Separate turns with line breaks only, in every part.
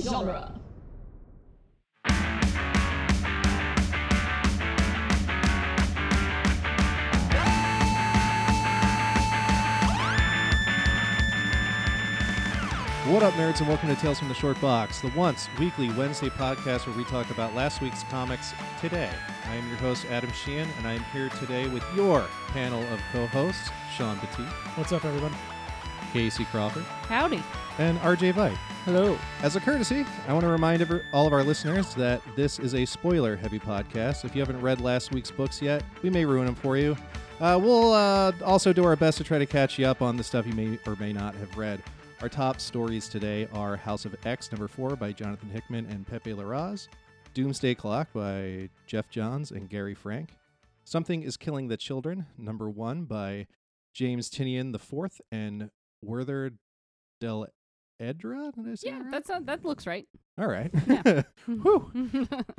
genre.
What up, nerds, and welcome to Tales from the Short Box, the once weekly Wednesday podcast where we talk about last week's comics today. I am your host, Adam Sheehan, and I am here today with your panel of co hosts, Sean Petit,
What's up, everyone?
Casey Crawford,
Howdy.
and RJ Vite.
Hello.
As a courtesy, I want to remind ever- all of our listeners that this is a spoiler heavy podcast. If you haven't read last week's books yet, we may ruin them for you. Uh, we'll uh, also do our best to try to catch you up on the stuff you may or may not have read. Our top stories today are House of X, number four by Jonathan Hickman and Pepe Larraz, Doomsday Clock by Jeff Johns and Gary Frank, Something is Killing the Children, number one by James Tinian IV and Werther Del Edra. Did I say that
Yeah,
right?
that's not, that looks right.
All right.
Yeah.
Whew.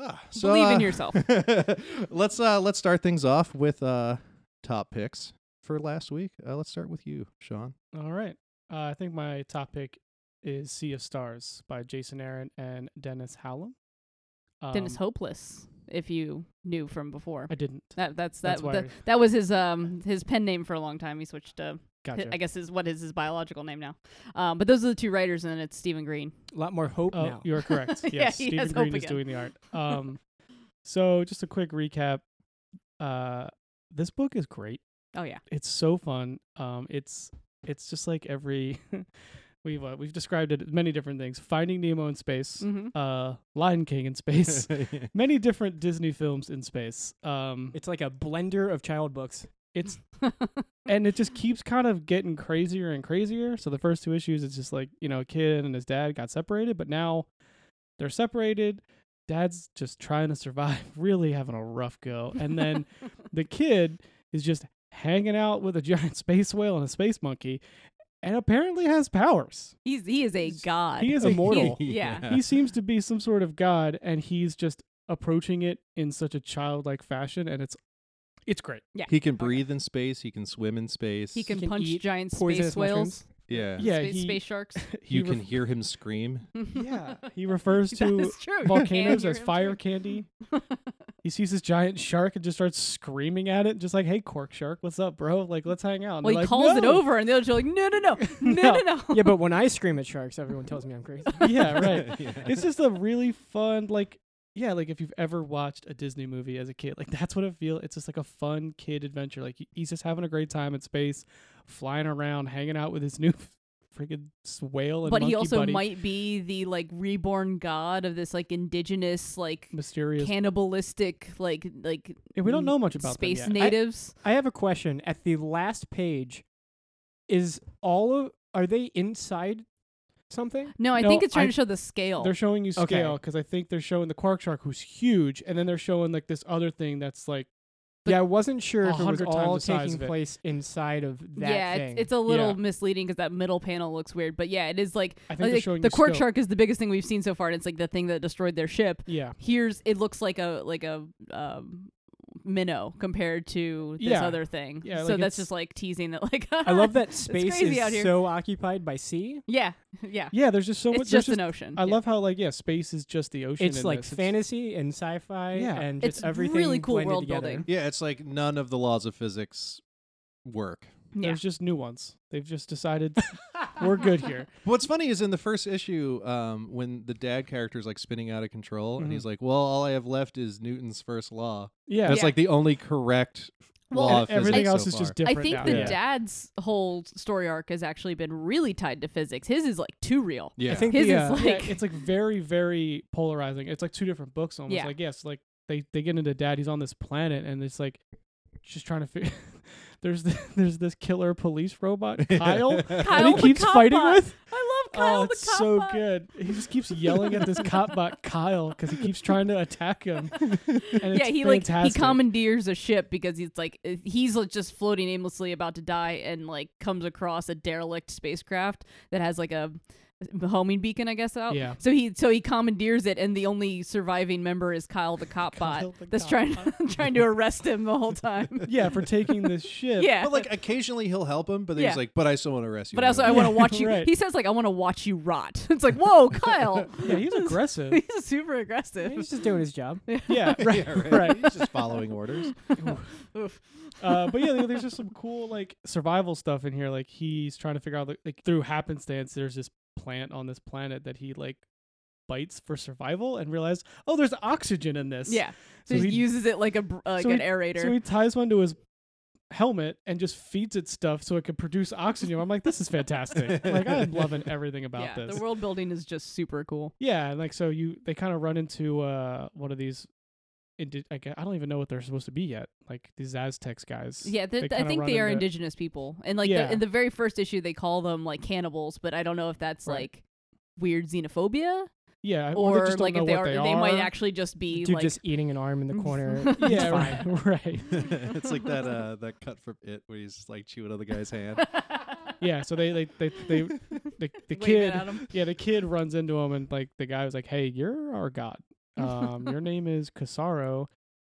Ah, so,
Believe in
uh,
yourself.
let's uh, let's start things off with uh, top picks for last week. Uh, let's start with you, Sean.
All right. Uh, I think my top pick is Sea of Stars by Jason Aaron and Dennis Hallam. Um,
Dennis Hopeless, if you knew from before.
I didn't.
That that's that
That's why
that,
I-
that was his um his pen name for a long time. He switched to hi-
Gotcha.
I guess is what is his biological name now. Um, but those are the two writers, and then it's Stephen Green.
A lot more hope
Oh,
now.
you are correct.
Yeah,
Yes,
he
Stephen
has hope
Green is
again.
doing the art. Um, so just a quick recap. Uh, this book is great.
Oh yeah,
It's so fun. Um, it's it's just like every we've uh, we've described it as many different things. Finding Nemo in space.
hmm
Uh, Lion King in space. many different Disney films in space. Um,
It's like a blender of child books.
it's and it just keeps kind of getting crazier and crazier. So the first two issues, it's just like you know, a kid and his dad got separated, but now they're separated. Dad's just trying to survive, really having a rough go, and then the kid is just hanging out with a giant space whale and a space monkey, and apparently has powers.
he's he is a
He's-
god.
He is immortal.
Yeah.
he seems to be some sort of god and he's just approaching it in such a childlike fashion and it's it's great
He can breathe in space. He can swim in space.
He can,
can
punch
eat
giant
Poisonous
space whales,
Yeah.
yeah
space,
he,
space sharks.
he
You
ref-
can hear him scream.
yeah he refers
that
to
is true. You
volcanoes
can
as
hear him
fire
too.
candy he sees this giant shark and just starts screaming at it just like hey cork shark what's up bro like let's hang out And
well, he
they're like,
calls it
"No."
over, and the others are like, "No, no, no, no, no, no."
yeah, but when I scream at sharks, everyone tells me I'm crazy.
yeah right
Yeah.
it's just a really fun like yeah like if you've ever watched a disney movie as a kid like that's what it feel it's just like a fun kid adventure like he- he's just having a great time in space flying around hanging out with his new freaking s- whale and
But he
monkey
also
buddy.
might be the like reborn god of this like indigenous like
mysterious
cannibalistic like like
Yeah, we don't know much about them
space
yet.
natives.
I have a question. At the last page, is all of are they inside something?
no, I
No,
think it's trying
I-
to show the scale.
they're showing you
Okay.
scale because i think they're showing the quark shark who's huge and then they're showing like this other thing that's like
Like,
yeah, I wasn't sure
a
if it was
hundred times
all
the size
taking
of it.
place inside of that
yeah,
thing.
It's, it's a little
Yeah.
misleading because that middle panel looks weird. But yeah, it is like
I think they're
like,
showing
the
you
quark
scope.
shark is the biggest thing we've seen so far, and it's like the thing that destroyed their ship.
yeah
Here's it looks like a like a um, minnow compared to this
Yeah.
other thing.
Yeah,
so that's
like, it's-
just like teasing that like
I love that space
crazy
is
out here.
so occupied by sea.
yeah yeah.
yeah there's just so
it's
much
just,
there's
an ocean.
I
Yeah.
love how like yeah, space is just the ocean.
It's
in
like
this.
fantasy and sci-fi
Yeah.
and just
It's
everything
really cool
blended
world
together.
building.
yeah, it's like none of the laws of physics work.
Yeah.
There's just nuance. They've just decided we're good here.
What's funny is in the first issue, um, when the dad character is like spinning out of control,
Mm-hmm.
and he's like, "Well, all I have left is Newton's first law."
Yeah,
That's
Yeah.
like the only correct
Well,
law.
And
of
everything
physics
else
so
is just
far.
different.
I think
now.
the
yeah.
dad's whole story arc has actually been really tied to physics. His is like too real.
Yeah,
I think
His
the,
is
uh,
Yeah,
like
it's like very, very polarizing. It's like two different books almost.
Yeah.
Like yes, like they they get into dad. He's on this planet, and it's like just trying to figure. there's the, there's this killer police robot Kyle.
Kyle
that
the
he keeps
cop
fighting
bot.
with.
I love Kyle
oh,
the
it's
cop
so
bot.
good. He just keeps yelling at this cop bot Kyle because he keeps trying to attack him. And
yeah,
it's
he like he
fantastic.
commandeers a ship because he's like uh, he's like, just floating aimlessly about to die and like comes across a derelict spacecraft that has like a homing beacon, I guess. Out.
Yeah.
So he so he commandeers it, and the only surviving member is Kyle the cop
Kyle
bot
the
that's
cop
trying
bot.
trying to arrest him the whole time.
yeah, for taking this ship.
yeah.
But like occasionally he'll help him, but then
Yeah.
he's like, "But I still want to arrest you."
But
I'm
also, I
like,
want to
Yeah,
watch you.
right.
He says, like, I want to watch you rot. It's like, whoa, Kyle.
Yeah, he's aggressive.
He's super aggressive.
He's just doing his job.
yeah, right,
yeah, right.
right.
He's just following orders.
Oof.
uh, but yeah, there's just some cool like survival stuff in here. Like he's trying to figure out like, like through happenstance, there's this plant on this planet that he like bites for survival and realized, oh, there's oxygen in this.
Yeah. So,
So
he
he-
uses it like a br- uh, like
so
an
he-
aerator.
So he ties one to his helmet and just feeds it stuff so it can produce oxygen. I'm like, this is fantastic. like I'm loving everything about
yeah.
this.
The world building is just super cool.
yeah, and like so you they kind of run into uh one of these. Indi- I gue- I don't even know what they're supposed to be yet. Like these Aztecs guys.
Yeah, th- I
kinda
think
run
they are
into-
indigenous people, and like
Yeah.
the, in the very first issue, they call them like cannibals, but I don't know if that's
Right.
like weird xenophobia
Yeah,
or
they just don't
like
know
if they
what
are,
they
might
are.
actually just be
Dude
like
just eating an arm in the corner. It's
Yeah,
fine.
right, right.
it's like that uh, that cut from it where he's like chewing on the guy's hand.
Yeah, so they they they they the, the
Waving
kid
at 'em.
yeah the kid runs into him and like the guy was like, hey, you're our god. Um, your name is Kasaro,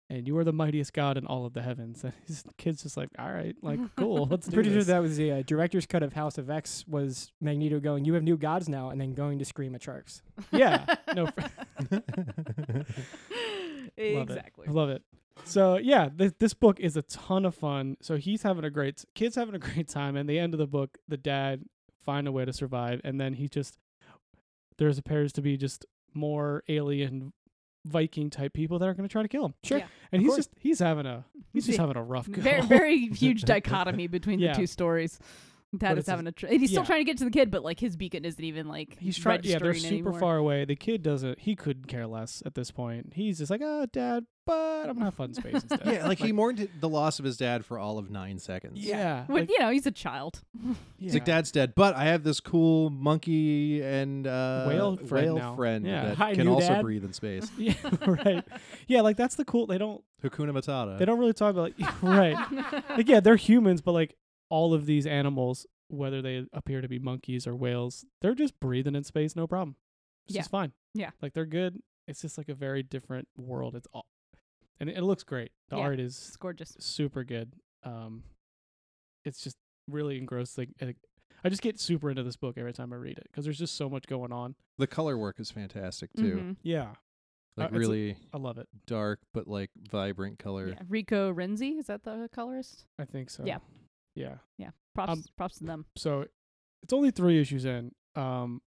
and you are the mightiest god in all of the heavens. And his kid's just like, all right, like cool, let's do
Pretty sure
this.
that was the uh, director's cut of House of X was Magneto going, "You have new gods now," and then going to scream at sharks.
yeah, no, Love it.
exactly.
I love it. So yeah, th- this book is a ton of fun. So he's having a great, kids having a great time. And the end of the book, the dad find a way to survive, and then he just there's appears to be just more alien Viking type people that are going to try to kill him.
Sure.
Yeah.
and he's
course.
just he's having a he's just
Yeah.
having a rough go.
Very, very huge dichotomy between
Yeah.
the two stories. Dad
it's
is
a-
having a tr- and he's still
yeah.
trying to get to the kid, but like his beacon isn't even like
He's trying. Yeah, they're
registering
super
anymore.
far away. The kid doesn't. He couldn't care less at this point. He's just like, oh, dad, but I'm gonna have fun in space instead.
Yeah, like he mourned the loss of his dad for all of nine seconds.
Yeah,
When,
like,
you know, he's a child.
It's like
yeah.
dad's dead, but I have this cool monkey and uh,
Whale friend
whale
now.
friend
Yeah.
that
Hi,
can
new
also
dad.
breathe in space.
Yeah, right. Yeah, like that's the cool. They don't
Hakuna Matata.
they don't really talk about like, right. Like yeah, they're humans, but like all of these animals, whether they appear to be monkeys or whales, they're just breathing in space, no problem. It's
Yeah.
just fine.
Yeah.
like they're good. It's just like a very different world. It's all, and it, it looks great. The
Yeah.
art
It's
is
gorgeous.
super good. Um, it's just really engrossing. I- I just get super into this book every time I read it because there's just so much going on.
the color work is fantastic too.
Mhm.
Yeah, Mm-hmm. Uh,
Like
it's a-
really
I love it.
dark but like vibrant color.
Yeah. Rico Renzi, is that the colorist?
I think so.
Yeah.
yeah.
Props,
Um,
props to them.
so it's only three issues in. Um,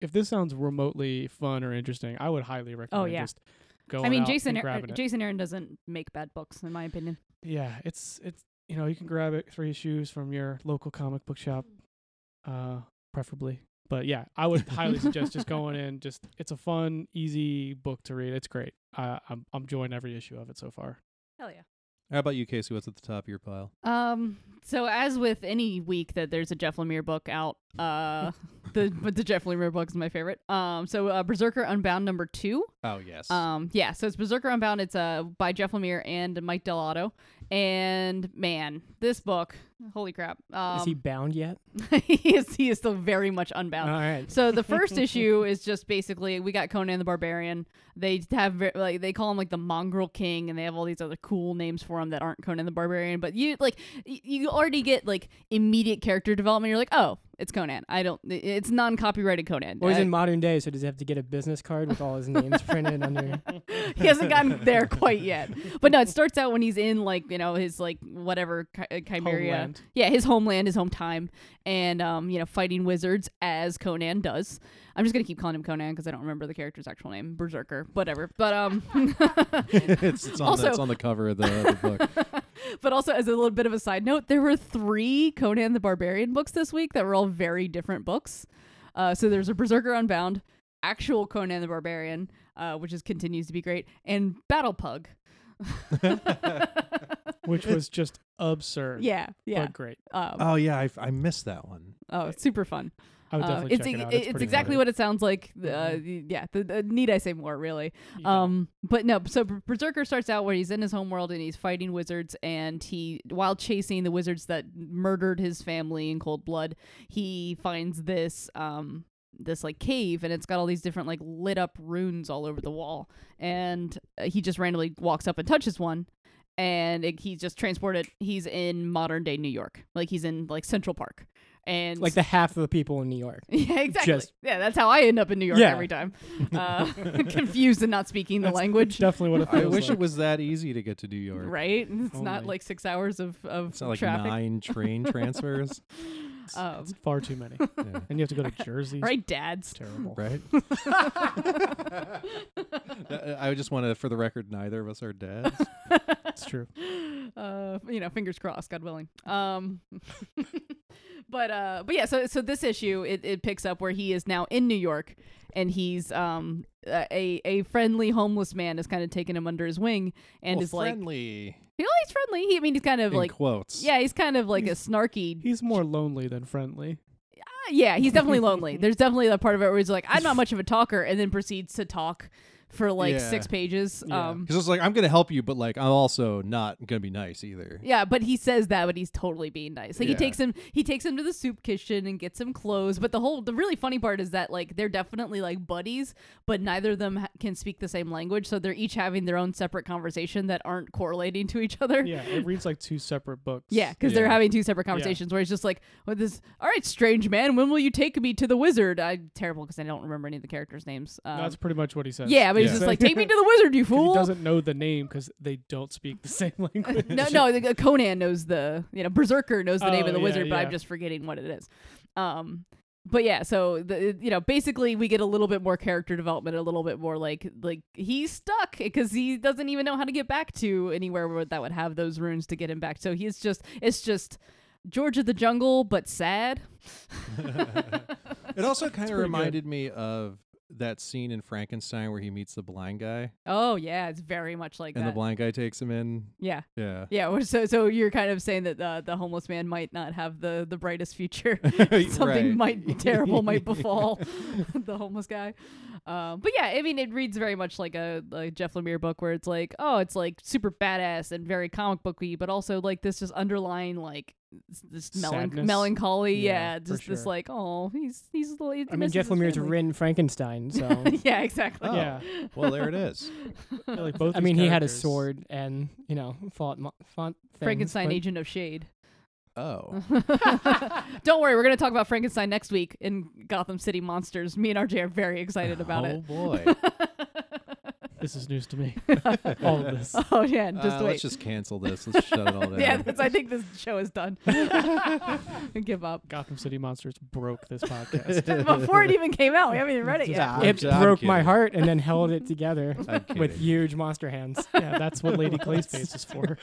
if this sounds remotely fun or interesting, I would highly recommend
Oh, yeah.
just going.
I mean,
out
Jason
and
Aaron, uh,
grabbing it.
Jason Aaron doesn't make bad books, in my opinion.
Yeah, it's it's you know you can grab it three issues from your local comic book shop, uh, preferably. But yeah, I would highly suggest just going in. Just it's a fun, easy book to read. It's great. Uh, I'm I'm enjoying every issue of it so far.
Hell yeah.
How about you, Casey? What's at the top of your pile?
Um. So as with any week that there's a Jeff Lemire book out, uh, the but the Jeff Lemire book is my favorite. Um. So uh, Berserker Unbound number two.
Oh yes.
Um. Yeah. So it's Berserker Unbound. It's uh by Jeff Lemire and Mike Del Otto. And man, this book, holy crap. Um,
Is he bound yet?
he is he is still very much unbound.
All right.
So the first issue is just basically we got Conan the Barbarian. They have ver- like they call him like the Mongrel King, and they have all these other cool names for him that aren't Conan the Barbarian. But you like y- you already get like immediate character development. You're like, oh, it's Conan. I don't. i- It's non-copyrighted Conan.
Or he's
I-
in modern day, so does he have to get a business card with all his names printed under?
he hasn't gotten there quite yet. But no, it starts out when he's in like you know his like whatever Chi- uh, Chimeria.
Homeland.
Yeah, his homeland, his hometime, and um, you know, fighting wizards as Conan does. I'm just gonna keep calling him Conan because I don't remember the character's actual name, Berserker, whatever. But um,
it's, it's, on the, it's
also-
on the cover of the, the book.
but also as a little bit of a side note, there were three Conan the Barbarian books this week that were all very different books. Uh, so there's a Berserker Unbound, actual Conan the Barbarian, uh, which is continues to be great, and Battle Pug.
which was just absurd.
Yeah, yeah.
but great.
Um,
Oh yeah, I, I missed that one.
oh, it's super fun.
uh, I would
Uh,
definitely check
e-
it out.
It's, exactly what it sounds like. Uh,
Mhm.
Yeah, the, the, need I say more? Really. Um, but no. So Ber- Berserker starts out where he's in his homeworld and he's fighting wizards, and he, while chasing the wizards that murdered his family in cold blood, he finds this um this like cave and it's got all these different like lit up runes all over the wall and uh, he just randomly walks up and touches one and it, he's just transported he's in modern day new york like he's in like central park and
Like the half of the people in New York.
yeah exactly
just-
yeah that's how i end up in new york
Yeah.
every time uh, confused and not speaking the
That's
language
Definitely what it
I
feels
wish
like.
it was that easy to get to New York.
right it's
Oh
not
my-
like six hours of of
It's not like
traffic
nine train transfers,
um,
It's far too many.
Yeah.
And you have to go to Jersey.
right dads
It's terrible.
right? That- Uh, I just want to, for the record, neither of us are dads.
It's true.
uh, you know, fingers crossed, God willing. Um, but uh, but yeah, so so this issue it, it picks up where he is now in New York, and he's um a a friendly homeless man has kind of taken him under his wing and
Well,
is like,
friendly
oh, he's friendly. He, I mean, he's kind of
in
like,
quotes.
yeah, he's kind of like
He's-
a snarky.
He's more lonely than friendly.
Ah, yeah, he's definitely lonely. There's definitely that part of it where he's like, I'm not much of a talker, and then proceeds to talk for like
Yeah.
six pages.
Yeah.
Um,
Because it's like I'm gonna help you, but like I'm also not gonna be nice either.
Yeah, but he says that, but he's totally being nice. Like he
Yeah.
takes him, he takes him to the soup kitchen and gets him clothes. But the whole, the really funny part is that like they're definitely like buddies, but neither of them ha- can speak the same language, so they're each having their own separate conversation that aren't correlating to each other.
Yeah, it reads like two separate books.
Yeah, because they're
Yeah.
having two separate conversations where it's just like, "With this, all right, strange man, when will you take me to the wizard?" I'm terrible because I don't remember any of the characters' names. Um,
That's pretty much what he says.
yeah, but he's
Yeah.
just like, "Take me to the wizard, you
'Cause
fool."
He doesn't know the name because they don't speak the same language.
no, no, the- the Conan knows the you know Berserker knows the name
Oh,
of the
yeah,
wizard, but I'm
yeah.
just forgetting what it is. Um, but yeah, so the uh, you know basically we get a little bit more character development, a little bit more like like he's stuck because he doesn't even know how to get back to anywhere where that would have those runes to get him back. So he's just it's just George of the Jungle, but sad.
It also kind of
pretty good.
reminded me of that scene in Frankenstein where he meets the blind guy
Oh yeah, it's very much like
and the
that.
blind guy takes him in.
yeah,
Yeah.
yeah. we're- So so you're kind of saying that uh, the homeless man might not have the the brightest future. something
Right.
might terrible might befall the homeless guy. Um, but yeah, I mean, it reads very much like a, a Jeff Lemire book where it's like, oh, it's like super badass and very comic booky, but also like this just underlying like s- this melan-
Sadness?
melancholy, yeah,
Yeah, for
just this
sure.
like, oh, he's he's. he's
I mean, Jeff Lemire's written Frankenstein, so.
yeah, exactly.
Oh.
Yeah.
Well, there it is.
yeah, like both
I
these
mean, he had a
characters-
sword and, you know, fought, mo- fought things,
Frankenstein,
but-
Agent of Shade.
Oh.
Don't worry, we're gonna talk about Frankenstein next week in Gotham City Monsters. Me and RJ are very excited about
oh,
it.
boy.
This is news to me. All of this.
Oh yeah, just
Uh,
wait.
let's just cancel this. Let's shut it all down.
yeah, that's, I think this show is done. Give up.
Gotham City Monsters broke this podcast.
Before it even came out, we haven't even read it yet.
Yeah.
It
I'm- I'm
broke my
kidding.
heart and then held it together
I'm
with
kidding.
huge monster hands.
yeah, that's what Lady Clay's face is for.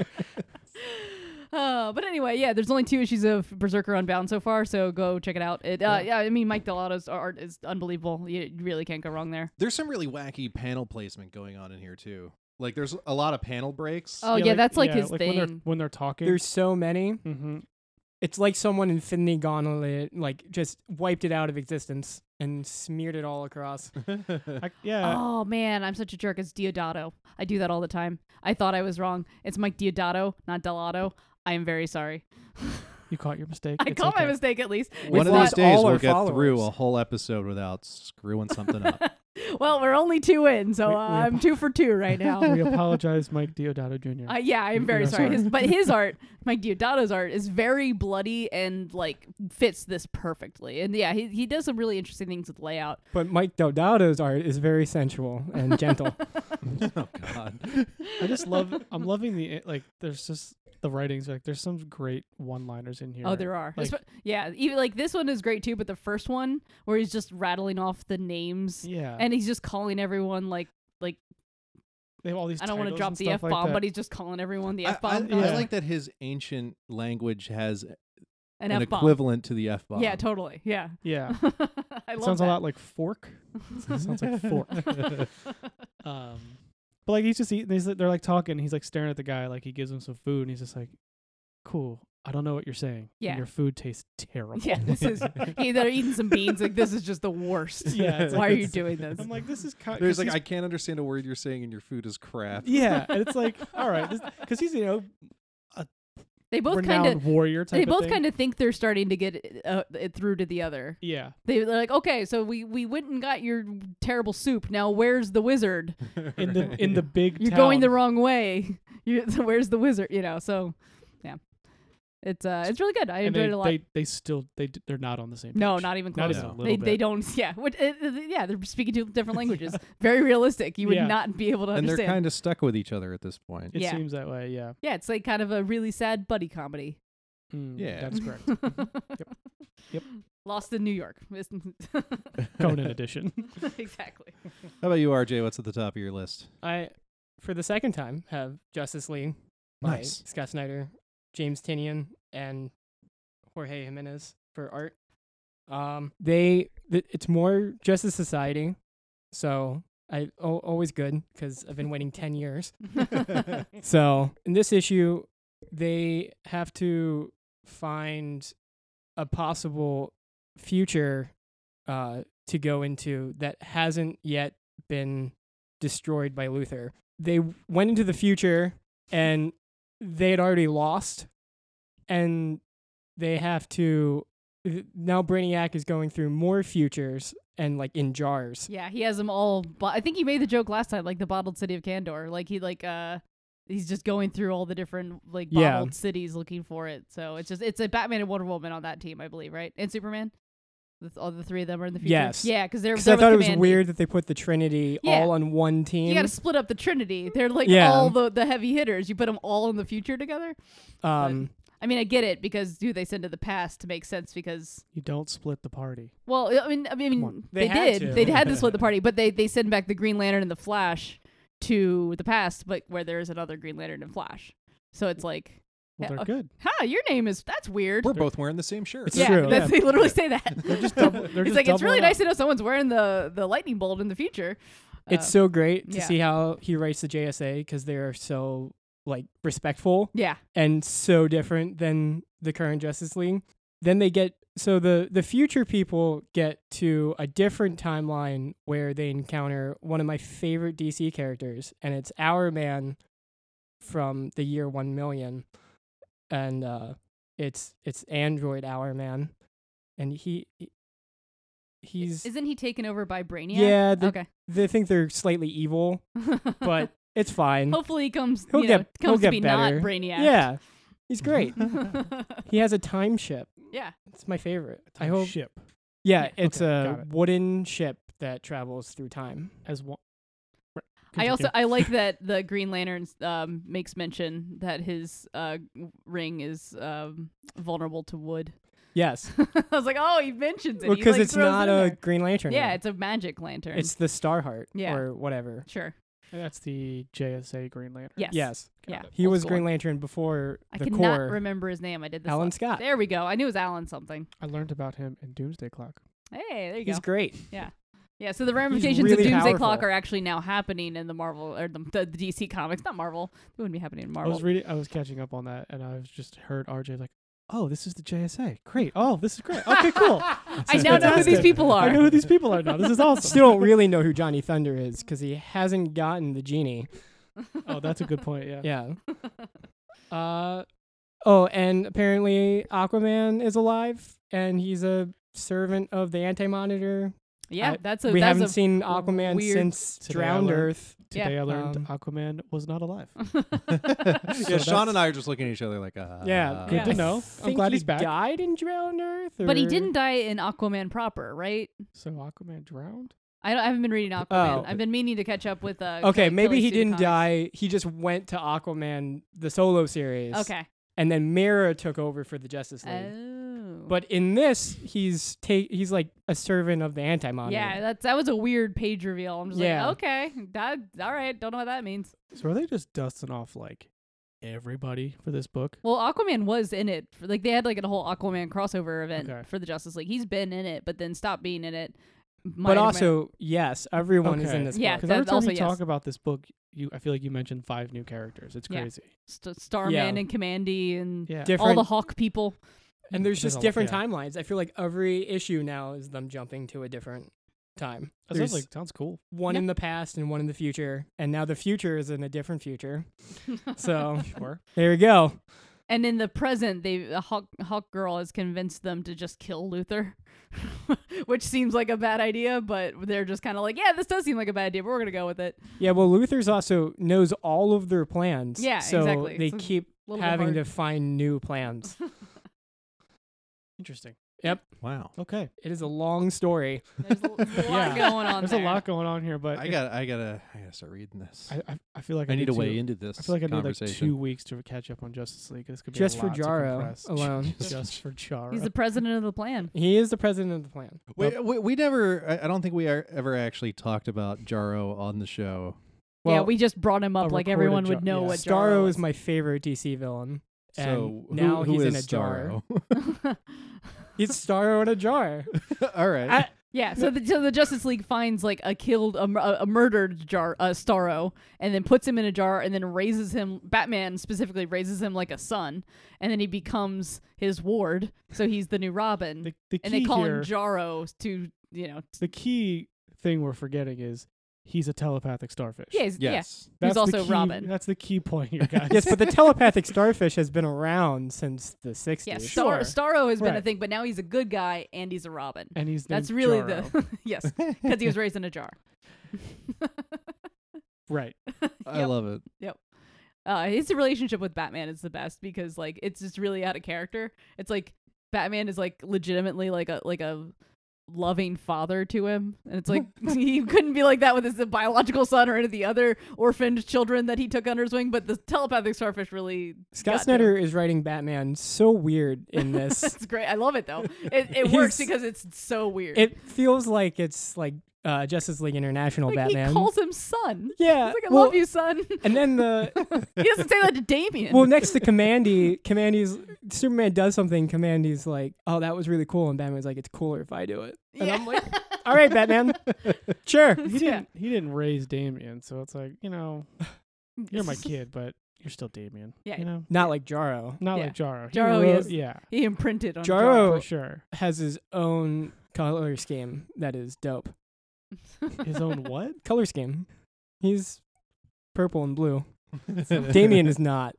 Uh, but anyway, yeah, there's only two issues of Berserker Unbound so far, so go check it out. It, uh, yeah. I mean, Mike Delotto's art is unbelievable. You you really can't go wrong there.
There's some really wacky panel placement going on in here too. Like there's a lot of panel breaks.
Oh yeah, that's like
yeah,
his
When they're,
thing.
when they're talking.
There's so many.
hmm
It's like someone in Finley Gauntlet, like, just wiped it out of existence and smeared it all across.
I, yeah.
oh man, I'm such a jerk. It's Diodato. I do that all the time. I thought I was wrong. It's Mike Diodato, not Delotto. I am very sorry.
You caught your mistake.
Oh. I
It's
caught my
okay.
mistake at least.
We
One of these
lost
days
all
we'll
our
get through
followers.
a whole episode without screwing something up.
Well, we're only two in, so
We-
uh,
we
I'm two for two right now.
We apologize, Mike Diodato Jr.
Uh, yeah, I'm
We
very
are
sorry.
sorry.
His, but his art, Mike Diodato's art, is very bloody and like fits this perfectly. And yeah, he, he does some really interesting things with layout.
But Mike Dodato's art is very sensual and gentle.
oh God.
I just love. I'm loving the like. There's just the writings. Like there's some great one-liners in here.
Oh, there are.
Like-
Espe- yeah, even like this one is great too. But the first one where he's just rattling off the names
Yeah.
and he's just calling everyone like
they have all these.
I don't want to
titles
drop
and
the
stuff
f bomb,
like
but
that.
he's just calling everyone the Uh,
I-
f bomb.
I, I
Yeah.
like that his ancient language has
An
an
f bomb.
equivalent to the f bomb.
Yeah, totally. Yeah,
yeah.
I love
sounds
that.
a lot like fork. sounds like fork. um, but like he's just eating. He's, like- they're like talking. and He's like staring at the guy. Like he gives him some food, and he's just like, "Cool. I don't know what you're saying. and
Yeah.
your food tastes terrible.
Yeah, this is. Hey, they're eating some beans. Like this is just the worst.
Yeah, it's
Why
like
are you
it's-
doing this?
I'm like, this is kind.
There's like I can't understand a word you're saying, and your food is crap.
yeah, and it's like, all right, because he's you know a
They both kind
renowned
of
warrior type.
they both kind of think they're starting to get it, uh, it through to the other.
yeah.
They, they're like, okay, so we we went and got your terrible soup. Now where's the wizard?
in the in the big.
You're
town.
going the wrong way. You, where's the wizard? You know. So, yeah, it's uh, it's really good. I
And
enjoyed
they,
it a lot.
they they still they d- they're not on the same.
no,
page.
not even
Not
close.
even
No.
a little
they
bit.
they don't. Yeah, what, uh, uh, yeah, they're speaking two different languages. Very realistic. You would
Yeah.
not be able to
and they're
understand.
kind of stuck with each other at this point.
It
Yeah.
seems that way. Yeah.
yeah, it's like kind of a really sad buddy comedy.
Hmm.
Mm,
Yeah.
That's correct.
Mm-hmm.
Yep.
Lost in New York.
Conan edition.
exactly.
How about you, RJ? What's at the top of your list?
I, for the second time, have Justice League by
Nice.
Scott Snyder, James Tinian, and Jorge Jimenez for art. Um, they th- it's more Justice Society, so I oh, always good because I've been waiting ten years. So in this issue, they have to find a possible future uh, to go into that hasn't yet been destroyed by Luther. They w- went into the future and they had already lost, and they have to. th- Now Brainiac is going through more futures and like in jars.
Yeah, he has them all. Bo- I think he made the joke last time, like the bottled city of Candor. Like he like uh, he's just going through all the different like
Yeah.
bottled cities looking for it. So it's just it's a Batman and Wonder Woman on that team, I believe, right? And Superman. The- All the three of them are in the future.
Yes.
Yeah, because they're.
Because
they're
I thought it
with
was
Command.
weird that they put the Trinity
Yeah.
all on one team.
You got to split up the Trinity. They're like
Yeah.
all the the heavy hitters. You put them all in the future together.
um,
I mean, I get it because who they send to the past to make sense because
you don't split the party.
Well, I mean, I mean,
on.
they,
They
did.
had to.
They had to split the party, but they they send back the Green Lantern and the Flash to the past, but where there is another Green Lantern and Flash. So it's like, Yeah,
Well,
oh.
they're
okay.
good.
ha, your name is that's weird.
We're both wearing the same shirt.
It's
yeah,
true.
That's,
Yeah.
they literally say that.
just double- they're
it's
just
like it's really
doubling
nice
up.
to know someone's wearing the the lightning bolt in the future.
It's
Uh,
so great to
yeah.
see how he writes the JSA because they are so like respectful
yeah,
and so different than the current Justice League. Then they get so the the future people get to a different timeline where they encounter one of my favorite DC characters, and it's Our Man from the year one million, and uh, it's it's Android Our Man, and he he- he's
isn't he taken over by Brainiac?
Yeah, the-
Okay.
they think they're slightly evil, but it's fine.
hopefully he comes.
He'll
you know,
get- he'll
comes to
get
be
better.
not Brainiac.
Yeah. He's great.
Yeah.
he has a time ship.
Mm-hmm. yeah.
It's my favorite. I hope.
ship
Yeah,
Yeah,
it's
okay,
a
got it.
wooden ship that travels through time.
as one. Right.
I
Continue.
also I like that the Green Lantern um, makes mention that his uh, ring is um, vulnerable to wood.
Yes.
I was like, oh, he mentions it.
Well,
He,
because
like,
it's
throws
not
it in
a
there.
Green Lantern.
yeah,
ring.
it's a magic lantern.
it's the Starheart
Yeah.
or whatever.
sure.
And that's the JSA Green Lantern.
Yes.
Yes.
Got
Yeah.
it.
He
Old
was
school.
Green Lantern before
I
the
cannot
core.
remember his name. I did this.
Alan
last-
Scott.
There we go. I knew it was Alan something.
I learned about him in Doomsday Clock.
Hey, there you
He's
go.
great.
yeah. So the ramifications of
really
Doomsday
powerful.
Clock are actually now happening in the Marvel or the, the DC comics, not Marvel. It wouldn't be happening in Marvel.
I was reading. I was catching up on that, and I was just heard RJ like, "Oh, this is the JSA. Great. Oh, this is great. Okay, cool.
I now know who
fantastic.
these people
I know
are.
who these people are now. This is awesome.
Still don't really know who Johnny Thunder is because he hasn't gotten the genie.
oh, that's a good point. Yeah.
Yeah. Uh, oh, and apparently Aquaman is alive and he's a servant of the Anti Monitor.
Yeah,
I-
that's a
we
that's
haven't
a
seen Aquaman
weird-
since
Today I
Drowned
learned.
Earth.
Yeah.
Today I learned
Um,
Aquaman was not alive.
yeah, Sean
that's-
and I are just looking at each other like, uh,
Yeah,
good to
I
know. I'm
think
glad
he
he's back.
Died in Drowned Earth,
But he
or-
didn't die in Aquaman proper, right?
So Aquaman drowned.
I, don't, I haven't been reading Aquaman.
Oh.
I've been meaning to catch up with. Uh,
Okay,
Kelly-
maybe
Kelly
he
Sue
didn't
DeConnick.
die. He just went to Aquaman the solo series.
Okay.
and then Mira took over for the Justice League.
Oh.
But in this, he's ta- he's like a servant of the Anti Monitor.
yeah, that's that was a weird page reveal. I'm just
Yeah.
like, okay, that, all right, don't know what that means.
So are they just dusting off like everybody for this book?
Well, Aquaman was in it. For, like they had like a whole Aquaman crossover event
Okay.
for the Justice League. He's been in it, but then stopped being in it.
but
Minor-
also yes, everyone is in
Okay.
this.
Yeah.
book.
Because
that-
every time
also
you
yes.
talk about this book, you I feel like you mentioned five new characters. It's
Yeah.
crazy.
St- Starman
Yeah.
and Commandy and
Yeah.
all
different.
the Hawk people.
and there's
There's
just
a-
different
yeah.
timelines. I feel like every issue now is them jumping to a different time.
That sounds
There's
like sounds cool.
one
Yeah.
in the past and one in the future, and now the future is in a different future. So
Sure.
there we go.
And in the present, they the Hawk, Hawk Girl has convinced them to just kill Luther, which seems like a bad idea. But they're just kind of like, yeah, this does seem like a bad idea, but we're gonna go with it.
Yeah, well, Luther's also knows all of their plans.
Yeah,
so
exactly.
They
So it's
keep
a little bit
having
hard.
to find new plans.
Interesting.
Wow.
Okay.
it is a long story.
There's a l- lot
Yeah.
going on.
There's
there.
a lot going on here, but
I
it-
got. I gotta. I gotta start reading this.
I, I, I feel like
I, need to
two-
weigh into this.
I feel like I need like
conversation.
two weeks to catch up on Justice League. This could be a
Just for
lot to
Jaro
compress.
alone.
Just for Jaro.
He's the president of the plan.
He is the president of the plan.
We, we, we never. I, I don't think we are, ever actually talked about Jaro on the show.
yeah,
Well,
we just brought him
a
up like
recorded
everyone
jo-
would know
yeah.
what
Starro
Jaro
is my favorite DC villain. And
so who-
now
who
he's in
is
a jar.
Jaro?
is.
He's Starro in a jar.
All right.
I-
Yeah, so the, so the Justice League finds like a killed, a, mur- a a murdered jar, uh, Starro, and then puts him in a jar, and then raises him. Batman specifically raises him like a son, and then he becomes his ward. So he's the new Robin,
the, the key
and they call
here,
him Jaro to you know,
the key thing we're forgetting is he's a telepathic starfish.
yeah, he's, yeah,
yes.
That's
Who's
the
also
key-
Robin.
That's the key point here, guys.
yes, but the telepathic starfish has been around since the 60s.
yeah. Star- Starro has been a
Right.
thing, but now he's a good guy and he's a Robin.
and he's
That's
named
really
Jaro.
the yes, because he was raised in a jar.
right.
I
Yep.
love it.
uh, his relationship with Batman is the best because like it's just really out of character. It's like Batman is like legitimately like a like a loving father to him, and it's like he couldn't be like that with his biological son or any of the other orphaned children that he took under his wing. But the telepathic starfish really
Scott
got to
Snyder
him.
is writing Batman so weird in this.
It's great. I love it though. It, it works
He's-
because it's so weird.
it feels like it's like uh, Justice League International
like
Batman.
he calls him son.
yeah.
He's like, I
well,
love you, son.
And then the
he doesn't say that to Damien.
well, next to Commandy, Commandy's Superman does something. Commandy's like, "Oh, that was really cool," and Batman's like, "It's cooler if I do it." And
Yeah.
I'm like, "All right, Batman, sure."
He
Yeah.
didn't. He didn't raise Damien, so it's like you know, you're my kid, but you're still Damien.
Yeah.
You know,
Not like Jaro.
not
Yeah. Oh.
like Jaro. He
Jaro,
wrote-
yes.
Yeah.
He imprinted on
Jaro-
For sure.
Has his own color scheme that is dope.
Jaro.
His own what?
Color scheme. He's purple and blue. Damien is not.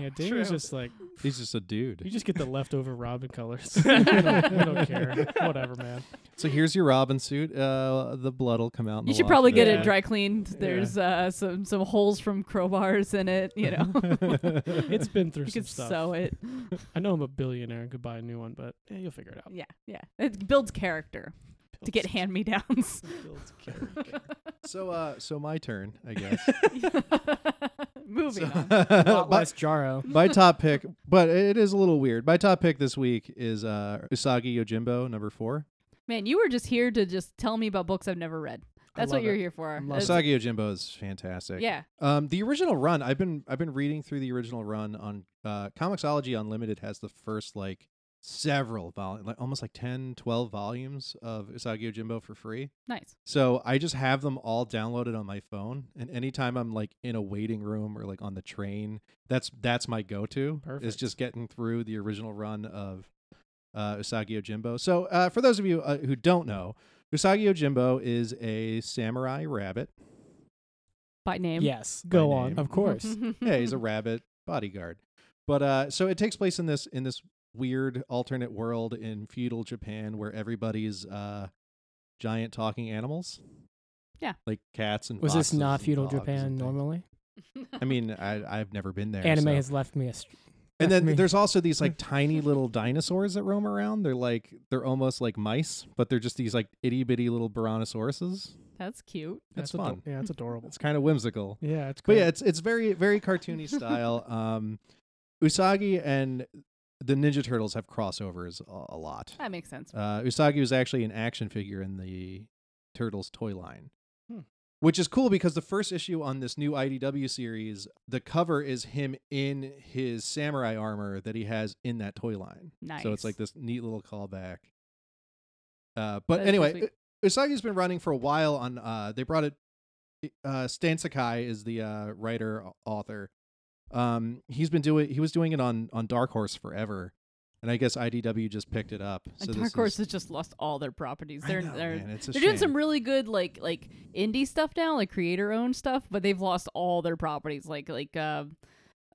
Yeah, Damien's
True.
just like
He's just a dude.
you. Just get the leftover Robin colors. we, don't, we don't care. Whatever, man.
So here's your Robin suit. Uh, the blood will come out. In
You
the
should
wash
probably get
today.
it dry cleaned. There's uh, some some holes from crowbars in it. You know,
It's been through
you
some
could
stuff.
sew it.
I know I'm a billionaire and could buy a new one, but yeah, you'll figure it out.
Yeah, yeah. It builds character to get hand me downs.
Builds character.
So, uh, so my turn, I guess.
Moving
So-
on.
A lot less Jaro.
My top pick, but it is a little weird. My top pick this week is uh, Usagi Yojimbo, number four.
Man, you were just here to just tell me about books I've never read. That's what
love
you're
it.
here for.
love
That's-
Usagi Yojimbo is fantastic.
Yeah.
Um, the original run, I've been I've been reading through the original run on uh, Comixology Unlimited has the first like several volumes, like almost like 10, 12 volumes of Usagi Yojimbo for free.
Nice.
So I just have them all downloaded on my phone, and anytime I'm like in a waiting room or like on the train, that's that's my go-to. Is
Perfect.
just getting through the original run of uh, Usagi Yojimbo. So uh, for those of you uh, who don't know, Usagi Yojimbo is a samurai rabbit.
By name.
Yes.
Go
My
on.
name.
Of course.
Mm-hmm.
yeah, he's a rabbit bodyguard. But uh, so it takes place in this in this weird alternate world in feudal Japan where everybody's uh, giant talking animals.
Yeah.
like cats and
Was this
foxes
not
and
feudal
dogs
Japan
and things.
normally?
I mean, I, I've never been there.
Anime
so.
has left me a. Str-
and then
left me-
there's also these like tiny little dinosaurs that roam around. They're like they're almost like mice, but they're just these like itty bitty little brontosauruses.
That's cute.
It's
That's ado-
fun.
yeah, it's adorable.
It's kind of whimsical.
Yeah, it's
But
great.
yeah, it's it's very very cartoony style. Um, Usagi and the Ninja Turtles have crossovers a, a lot.
That makes sense.
Uh, Usagi was actually an action figure in the Turtles toy line,
Hmm.
which is cool because the first issue on this new IDW series, the cover is him in his samurai armor that he has in that toy line.
Nice.
So it's like this neat little callback. Uh, but
That is so
anyway,
sweet.
U- Usagi's been running for a while on. Uh, they brought it. Uh, Stan Sakai is the uh, writer au- author. Um, he's been doing. He was doing it on on Dark Horse forever, and I guess IDW just picked it up.
And
So
Dark
this
Horse
is,
has just lost all their properties.
I
They're
know,
they're
man, it's a
they're doing some
shame.
really good like like indie stuff now, like creator owned stuff, but they've lost all their properties. Like like uh,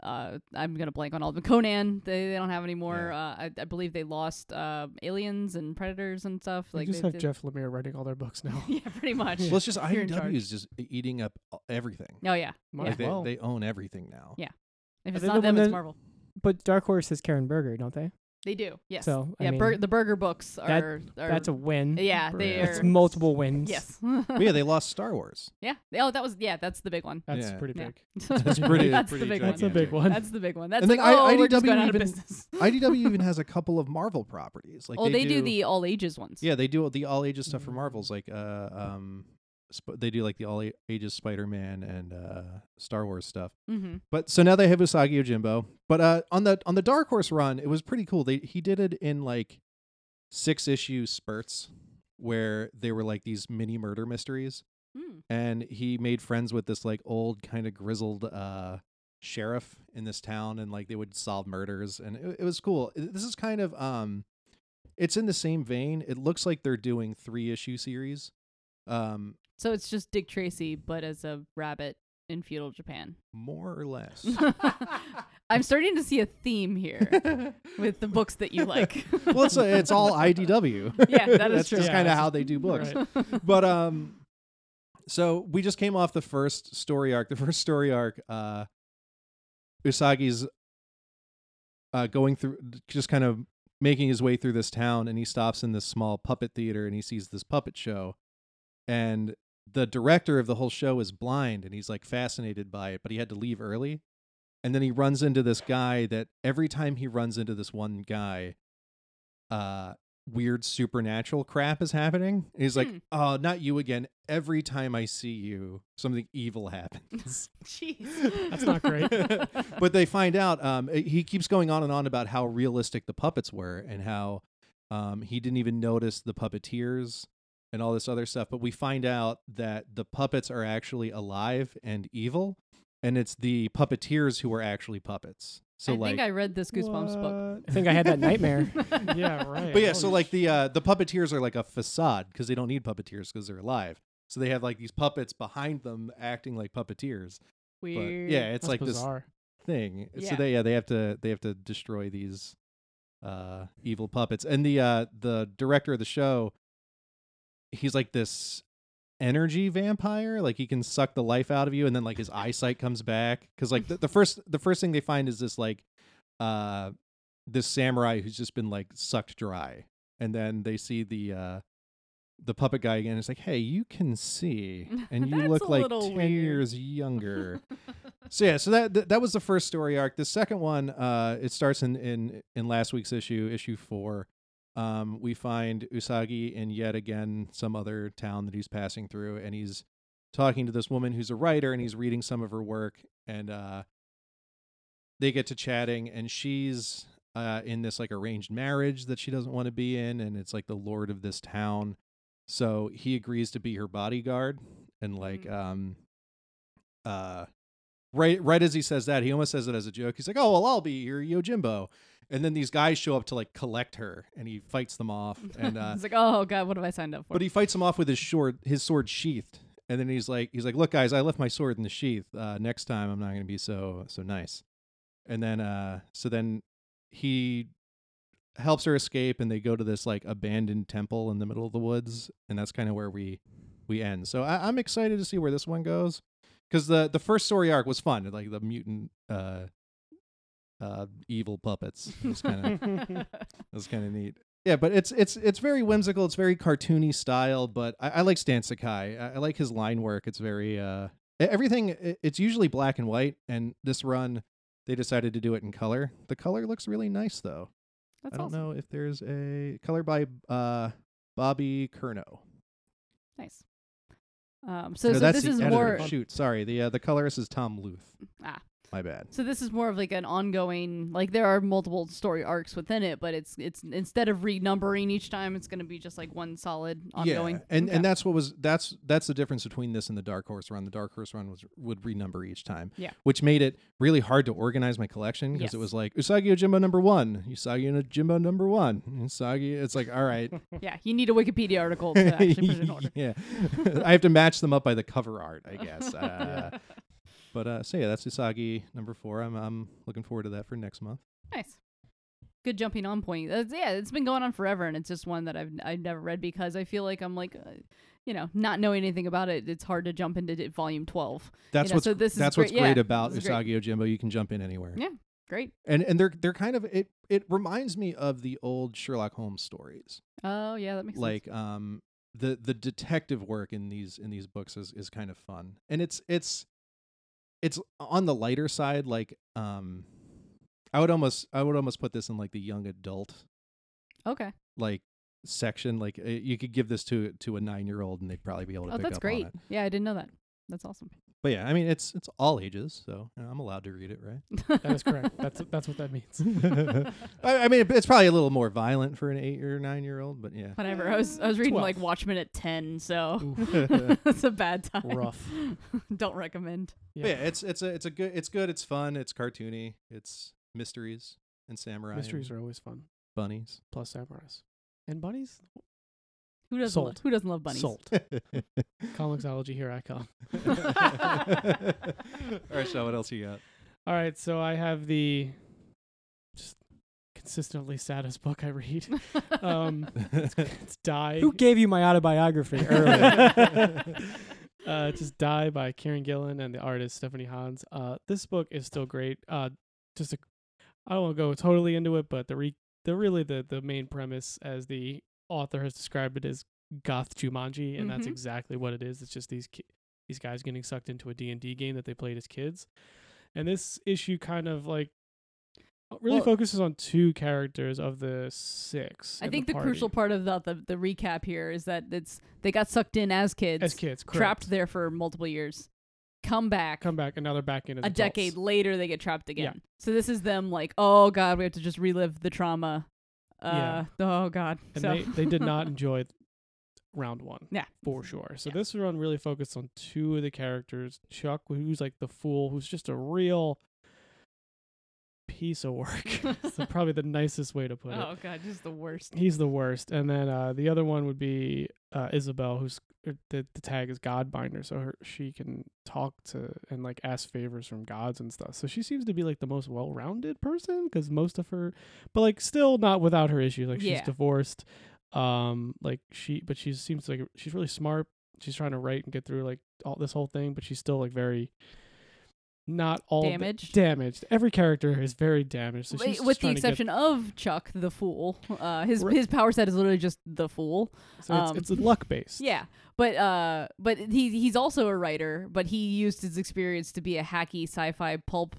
uh, I'm gonna blank on all of them. Conan, they, they don't have anymore. Uh, I, I believe they lost uh, aliens and predators and stuff.
They
Like
just
they
have
did-
Jeff Lemire writing all their books now.
yeah, pretty much.
Well, it's just
You're in
IDW
charge.
is just eating up uh, everything.
No, yeah.
Might
Yeah.
Like
as well.
they, they own everything now.
Yeah. If
Are
it's
they the
not them,
one
it's
that-
Marvel.
But Dark Horse has Karen Berger, don't they?
They do. Yes.
So, I
yeah,
mean,
bur- the burger books are.
that-
are
that's a win.
Yeah, they
It's
are.
It's multiple wins.
Yes.
But yeah, they lost Star Wars.
yeah. Oh, that was yeah. That's the big one.
That's
Yeah.
pretty
Yeah.
big.
That's pretty.
That's
pretty
the big
That's
one.
a big
gigantic.
one.
That's the big one. That's
And
like,
then I-
oh, we're just
IDW
going out of
even-
business.
IDW even has a couple of Marvel properties. Like
oh, they do the all ages ones.
Yeah, they do the all ages stuff for Marvels. Like, uh, um, sp- they do like the all a- ages Spider Man and uh, Star Wars stuff.
Mm-hmm.
But so now they have Usagi Ojimbo. But uh, on the on the Dark Horse run, it was pretty cool. They he did it in like six issue spurts where they were like these mini murder mysteries,
Mm.
and he made friends with this like old kind of grizzled uh sheriff in this town, and like they would solve murders, and it, it was cool. I- This is kind of um, it's in the same vein. It looks like they're doing three issue series. Um,
So it's just Dick Tracy, but as a rabbit in feudal Japan.
more or less.
I'm starting to see a theme here with the books that you like.
well, it's, uh, it's all IDW.
Yeah, that is
That's
true.
just
Yeah,
kind of
that's
how they do books.
Right.
But um, so we just came off the first story arc. The first story arc, uh, Usagi's uh going through, just kind of making his way through this town, and he stops in this small puppet theater, and he sees this puppet show, and the director of the whole show is blind, and he's like fascinated by it, but he had to leave early. And then he runs into this guy that every time he runs into this one guy, uh, weird supernatural crap is happening. And he's like,
Hmm.
"Oh, not you again! Every time I see you, something evil happens."
Jeez.
That's not great.
but they find out. Um, i- he keeps going on and on about how realistic the puppets were and how um, he didn't even notice the puppeteers and all this other stuff. But we find out that the puppets are actually alive and evil, and it's the puppeteers who are actually puppets. So
I
like,
think I read this Goosebumps book.
I think I had that nightmare.
What? yeah, right.
But yeah,
Holy
so like the uh, the puppeteers are like a facade because they don't need puppeteers because they're alive. So they have like these puppets behind them acting like puppeteers. But
Weird.
yeah, it's
That's
like
bizarre.
this thing. So
Yeah.
they yeah they have to they have to destroy these uh, evil puppets. And the uh, the director of the show, he's like this energy vampire. Like he can suck the life out of you, and then like his eyesight comes back because like the, the first the first thing they find is this like uh this samurai who's just been like sucked dry and then they see the uh the puppet guy again it's like hey you can see and you
That's
look
a
like 10
little weird.
years younger so yeah so that th- that was the first story arc the second one uh it starts in in in last week's issue issue four um we find usagi in yet again some other town that he's passing through and he's talking to this woman who's a writer and he's reading some of her work and uh they get to chatting and she's uh in this like arranged marriage that she doesn't want to be in and it's like the lord of this town so he agrees to be her bodyguard and like
Mhm.
um uh right right as he says that he almost says it as a joke he's like oh well i'll be your yojimbo and then these guys show up to like collect her and he fights them off and uh
it's like, oh god, what have I signed up for?
but he fights him off with his sword, his sword sheathed, and then he's like, he's like, "Look, guys, I left my sword in the sheath. Uh, next time, I'm not going to be so so nice." And then, uh, so then he helps her escape, and they go to this like abandoned temple in the middle of the woods, and that's kind of where we we end. So I, I'm excited to see where this one goes, because the the first story arc was fun, like the mutant uh, uh, evil puppets. It was kind of that's kind of neat. Yeah, but it's it's it's very whimsical. It's very cartoony style. But I, I like Stan Sakai. I, I like his line work. It's very uh e- everything. i- It's usually black and white, and this run they decided to do it in color. The color looks really nice, though.
That's
I don't
awesome.
know if there's a color by uh Bobby Curno.
Nice. Um, so,
No,
so
that's
this
the
is
editor.
more.
Shoot, sorry. The uh, the colorist is Tom Luth.
Ah.
My bad.
So this is more of like an ongoing. Like there are multiple story arcs within it, but it's it's instead of renumbering each time, it's going to be just like one solid ongoing.
Yeah, and
Okay.
and that's what was that's that's the difference between this and the Dark Horse run. The Dark Horse run was would renumber each time.
Yeah.
which made it really hard to organize my collection because it
Yes.
was like Usagi Ojimbo number one, Usagi Ojimbo number one, Usagi. It's like all right,
yeah, you need a Wikipedia article to actually put it in order.
yeah, I have to match them up by the cover art, I guess. Uh, But uh, so yeah, that's Usagi number four. I'm I'm looking forward to that for next month.
Nice. Good jumping on point. That's, yeah, it's been going on forever, and it's just one that I've I've never read because I feel like I'm like, uh, you know, not knowing anything about it. It's hard to jump into d- volume twelve.
That's
know,
what's
so this is
that's what's
great- yeah,
great about
this is great.
Usagi Ojimbo. You can jump in anywhere.
Yeah. Great.
And and they're they're kind of it it reminds me of the old Sherlock Holmes stories.
Oh yeah, that makes
like um the the detective work in these in these books is is kind of fun and it's it's it's on the lighter side like um i would almost i would almost put this in like the young adult
sense. Okay.
like section like uh, you could give this to to a nine year old and they'd probably be able to
Oh,
pick
that's
up
great.
on it
Yeah, I didn't know that. That's awesome.
but yeah i mean it's it's all ages so you know, i'm allowed to read it right
That is correct. that's that's what that means.
I, I mean it, it's probably a little more violent for an eight or nine year old but yeah
Whatever. I was I was reading like
12.
Watchmen at ten, so
Oof,
it's a bad time.
rough.
Don't recommend.
But yeah, it's it's a it's a good it's good it's fun it's cartoony it's mysteries and samurai
Mysteries
and
are always fun.
bunnies.
Plus samurais and bunnies.
Who doesn't
Sold.
lo- who doesn't love bunnies?
Salt. Comicsology, here I come.
All right, so what else you got?
All right, so I have the just consistently saddest book I read. Um, it's Die.
Who gave you my autobiography earlier?
Early.
uh, just Die by Kieran Gillen and the artist Stephanie Hans. Uh, this book is still great. Uh, just a, I don't want to go totally into it, but the re the really the the main premise as the author has described it is goth Jumanji, and that's
Mhm.
exactly what it is. It's just these ki- these guys getting sucked into a D and D game that they played as kids, and this issue kind of like. uh, Really
Well-
focuses on two characters of the six.
I
in
think the,
party.
crucial part of the, the the recap here is that it's they got sucked in as kids,
as kids correct.
trapped there for multiple years, come back,
come back, and now they're back in as
a
adults.
decade later they get trapped
Yeah.
again. So this is them like, oh god, we have to just relive the trauma. Uh,
Yeah.
Oh god.
and
so
they, they did not enjoy th- round one
Yeah.
for sure so
Yeah.
this run really focused on two of the characters chuck who's like the fool who's just a real piece of work It's the- probably the nicest way to put it
oh god, just the worst.
he's the worst and then uh, the other one would be uh, isabel who's er, the, the tag is godbinder so her, she can talk to and like ask favors from gods and stuff so she seems to be like the most well-rounded person because most of her but like still not without her issues like she's
Yeah.
divorced um like she but she seems like she's really smart she's trying to write and get through like all this whole thing but she's still like very not all th-
Damaged?
damaged every character is very damaged so
Wi-
she's just
with the
trying to get
exception of Chuck the fool. Uh, his
Right.
his power set is literally just the fool.
So it's,
Um,
it's luck based.
Yeah, but uh, but he he's also a writer, but he used his experience to be a hacky sci-fi pulp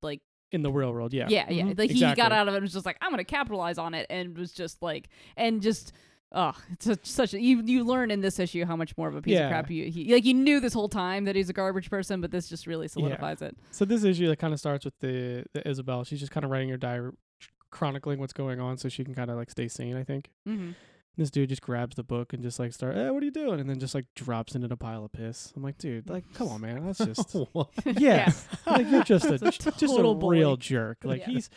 like
in the real world. Yeah.
yeah yeah,
Mhm.
like he
Exactly.
got out of it and was just like I'm gonna capitalize on it and was just like and just. Oh, it's such, such a, you you learn in this issue how much more of a piece
Yeah.
of crap you he, like you knew this whole time that he's a garbage person, but this just really solidifies it.
So this issue that kind of starts with the, the Isabel. She's just kind of writing her diary, chronicling what's going on, so she can kind of like stay sane. I think
Mm-hmm.
And this dude just grabs the book and just like start. Eh, what are you doing? And then just like drops into a pile of piss. I'm like, dude, like, come on, man. That's just yeah. like you're just a,
It's a
just a
total bully.
real jerk. Like
Yeah.
he's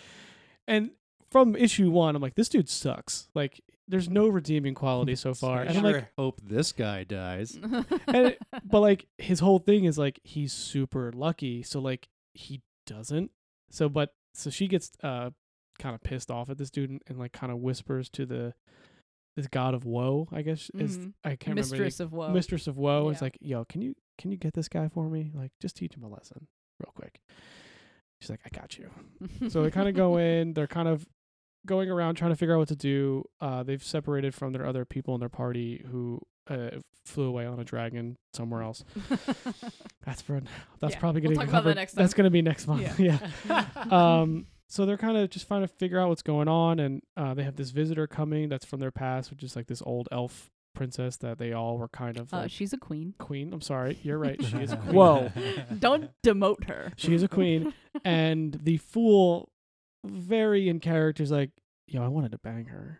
and from issue one, I'm like, this dude sucks. Like there's no redeeming quality so far.
I
And I'm
sure
like,
hope this guy dies.
and it- but like his whole thing is like he's super lucky so like he doesn't so but so she gets uh kind of pissed off at this dude and, and like kind of whispers to the this god of woe i guess is
Mhm.
i can't remember
Mistress
the,
of woe.
mistress of woe it's
Yeah.
like yo can you can you get this guy for me like just teach him a lesson real quick she's like i got you so they kind of go in. They're kind of going around trying to figure out what to do. Uh, they've separated from their other people in their party who uh, flew away on a dragon somewhere
Mm.
else. That's for that's
Yeah,
probably
we'll talk
going to be
about that
covered-
next
That's
time.
going to be next month. Yeah. um. So they're kind of just trying to figure out what's going on, and uh, they have this visitor coming that's from their past, which is like this old elf princess that they all were kind of
Uh,
like,
she's a queen.
queen. I'm sorry, you're right. She is a queen.
Whoa.
Don't demote her.
She is a queen, and the fool, very in character, is like, "Yo, I wanted to bang her,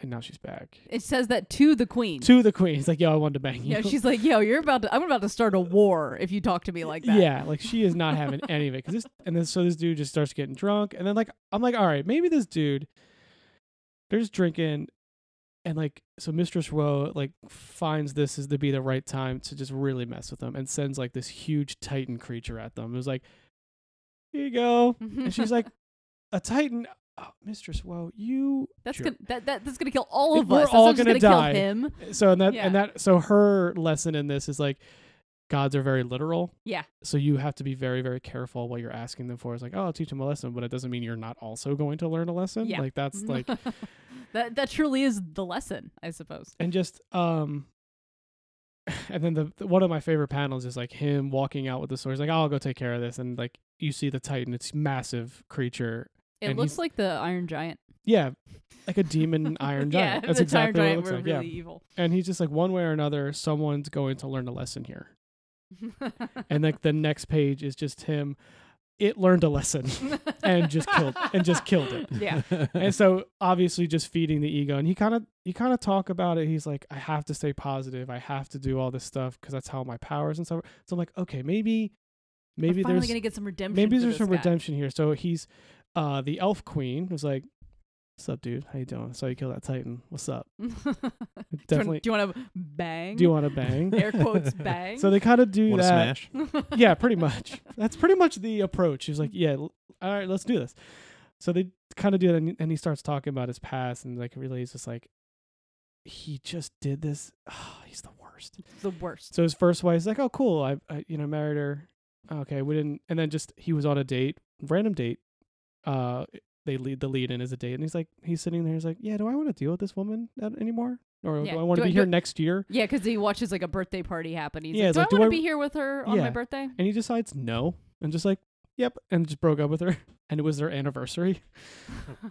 and now she's back."
It says that to the queen.
To the queen, it's like, "Yo, I wanted to bang you."
yeah, she's like, yo, you're about to. I'm about to start a war if you talk to me like that.
Yeah, like she is not having any of it. Cause this, and then so this dude just starts getting drunk, and then like I'm like, all right, maybe this dude, they're just drinking, and like so mistress woe like finds this is to be the right time to just really mess with them and sends like this huge titan creature at them it was like here you go and she's like a titan oh, mistress woe you
that's
jerk."
gonna that, that that's gonna kill all of
We're
us. That's
all
not just
gonna
gonna,
die.
kill him.
so and that
Yeah.
and that so her lesson in this is like gods are very literal
Yeah.
so you have to be very very careful what you're asking them for it's like oh i'll teach them a lesson but it doesn't mean you're not also going to learn a lesson
Yeah. Mm-hmm.
like that's like
that that truly is the lesson, I suppose.
and just um and then the, the- one of my favorite panels is like him walking out with the sword he's like "Oh, i'll go take care of this and like you see the titan it's massive creature
It
And
looks
he's-
like the Iron Giant.
yeah like a demon iron giant
yeah,
that's
the
exactly
Iron Giant
what it
were
looks like
really
yeah
evil.
and he's just like one way or another someone's going to learn a lesson here and like the next page is just him it learned a lesson and just killed and just killed it
yeah.
and so obviously just feeding the ego and he kind of he kind of talk about it he's like i have to stay positive i have to do all this stuff because that's how my powers and stuff so i'm like okay maybe maybe
We're finally
there's
gonna get some redemption.
maybe
for
there's
this
some
guy.
redemption here so he's uh the elf queen was like what's up dude how you doing so you kill that titan what's up definitely
Do you want to bang?
do you want to bang
air quotes bang?
so they kind of do
Wanna
that
smash?
yeah, pretty much. That's pretty much the approach. He's like, yeah, l- all right, let's do this. So they kind of do that, and, and he starts talking about his past, and like, really, he's just like, he just did this. Ah, he's the worst.
It's the worst.
So his first wife is like, oh, cool, I, I, you know, married her. Okay, we didn't, and then just he was on a date, random date. Uh, they lead the lead in as a date, and he's like, he's sitting there, he's like, yeah, do I want to deal with this woman at- anymore, or
Yeah,
do I want
do
to
I-
be
do
here
I-
next year?
Yeah, because he watches like a birthday party happen. He's like,
Yeah, it's
do
like,
I
do
want
I-
to be here with her on
Yeah.
my birthday?
And he decides no, and just like, yep, and just broke up with her. And it was their anniversary.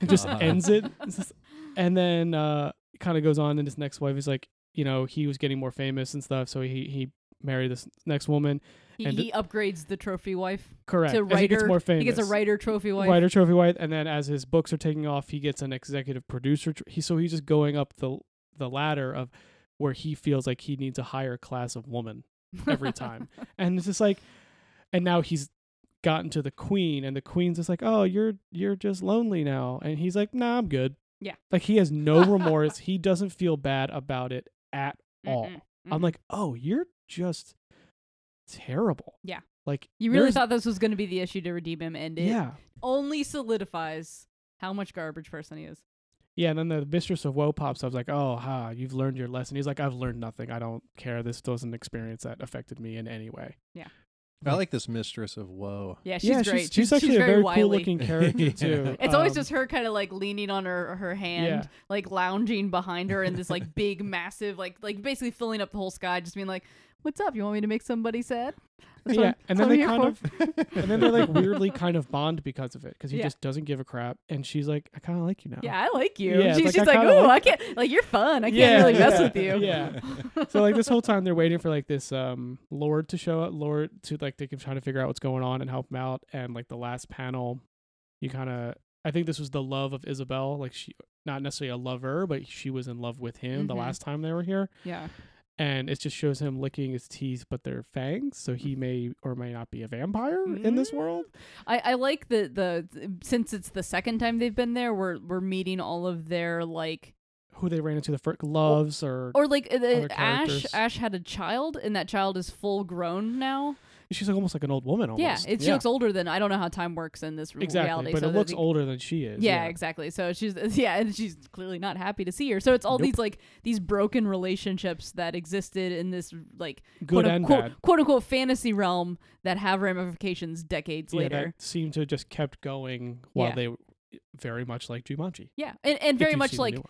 It just
God.
ends it. It's just- and then uh, kind of goes on, and his next wife is like, you know, he was getting more famous and stuff, so he he married this next woman.
He,
And-
he upgrades the trophy wife
Correct.
to
As
writer.
he gets more famous.
He gets a writer trophy wife.
Writer trophy wife, and then as his books are taking off, he gets an executive producer. Tr- he so he's just going up the the ladder of where he feels like he needs a higher class of woman every time. and it's just like and now he's gotten to the queen and the queen's just like oh you're you're just lonely now and he's like nah i'm good
Yeah.
like he has no remorse he doesn't feel bad about it at all
Mm-mm.
i'm
mhm.
like oh you're just terrible
Yeah.
like
You really
there's-
thought this was going to be the issue to redeem him, and it
yeah
only solidifies how much garbage person he is.
yeah and then the mistress of woe pops up like oh ha you've learned your lesson he's like i've learned nothing i don't care this was an experience that affected me in any way
I like this mistress of woe.
Yeah, she's
yeah,
great.
she's, actually a
very,
very
wily.
cool looking character
Yeah.
too
It's always
Um,
just her kind of like leaning on her her hand,
Yeah.
like lounging behind her in this like big massive like like basically filling up the whole sky, just being like, "What's up? You want me to make somebody sad?" That's what
yeah
I'm-
and
that's
then
what
they
I'm here
kind of and then they like weirdly kind of bond because of it because he
Yeah.
just doesn't give a crap and she's like i kind of like you now
for." yeah, I like you.
Yeah, it's
she's
like,
she's
I
like,
kinda
"Oh, I
like-
can't like you're fun. I can't
Yeah,
really mess
yeah,
with you."
yeah. so like this whole time they're waiting for like this um lord to show up lord to like they can try to figure out what's going on and help him out and like the last panel you kind of i think this was the love of isabel like she not necessarily a lover but she was in love with him the
Mhm.
last time they were here
yeah.
and it just shows him licking his teeth but they're fangs so he may or may not be a vampire in this
Mm.
world
I, I like the the since it's the second time they've been there, we're we're meeting all of their like
who they ran into the first loves or
or like uh,
Other
Ash
characters.
Ash had a child and that child is full grown now.
she's like almost like an old woman almost.
Yeah, it, she looks older than I don't know how time works in this re-
exactly
reality.
but
so
it
that
looks
they-
older than she is
Yeah, exactly. So she's yeah, and she's clearly not happy to see her. So it's all
Nope.
these like these broken relationships that existed in this like
good
quote,
and
unquote,
bad
quote unquote fantasy realm that have ramifications decades
yeah,
later.
that seemed to have just kept going while
Yeah.
they were very much like Jumanji.
Yeah, and, and
if
very
you've
much
seen the
like
new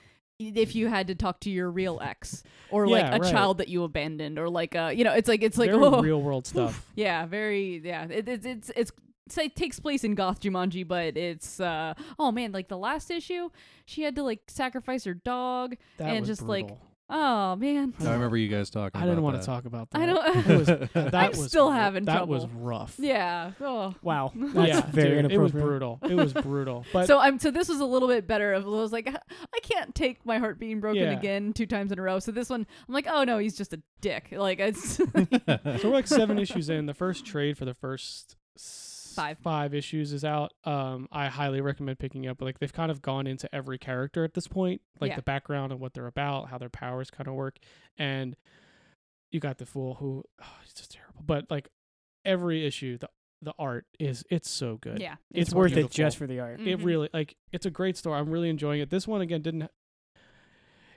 one.
if you had to talk to your real ex or
Yeah,
like a
right.
child that you abandoned or like a you know it's like it's like
very
oh
real world stuff.
yeah very yeah it, it's it's it's so it takes place in Goth Jumanji, but it's uh oh man, like the last issue, she had to like sacrifice her dog.
That
And
was
just, like,
brutal.
Oh man,
I remember you guys talking.
I didn't
about
want
that.
to talk about that.
I don't.
It was, that
I'm
was
still
ru-
having
That was
trouble.
rough.
yeah. Oh.
Wow, that's
yeah,
very
dude, It was
inappropriate.
brutal. It was brutal. But
so I'm so this was a little bit better. Of I was like, I can't take my heart being broken
Yeah.
again two times in a row. So this one, I'm like, oh no, he's just a dick. Like it's
so we're like seven issues in. The first trade for the first s-
Five.
five issues is out. Um, I highly recommend picking up. Like they've kind of gone into every character at this point, like
Yeah.
the background and what they're about, how their powers kind of work, and you got the fool who oh, he's just terrible. But like every issue, the the art is it's so good.
Yeah.
It's,
It's
worth it
beautiful.
just for the art.
It
Mhm.
really like it's a great story. I'm really enjoying it. This one again didn't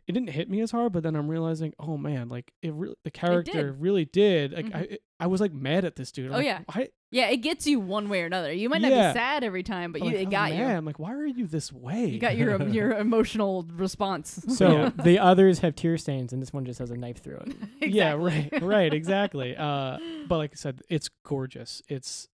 it didn't hit me as hard, but then I'm realizing, oh man, like it really the character really did. Like
Mhm.
I it- I was like mad at this dude. I'm
Oh,
like,
yeah.
why-
Yeah, it gets you one way or another. You might not
Yeah.
be sad every time, but
I'm
you,
like, "Oh, I
it
was
got
mad. I'm like, why are you this way?
you. You got your um, your emotional response.
So
Yeah.
the others have tear stains, and this one just has a knife through it.
yeah,
Exactly.
right, right, exactly. Uh, but like I said, it's gorgeous. It's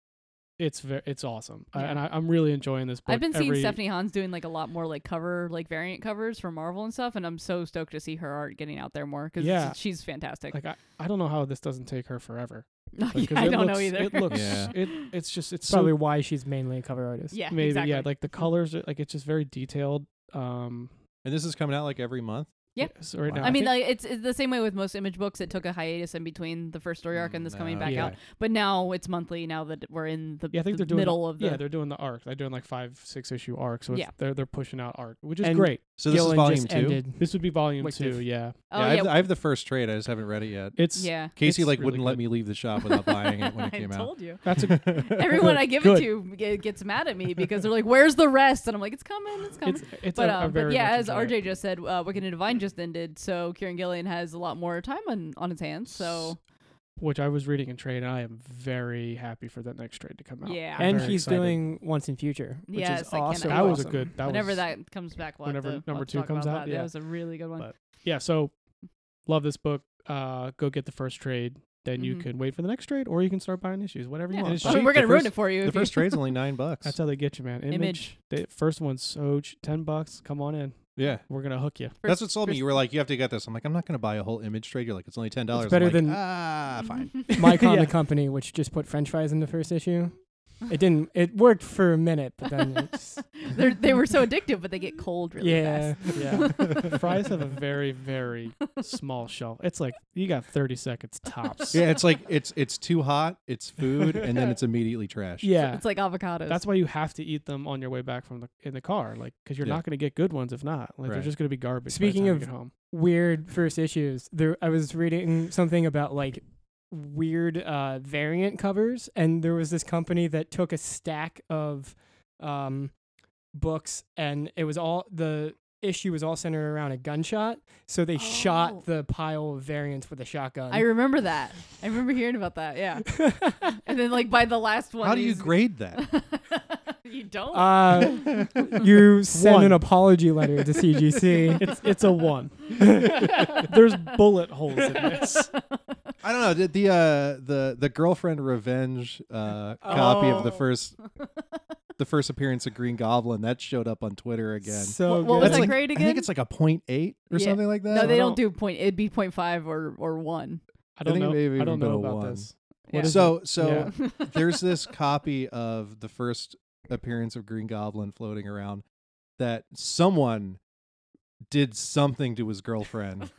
it's very it's awesome, I-
Yeah.
and I, I'm really enjoying this book.
I've been seeing
every-
Stephanie Hans doing like a lot more like cover like variant covers for Marvel and stuff, and I'm so stoked to see her art getting out there more because
Yeah.
she's fantastic.
Like I, I don't know how this doesn't take her forever.
Yeah,
Like, 'cause
I
it
don't
looks-
know either.
It looks
Yeah.
it it's just it's so
Probably why she's mainly a cover artist.
yeah,
maybe
exactly. Mm-hmm.
yeah like the colors are like it's just very detailed um
And this is coming out like every month.
Yeah.
yes, right
Wow.
now
I mean,
think-
like it's, it's the same way with most image books. It took a hiatus in between the first story arc and this coming
Mm,
back
yeah.
out, but now it's monthly. Now that we're in the,
yeah i think
the
they're doing
middle
the,
of the
yeah they're doing the arcs they're doing like five six issue arcs so yeah.
Yeah.
they're they're pushing out arc which is
And-
great
So this
Gillen
is volume
just
two.
ended.
this would be volume
Wicked.
two yeah
oh
yeah, I,
yeah
have the, I have the first trade. I just haven't read it yet.
it's
yeah.
Casey
it's
like
really
wouldn't let
good.
me leave the shop without buying it when it
I
came out.
told you.
that's a
Everyone
Good,
I give
good.
it to g- gets mad at me because they're like, "Where's the rest?" And I'm like, "It's coming. It's coming."
it's it's
but,
a, a
um,
very
but yeah,
much
as
enjoy it.
RJ just said, uh, Wicked and Divine just ended, so Kieran Gillian has a lot more time on, on his hands. So
which i was reading in trade and i am very happy for that next trade to come out
Yeah.
I'm
And
very
he's
excited.
doing Once in Future, which
Yes,
is
I cannot
awesome.
that was a
awesome.
good that
whenever
was
that comes back, we'll have
whenever
to- we'll
number
have to
two
talk
comes
about
out,
that.
yeah.
that was a really good one.
But- yeah so love this book uh go get the first trade then you
Mhm.
can wait for the next trade or you can start buying issues whatever
Yeah.
you
I
want
it's
mean,
cheap.
we're
The
gonna ruin
first-
it for you.
The
if you-
first trade's only nine bucks.
That's how they get you, man. Image.
Image.
The first one's so ch- ten bucks. Come on in.
yeah.
We're gonna hook you.
That's what sold me.
first-
You were like, you have to get this. I'm like, I'm not going to buy a whole image trade. You're like, it's only ten dollars.
better
like,
than-
ah, fine.
My Comic
Yeah.
Company, which just put French fries in the first issue. It didn't. It worked for a minute, but then it's,
They're- they were so addictive, but they get cold really
yeah,
fast.
yeah.
Fries have a very, very small shelf. It's like you got thirty seconds tops.
yeah, it's like it's it's too hot. It's food, and then it's immediately trash.
Yeah.
It's like avocados.
That's why you have to eat them on your way back from the in the car, like because you're
Yeah.
not gonna get good ones if not. Like
Right.
they're just gonna be garbage. by the
Speaking
time you
of-
get home.
Weird first issues. There, I was reading something about like weird uh, variant covers, and there was this company that took a stack of um, books, and it was all the issue was all centered around a gunshot. So they
Oh.
shot the pile of variants with a shotgun.
I remember that. I remember hearing about that. Yeah, and then like by the last one,
How do you
he's-
grade that?
you don't.
uh, you send
One.
an apology letter to CGC.
It's it's a one. There's bullet holes in this.
I don't know. The the, uh, the the girlfriend revenge uh, copy of the
Oh.
first the first appearance of Green Goblin that showed up on Twitter again.
So
What- what was
good.
That's
that
like,
grade
I
again?
think it's like a point eight or
Yeah.
something like that.
no, they
I
don't
don't-
do point. It'd be point five or or one.
I don't
think
know.
maybe
I don't
even a
know about
one.
this.
Yeah.
is
so so
Yeah.
there's this copy of the first appearance of Green Goblin floating around that someone did something to his girlfriend.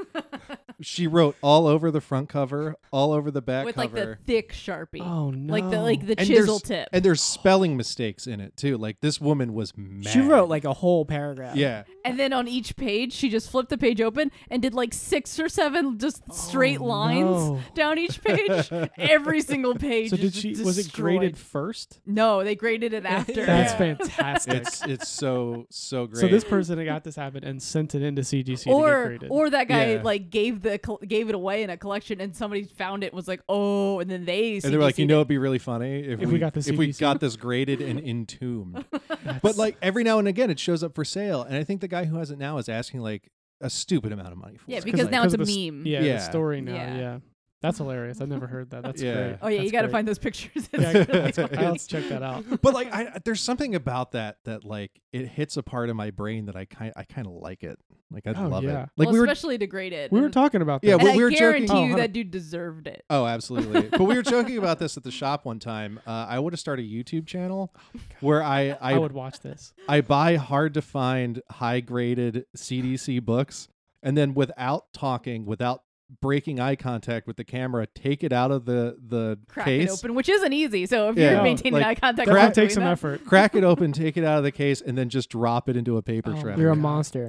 she wrote all over the front cover, all over the back
with like
cover.
the thick sharpie,
Oh no!
like the like the
And
chisel
there's-
tip.
and there's spelling mistakes in it too. Like this woman was mad.
she wrote like a whole paragraph.
yeah.
And then on each page, she just flipped the page open and did like six or seven just straight lines
Oh, no.
down each page. Every single page.
So did
is
she?
just
Was it graded
destroyed.
first?
No, they graded it after.
That's
Yeah.
fantastic.
It's it's so so great.
so this person got this habit and sent it into CGC to get
Or
graded.
or that guy
Yeah.
like gave the col- gave it away in a collection, and somebody found it and was like, oh, and then they
and they were like, you
CGC'd
know,
it.
it'd be really funny if,
If we got this
if we
CGC.
got this graded and entombed. but
That's-
like every now and again, it shows up for sale, and I think the guy who has it now is asking like a stupid amount of money for
yeah,
it.
because
Like,
now it's a
of the s-
meme.
yeah,
Yeah.
the story now.
Yeah.
Yeah. that's hilarious. I've never heard that. That's
Yeah.
great.
Oh yeah, you got to
to
find those pictures. It's
Yeah,
really funny.
I'll check that out.
But like, I, there's something about that that like it hits a part of my brain that I kind I kind of like it. Like I
Oh,
love
yeah.
it. Like
well,
we were
especially degraded.
We were
And-
talking about
Yeah,
that.
And
well,
I
we were joking-
guarantee
Oh,
you
hold
that dude deserved it.
Oh, absolutely. but we were joking about this at the shop one time. Uh, I would have started a YouTube channel where I I,
I, would watch this.
I buy hard to find high graded CDC books and then without talking, without breaking eye contact with the camera, take it out of the the
Crack
case,
it open, which is not easy. So if
Yeah.
No,
you're maintaining
like,
eye contact,
crack-
while
That
doing
takes some
that-
effort.
crack it open, take it out of the case, and then just drop it into a paper
Oh,
shredder.
You're a
God.
monster.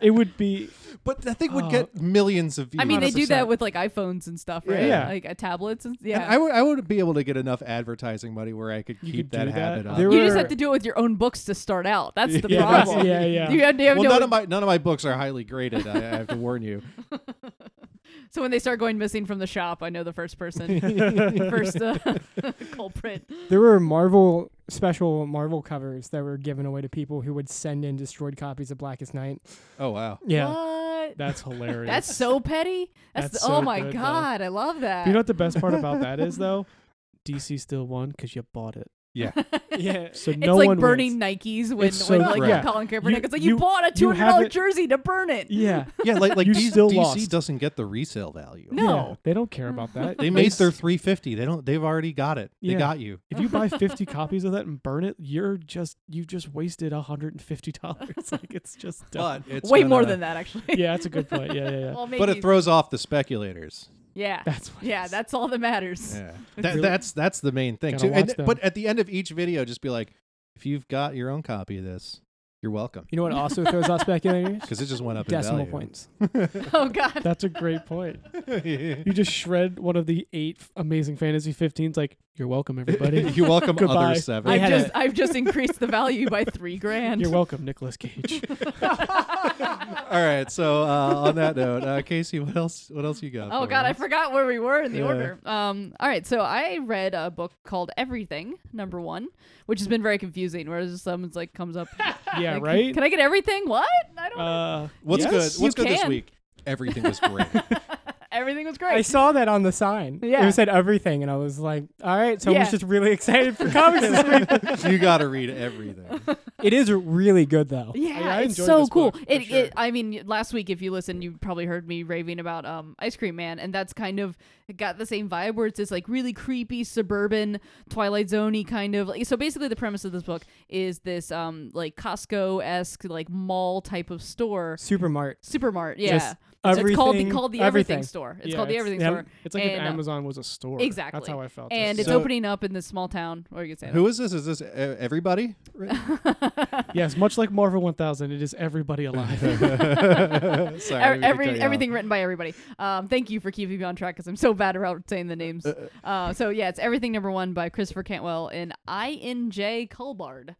It would be
But that thing would
Oh.
get millions of views.
I mean, they do
100%.
that with like iPhones and stuff, right?
Yeah.
Like uh, tablets and
And
yeah.
I would I would be able to get enough advertising money where I could
You
keep
could
that
do that.
habit up.
There
you just
were-
have to do it with your own books to start out. That's the
Yeah, that's-
problem.
yeah, yeah.
You have, you have
well,
no-
none of my none of my books are highly graded. I, I have to warn you.
so when they start going missing from the shop, I know the first person, first uh, culprit.
there were Marvel special Marvel covers that were given away to people who would send in destroyed copies of Blackest Night.
Oh wow.
Yeah.
What?
that's hilarious.
That's so petty. That's,
That's
the, oh
so
my
good, though.
god, I love that.
You know what the best part about that is though? DC still won because you bought it.
Yeah.
So
it's
no
like
one
burning
wins.
Nikes when,
It's
when
so
like
right.
Colin Kaepernick.
You-
it's like you,
you-
bought a
you
two hundred
have
dollar
it-
jersey to burn it.
Yeah.
Yeah, like like
You
D-
still
DC
lost.
doesn't get the resale value.
No.
Yeah, they don't care about that.
They made
s-
their 350. They don't they've already got it. They
Yeah.
got you.
If you buy 50 copies of that and burn it, you're just you've just wasted $150. like it's just dumb.
But it's
Way
gonna-
more than that, actually.
Yeah, that's a good point. Yeah, yeah, yeah.
well, maybe.
But it throws off the speculators.
yeah,
That's what it
yeah,
is.
that's all that matters.
Yeah. That,
Really?
That's that's the main thing
Gotta
too. And,
watch them.
but at the end of each video, just be like, if you've got your own copy of this, you're welcome
You know what also throws off speculators?
because it just went up
Decimal
in value.
points.
Oh god,
That's a great point.
point.
You just shred one of the eight f- amazing fantasy 15s like you're welcome everybody.
you welcome
Goodbye.
other seven.
I
I've
had
just
a-
I've just increased the value by three grand.
you're welcome Nicolas Cage.
All right. So uh, on that note, uh, Casey, what else? What else you got?
Oh
for
god, I
us?
forgot where we were in the
Yeah.
order. Um all right, so I read a book called Everything, number 1, which has been very confusing where just someone's like comes up
Yeah,
like,
right?
Can I get everything? What? I don't
Uh
What's
yes?
good?
you
What's good this
can.
week? Everything was great.
Everything was
I
great.
saw that on the sign.
Yeah.
It said everything, and I was like, all right, so
Yeah.
we're just really excited for comics this week.
you got to read everything.
It is really good, though.
yeah,
I- I
it's
enjoyed
so
this
cool.
book, for
it,
sure.
it, I mean, last week if you listened, you probably heard me raving about um, Ice Cream Man, and that's kind of it got the same vibe where it's this like really creepy suburban Twilight Zoney kind of. Like, so basically, the premise of this book is this um like Costco esque like mall type of store,
Supermart.
supermart. Yeah,
Just
So it's called the
everything-
called the everything,
everything.
store. It's
Yeah,
called the everything
yeah,
store,
It's like if
and, uh,
Amazon was a store. That's
exactly.
how I felt.
and it's
So-
opening up in this small town, or you could say that.
Who is this? Is this uh, everybody?
yes, much like Marvel 1000, it is everybody alive.
Sorry,
Ev- E-, every
we cut you off.
everything written by everybody. Um, thank you for keeping me on track because I'm so bad about saying the names. Uh, so yeah, it's everything number one by Christopher Cantwell and I N J Culbard.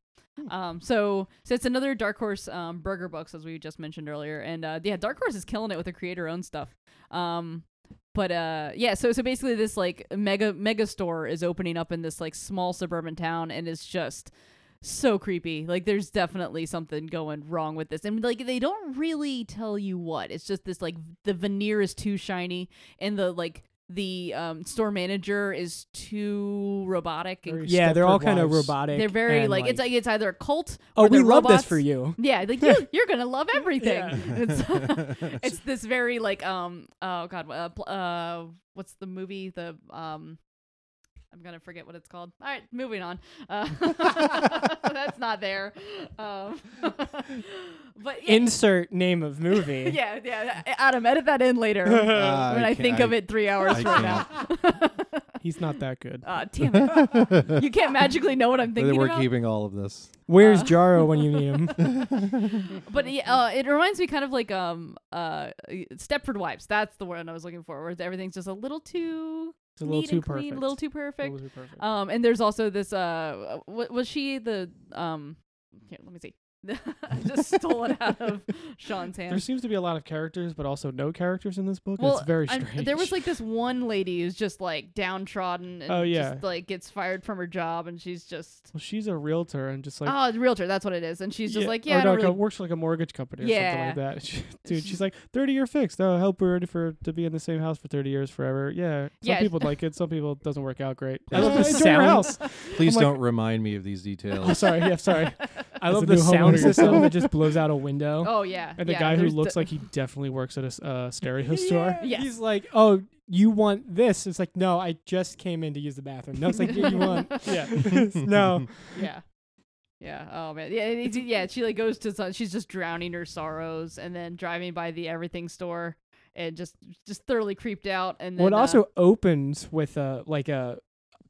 Um, so so it's another Dark Horse um, Burger Books as we just mentioned earlier, and uh, yeah, Dark Horse is killing it with the creator owned stuff. Um, but uh, yeah, so so basically this like mega mega store is opening up in this like small suburban town, and it's just so creepy. Like there's definitely something going wrong with this. And like they don't really tell you what. It's just this like the veneer is too shiny and the like the um store manager is too robotic and
Very
Yeah, they're all
Stepford
kind of
wives.
robotic.
they're very
and,
like, it's like it's either a cult
oh,
or
we
they're
love
robots.
this for you.
Yeah, like you, you're gonna love everything.
Yeah.
It's, it's this very like um oh god uh, pl- uh what's the movie the um I'm gonna forget what it's called. All right, moving on. Uh, that's not there. Um, but yeah,
Insert name of movie.
yeah, yeah. Adam, edit that in later when
Uh,
I, think
can't-
of it three hours
I
from now.
He's not that good.
Uh, damn it! You can't magically know what I'm
But
thinking
we're
about.
keeping all of this.
Where's
Uh.
Jaro when you need him?
But yeah, uh, it reminds me kind of like um uh Stepford Wives. That's the word I was looking for. Where everything's just a little too
It's a little
neat
too
and
perfect.
clean, a little too perfect.
Little too perfect.
Um, and there's also this uh, w- was she the um? Here, let me see. I just stole it out of Sean's
There
hand.
seems to be a lot of characters, but also no characters in this book. and
Well,
it's very
I'm-
strange.
there was like this one lady who's just like downtrodden and
Oh, yeah.
just like gets fired from her job and she's just
well, she's a realtor and just like
oh it's realtor that's what it is and she's just like
or
yeah I
no,
don't
like a-
really
works for like a mortgage company or something
Yeah.
like that. She- Dude, she's like thirty year fixed. Oh, I hope we're ready for to be in the same house for thirty years forever. Yeah, some
Yeah.
people like it. Some people it doesn't work out great.
I love
Uh,
the
enjoy
sound.
Your house.
Please
I'm like-
don't remind me of these
I'm
details.
sorry. Yeah, sorry.
I
As
love
a
the
new
sound
homeowner
system
yourself.
that just blows out a window.
oh yeah
And the
yeah,
guy who
there's
looks
de-
like he definitely works at a s- uh, stereo store.
Yes.
He's like, oh, you want this? It's like, no, I just came in to use the bathroom. No, it's like, yeah, you want?
Yeah.
no,
yeah yeah oh man yeah it's, yeah she like goes to some, she's just drowning her sorrows and then driving by the everything store and just just thoroughly creeped out. And then,
Well, it
uh,
also opens with a like a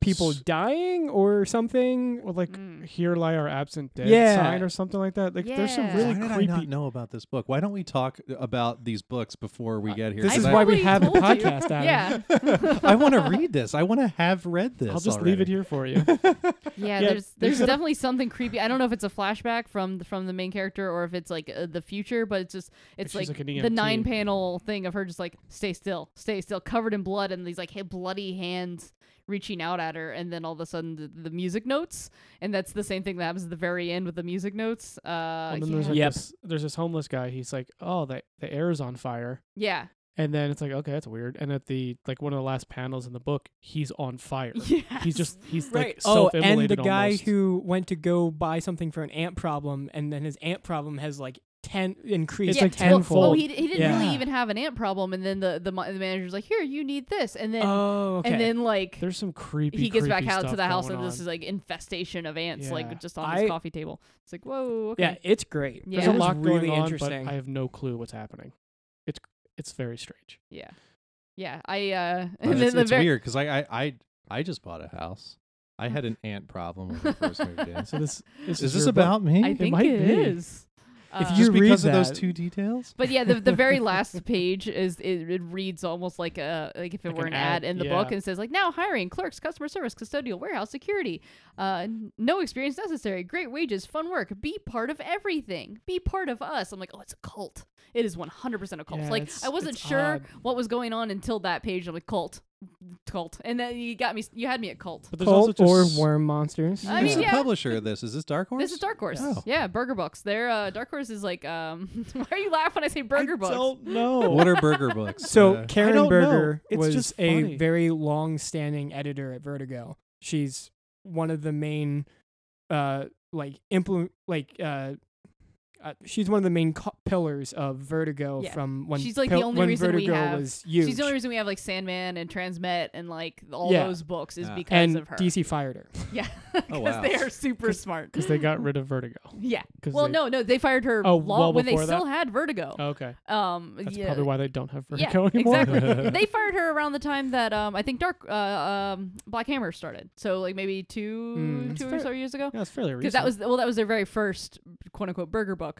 people
S-
dying or something.
Well, like
Mm.
here lie our absent dead
Yeah.
sign or something like that. Like there's some
Yeah.
really
Why did
creepy.
I not know about this book? Why don't we talk about these books before we
Uh,
get here?
This
I
'Cause
is
I,
why we
probably
have the
told you.
podcast. Adam.
yeah,
I want to read this. I want to have read this.
I'll just leave it
already.
here for you.
yeah,
Yeah,
There's
they
there's
set up-
definitely something creepy. I don't know if it's a flashback from the, from the main character or if it's like uh, the future, but it's just it's
she's
like,
like an E
the
EMT.
nine panel thing of her just like stay still, stay still, covered in blood, and these like ha- bloody hands reaching out at her, and then all of a sudden the, the music notes, and that's the same thing that happens at the very end with the music notes. Uh,
and then
yeah.
there's like
Yep.
this, there's this homeless guy. He's like, oh, the the air is on fire.
yeah,
And then it's like, okay, that's weird. And at the like one of the last panels in the book, he's on fire. He's just he's like
oh, and the
self-immolated
guy
almost.
who went to go buy something for an ant problem, and then his ant problem has like ten increased
It's like
well,
tenfold.
Oh, he, he didn't really
Yeah.
even have an ant problem, and then the the, mo- the manager's like, "Here, you need this," and then
Oh, okay.
and then like
there's some creepy.
he gets back
creepy
out to
stuff
the house,
going
and this
on.
is like infestation of ants,
Yeah.
like just on his
I-
coffee table. It's like, whoa, okay.
yeah, it's great.
There's
It's
there's
yeah.
a lot
really
going on,
interesting.
but I have no clue what's happening. It's it's very strange.
Yeah. Yeah. I uh
Uh,
and
it's
then the
it's
very
weird because I, I I I just bought a house. I had an ant problem when I first moved in.
So this, this
Is this
your book.
about me?
I think
might
it
be.
is.
If
Uh,
you
just because
read
of those
that-
two details?
but yeah, the, the very last page is it, it reads almost like a like if it
Like
were
an
an, ad,
ad,
in the
yeah.
book and it says like now hiring clerks, customer service, custodial, warehouse, security, uh, n- no experience necessary, great wages, fun work, be part of everything, be part of us. I'm like, oh, it's a cult. It is 100 percent a cult.
Yeah,
like
it's-
I wasn't
it's
sure
odd.
what was going on until that page. I'm like cult, cult, and then you got me. You had me at cult.
But there's
Cult
also
or
just
worm monsters.
I
Who's
mean,
the
yeah.
publisher of this? Is this Dark Horse?
This is Dark Horse.
Yes. Oh.
Yeah, Burger Books. They're uh, Dark Horse is like um. why are you laughing when I say Burger Books?
I don't know.
What are burger books?
So
Uh,
I don't
Karen
know.
Berger
It's
was
just funny.
a very long-standing editor at Vertigo. She's one of the main, uh, like implement, like uh, uh, she's one of the main co- pillars of Vertigo
Yeah.
from when
She's, like,
pil-
the only
when
reason we
Vertigo
have-
was huge.
She's the only reason we have like Sandman and Transmet and like all
Yeah.
those books is
Yeah. Oh,
because
and
of her.
DC fired her.
Yeah, because
wow.
they are super smart.
because they got rid of Vertigo.
Yeah.
'Cause
Well,
they-
no, no, they fired her
Oh,
long,
well
when they
before
still had Vertigo.
Okay,
Um,
that's
yeah.
probably why they don't have
yeah,
Vertigo anymore.
exactly. they fired her around the time that um I think Dark uh, um Black Hammer started, so like maybe two
Mm. That's
two or
fair.
so years ago.
Yeah, it's fairly recent.
because that was well that was their very first quote unquote burger book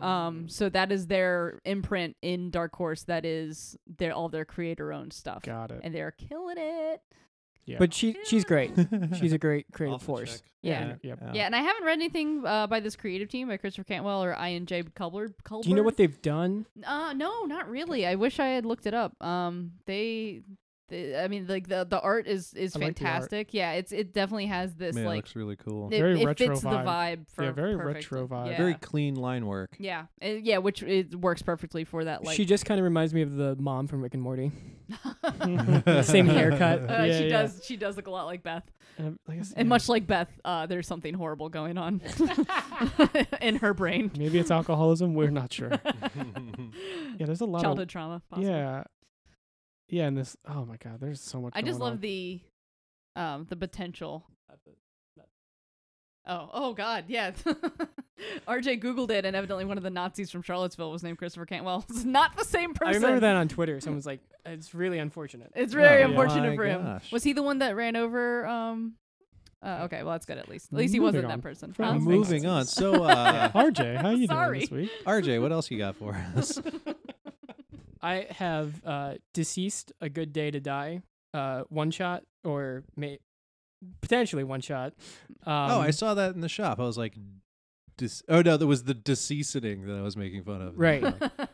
um
Mm.
so that is their imprint in dark horse that is their all their creator owned stuff
got it.
and they're killing it
Yeah.
But she she's great. She's a great creative
Off the
force.
check.
yeah
Yeah. Yep.
yeah, and I haven't read anything uh, by this creative team by Christopher Cantwell or Ian J. Culber. Culber.
Do you know what they've done?
Uh, no, not really. I wish I had looked it up. Um, they, they I mean, like the the art is is
I like the art.
fantastic. yeah, it's it definitely has this
Man, it
like
looks really cool.
it,
Very
it
retro
fits
vibe.
the vibe for
Yeah, very
perfectly.
retro vibe.
Yeah.
Very clean line work.
Yeah, uh, yeah, which it works perfectly for that. Like
she just kind of reminds me of the mom from Rick and Morty.
Mhm.
Same haircut.
Uh,
Yeah,
she
yeah.
does. She does look a lot like Beth,
And, Um, I guess,
and
yeah.
much like Beth, uh, there's something horrible going on in her brain.
Maybe it's alcoholism. We're not sure. Yeah, there's a lot
Childhood trauma.
of
Possibly.
yeah, yeah. And this, oh my god, there's so much.
I just
going
love
on.
the, um, the potential. Oh, oh God, yeah. RJ googled it, and evidently one of the Nazis from Charlottesville was named Christopher Cantwell. It's not the same person.
I remember that on Twitter. Someone's like, "It's really unfortunate."
It's very
Oh,
unfortunate
my
for him.
gosh.
Was he the one that ran over? Um, uh, okay, well that's good at least. At least he wasn't
Moving
that
on.
person. Um,
From
Huh?
Thanks.
Moving on. So, uh,
RJ, how you
Sorry.
doing this week?
RJ, what else you got for us?
I have uh, deceased a good day to die, uh, one shot or may- potentially one shot. Um,
oh, I saw that in the shop. I was like, dis- oh no, that was the deceasing that I was making fun of.
Right.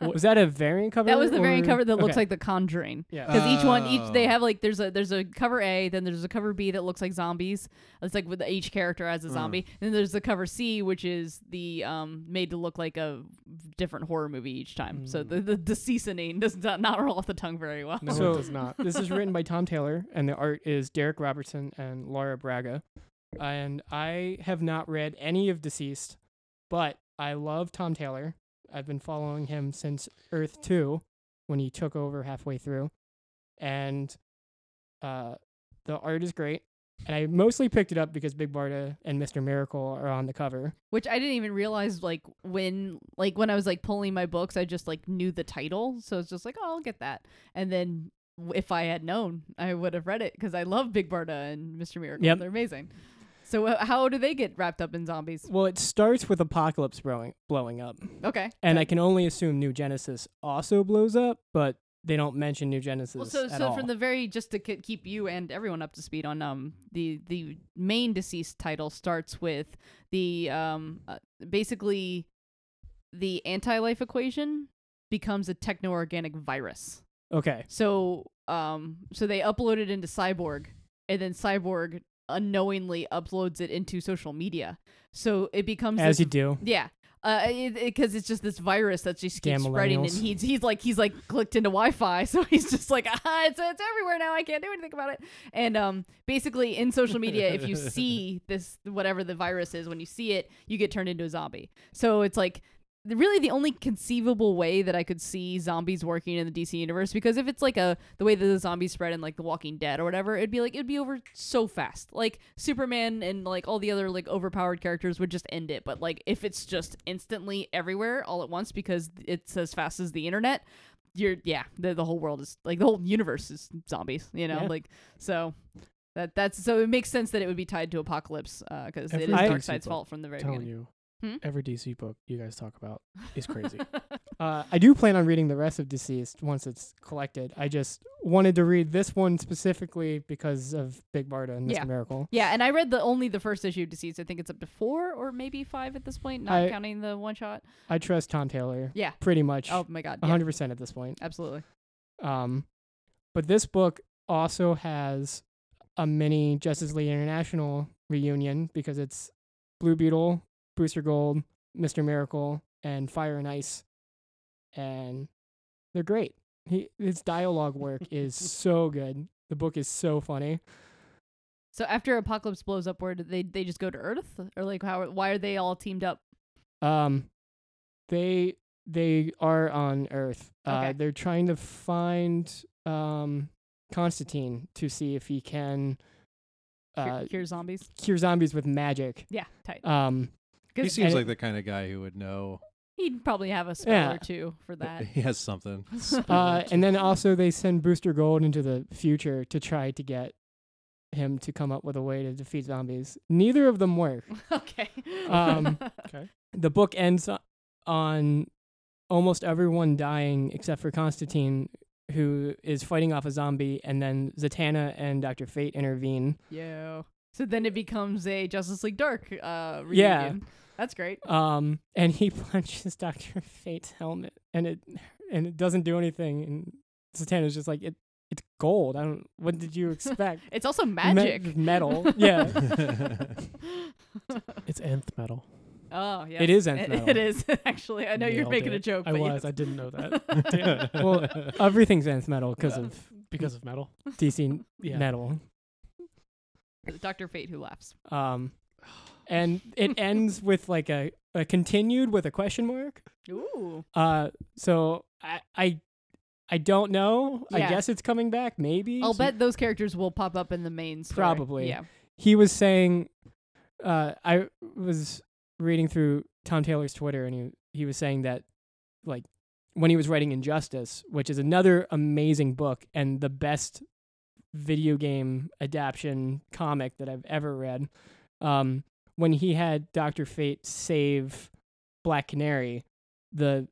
was that a variant cover?
That was the variant
or-
cover that looks
okay.
like the Conjuring.
Yeah.
Because each one, each they
Oh.
have like there's a there's a cover A, then there's a cover B that looks like zombies. It's like with each character as a
Mm.
zombie. Then there's the cover C, which is the um made to look like a different horror movie each time. So
Mm.
the the deceasing does not, not roll off the tongue very well.
No,
So-
it does not.
this is written by Tom Taylor, and the art is Derek Robertson and Laura Braga. And I have not read any of Deceased, but I love Tom Taylor. I've been following him since Earth 2 when he took over halfway through. And uh, the art is great. and I mostly picked it up because Big Barda and Mr. Miracle are on the cover.
which I didn't even realize like when like when I was like pulling my books, I just like knew the title, so it's just like oh I'll get that, and then w- if I had known, I would have read it because I love Big Barda and Mr. Miracle.
Yep.
They're amazing. So uh, how do they get wrapped up in zombies?
Well, it starts with Apocalypse blowing blowing up,
Okay,
and I can only assume New Genesis also blows up, but they don't mention New Genesis
well, so
at
so
all.
from the very just to k- keep you and everyone up to speed on um the the main deceased title starts with the um uh, basically the anti life equation becomes a techno organic virus.
okay,
So um so they upload it into Cyborg and then Cyborg unknowingly uploads it into social media. So it becomes
as
this-
you do.
Yeah. Uh, because it, 'cause it's just this virus that just
Damn
keeps spreading, and
millennials.
he's he's like he's like clicked into Wi-Fi, so he's just like ah, it's it's everywhere now. I can't do anything about it. And um, basically in social media, if you see this whatever the virus is, when you see it, you get turned into a zombie. So it's like the- really the only conceivable way that I could see zombies working in the DC universe because if it's like a the way that the zombies spread in like The Walking Dead or whatever, it'd be like it'd be over so fast. Like Superman and like all the other like overpowered characters would just end it. But like if it's just instantly everywhere all at once because it's as fast as the internet, you're yeah, the the whole world is like the whole universe is zombies, you know?
Yeah.
Like so that that's so it makes sense that it would be tied to apocalypse because it is
Every
DC
Darkseid's
book.
fault from the very
telling
beginning.
you,
Hmm?
every DC book you guys talk about is crazy.
Uh, I do plan on reading the rest of Deceased once it's collected. I just wanted to read this one specifically because of Big Barda and Mr.
Yeah.
Miracle.
Yeah, and I read the only the first issue of Deceased. I think it's up to four or maybe five at this point, not
I-
counting the one shot.
I trust Tom Taylor
Yeah.
pretty much
Oh my god.
a
yeah,
100% at this point.
absolutely.
Um, but this book also has a mini Justice League International reunion because it's Blue Beetle, Booster Gold, Mr. Miracle, and Fire and Ice, and they're great. He his dialogue work is so good. The book is so funny.
So after Apocalypse blows up, where do they they just go to Earth or like how? Why are they all teamed up?
Um, they they are on Earth. Uh,
Okay.
they're trying to find um Constantine to see if he can
Cure,
uh,
cure zombies.
cure zombies with magic.
Yeah, tight.
Um,
He
'Cause
seems
and-
like the kind of guy who would know
he'd probably have a spell
Yeah.
or two for
that
that.
he has something.
uh, and then also they send Booster Gold into the future to try to get him to come up with a way to defeat zombies. Neither of them work.
okay.
Um,
okay.
The book ends o- on almost everyone dying except for Constantine, who is fighting off a zombie, and then Zatanna and Doctor Fate intervene.
Yo. So then it becomes a Justice League Dark uh reunion.
Yeah.
That's great.
Um, and he punches Doctor Fate's helmet, and it and it doesn't do anything. And Zatanna's just like, it, it's gold. I don't. What did you expect?
It's also
Me-
magic.
metal. Yeah.
It's nth metal.
oh yeah.
It is nth
It-
metal.
It is actually. I know you're
Nailed
making
it.
a joke.
I
but you-
was. I didn't know that
Damn.
Well, everything's nth metal because of
because of metal.
DC
Yeah.
metal.
Doctor Fate who laughs.
Um, and it ends with like a, a continued with a question mark.
Ooh.
Uh, so I I, I don't know. I
Yeah.
guess it's coming back. Maybe.
I'll
So
bet those characters will pop up in the main story.
Probably.
Yeah.
he was saying. Uh, I was reading through Tom Taylor's Twitter, and he he was saying that like when he was writing Injustice, which is another amazing book and the best video game adaptation comic that I've ever read. Um, when he had Doctor Fate save Black Canary, the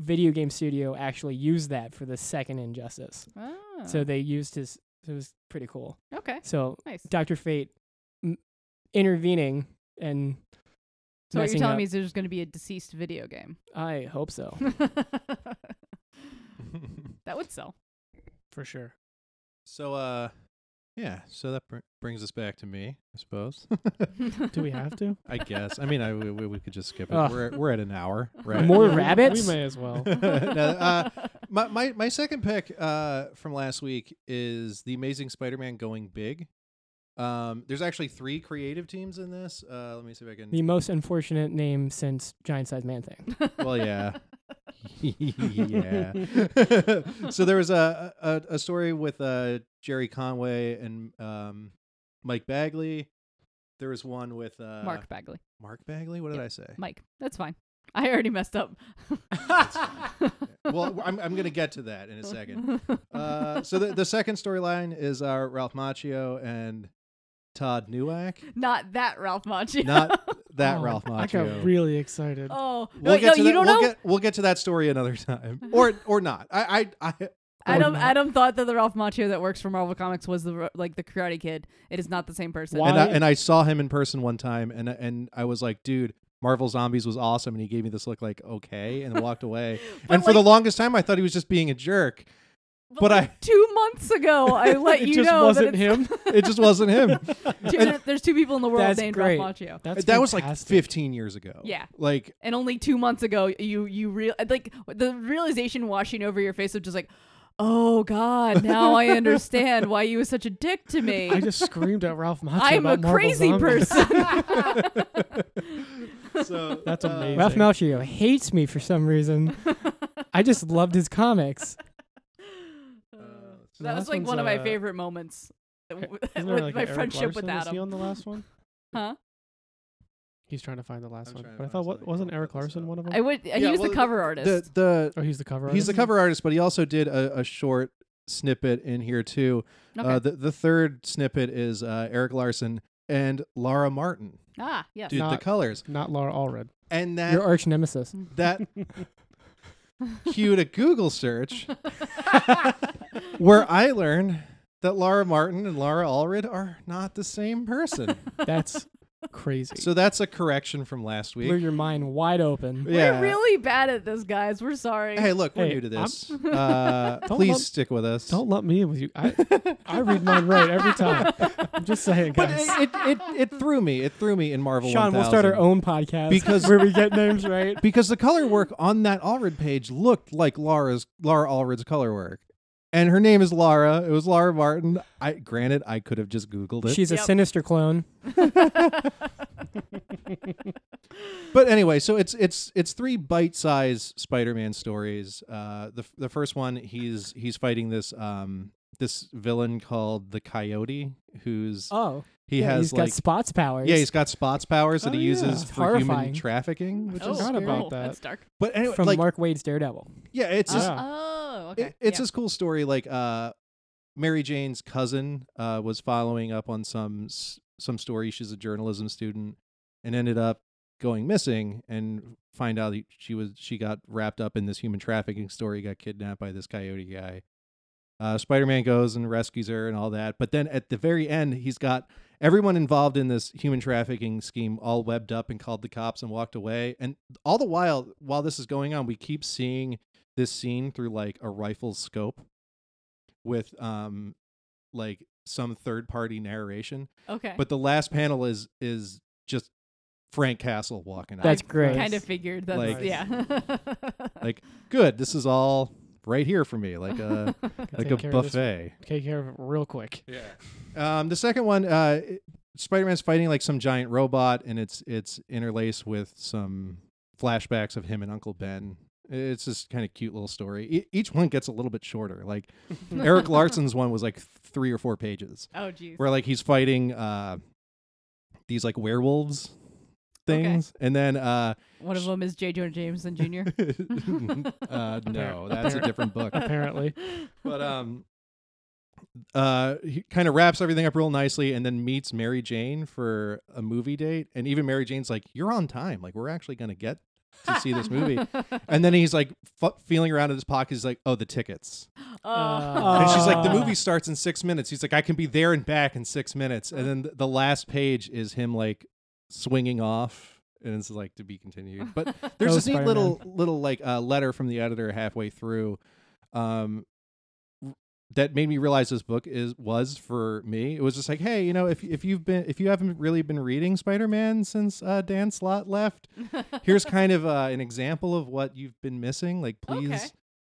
video game studio actually used that for the second Injustice.
Oh.
So they used his. It was pretty cool.
Ah, okay.
So
Nice.
Doctor Fate m- intervening
So
and
what you're
messing
telling
up.
me is there's going to be a deceased video game.
I hope so.
Hmm. that would sell.
For sure.
so, uh, yeah. So that br- brings us back to me, I suppose.
Do we have to?
I guess. I mean, I, we, we we could just skip it.
Ugh.
We're at- we're at an hour, right?
Oh. Ah. More
We-
rabbits?
We may as well.
No, uh, my, my my second pick uh, from last week is the Amazing Spider-Man going big. Um, there's actually three creative teams in this. Uh, let me see if I can.
the most unfortunate name since Giant Size Man Thing.
well, yeah. yeah. so there was a, a a story with uh Jerry Conway and um Mike Bagley. There was one with uh,
Mark Bagley.
Mark Bagley. What did
Yeah.
I say?
Mike. That's fine. I already messed up.
well, I'm I'm gonna get to that in a second. Uh, so the the second storyline is uh, Ralph Macchio and Todd Newak.
Not that Ralph Macchio.
Not that
Oh,
Ralph Macchio.
I got really excited.
oh,
We'll
wait,
get
no,
to
you
that.
don't
we'll
know.
Get, we'll get to that story another time, or or not. I I, I
Adam
Or not.
Adam thought that the Ralph Macchio that works for Marvel Comics was the like the Karate Kid. It is not the same person.
Why-
and I and I saw him in person one time, and and I was like, dude, Marvel Zombies was awesome, and he gave me this look like okay, and walked away.
But,
and for the
like-
longest time, I thought he was just being a jerk. but
like,
I-
two months ago I let
it
you
just
know
wasn't
that it's,
him.
It just wasn't him.
Two, there- there's two people in the world
That's
named
great.
Ralph Macchio,
That's
that was like
fantastic.
15 years ago.
Yeah.
Like
and only two months ago you you real like the realization washing over your face of just like, oh God, now I understand why you was such a dick to me.
I just screamed at Ralph Macchio.
I'm a
about Marvel
crazy
Zombies.
person.
so
That's
uh,
amazing.
Ralph Macchio hates me for some reason. I just loved his comics.
that was
last
like
one's,
one of my
uh,
favorite moments with
Isn't there, like,
my
an Eric
friendship with
Larson? Is he
Adam.
on the last one?
Huh?
He's trying to find the last
I'm
one.
trying to
But I
find
thought what
something to
wasn't
help
Eric
with this,
Larson
uh,
one of them?
I would. he
Yeah,
was
well,
the cover artist.
the the
oh, he's the cover.
he's the
artist?
cover artist, but he also did a, a short snippet in here too.
okay.
Uh, the the third snippet is uh, Eric Larson and Laura Martin
ah, yes.
did the
Not-
colors,
Not Laura Allred.
and that
Your arch nemesis.
that cued a Google search where I learned that Laura Martin and Laura Allred are not the same person.
That's crazy.
so that's a correction from last
Blew
week.
your mind wide open.
yeah.
We're really bad at this, guys. We're sorry.
Hey, look, we're
Hey,
new to
I'm-
this. Uh,
Don't
please
lump-
stick with us.
Don't lump me in with you. I I read mine right every time. I'm just saying,
but
guys.
it, it, it, it threw me. It threw me in Marvel.
Sean, we'll start our
1000.
own podcast
Because-
where we get names right.
because the color work on that Allred page looked like Laura's Laura Allred's color work, and her name is Laura. It was Laura Martin. I granted I could have just Googled it,
She's
Yep.
a sinister clone.
but anyway, so it's it's it's three bite-size Spider-Man stories. Uh, the f- the first one he's he's fighting this um this villain called the Coyote, who's
Oh,
he
yeah,
has
he's
like
got spots powers.
yeah he's got spots powers that
Oh,
he
yeah.
uses
It's
for human
horrifying.
trafficking, which
Oh.
is
forgot
cool.
about that.
That's dark.
but anyway
from Ah.
like
Mark Wade's Daredevil.
yeah it's just
Yeah.
Oh, okay.
it, it's
yeah.
this cool story like uh mary jane's cousin uh was following up on some s- some story she's a journalism student and ended up going missing and find out that she was she got wrapped up in this human trafficking story got kidnapped by this coyote guy uh, spider-man goes and rescues her and all that but then at the very end he's got everyone involved in this human trafficking scheme all webbed up and called the cops and walked away and all the while while this is going on we keep seeing this scene through like a rifle scope with um like some third party narration
okay.
but the last panel is is just frank castle walking out
That's
I
great.
kind of figured that's
Like-
yeah.
like uh, good this is all right here for me like a like a
Take care of this.
buffet
Take care of it real quick.
um the second one uh it- spider-man's fighting like some giant robot and it's it's interlaced with some flashbacks of him and uncle ben it's just kind of cute little story E- each one gets a little bit shorter like Eric Larson's one was like th- three or four pages,
oh, jeez.
where like he's fighting uh, these like werewolves
Okay.
things, and then uh,
One of them is J. Jonah Jameson Jr.
uh, no, that's a different book.
Apparently,
But um, uh, he kind of wraps everything up real nicely, and then meets Mary Jane for a movie date, and even Mary Jane's like, "You're on time. Like we're actually gonna get." to see this movie and then he's like f- feeling around in his pocket he's like oh the tickets
Uh,
And she's like, the
Ah.
movie starts in six minutes. He's like, I can be there and back in six minutes. And then th- the last page is him like swinging off, and it's like to be continued. But there's
Oh,
this neat
Spider-Man.
little little like uh, letter from the editor halfway through, um, r- that made me realize this book is was for me. It was just like, hey, you know, if if you've been if you haven't really been reading Spider Man since uh, Dan Slott left, here's kind of uh, an example of what you've been missing. Like, please.
Okay.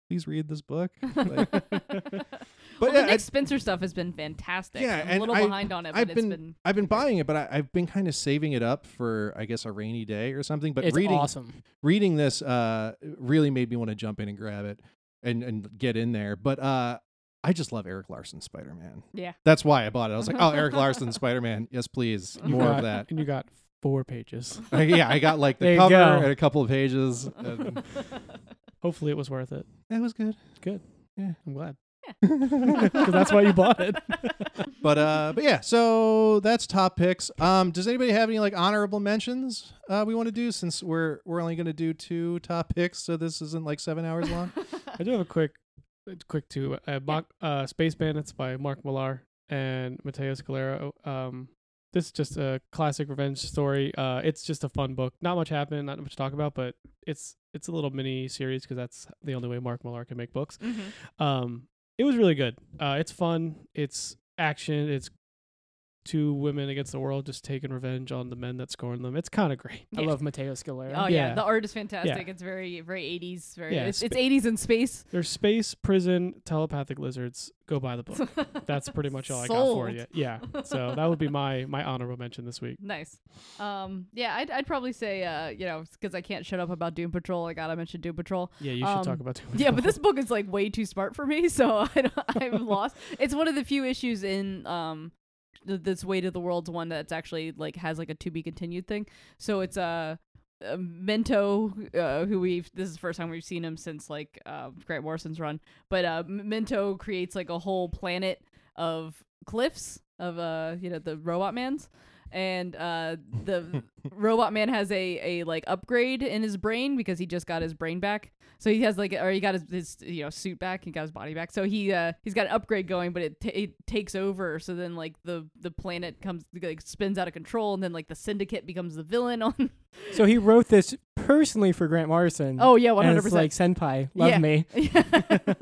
Please read this book. Uh, Like,
well,
but
the
yeah, I-
Nick Spencer stuff has been fantastic.
Yeah,
I'm a
and
little
I-
behind on it, but
I've
it's
been,
been
I've been buying it, but I, I've been kind of saving it up for I guess a rainy day or something. But
it's
reading
awesome.
reading this uh, really made me want to jump in and grab it and and get in there. But uh, I just love Eric Larson Spider Man.
Yeah.
That's why I bought it. I was like, oh, Eric Larson Spider Man. Yes, please.
You
More
got,
of that.
And you got four pages.
Uh, yeah, I got like
There
the
you
cover
go.
and a couple of pages. And
Hopefully it was worth it.
that was good.
I'm glad.
but
'Cause that's why you bought it.
uh but yeah, so that's top picks. Um does anybody have any like honorable mentions uh we want to do since we're we're only gonna do two top picks, so this isn't like seven hours long?
I do have a quick, a quick two. Uh, Mo- uh, Space Bandits by Mark Millar and Mateo Scalero. Um, this is just a classic revenge story. Uh, it's just a fun book. Not much happened. Not much to talk about, but it's it's a little mini series because that's the only way Mark Millar can make books.
Mhm.
Um, it was really good. Uh, it's fun. It's action. It's two women against the world just taking revenge on the men that scorn them. It's kind of great.
Yeah.
I love Mateo Scalera.
Oh yeah.
Yeah.
the art is fantastic. It's very very 80s. Very
Yeah,
it's,
sp-
it's 80s in space.
There's space, prison, telepathic lizards. Go buy the book. That's pretty much all I got for
Sold.
you. Yeah. So that would be my my honorable mention this week.
Nice. Um, yeah, I'd, I'd probably say, uh, you know, because I can't shut up about Doom Patrol, I gotta mention Doom Patrol.
Yeah, you should
Um,
talk about. Doom
Yeah, but
Patrol.
this book is like way too smart for me, so I don't, I'm lost. It's one of the few issues in um th- this Weight of the World's one that's actually like has like a to be continued thing. So it's uh, uh, Mento, uh, who we've this is the first time we've seen him since like uh, Grant Morrison's run, but uh, M- Mento creates like a whole planet of cliffs of uh you know the robot man's and uh the robot man has a a like upgrade in his brain because he just got his brain back so he has like or he got his, his you know suit back he got his body back so he uh he's got an upgrade going but it, ta it takes over so then like the the planet comes like spins out of control and then like the syndicate becomes the villain on
So he wrote this personally for Grant Morrison.
oh yeah
Mm. and
100
it's
percent
like senpai, love
Yeah.
me.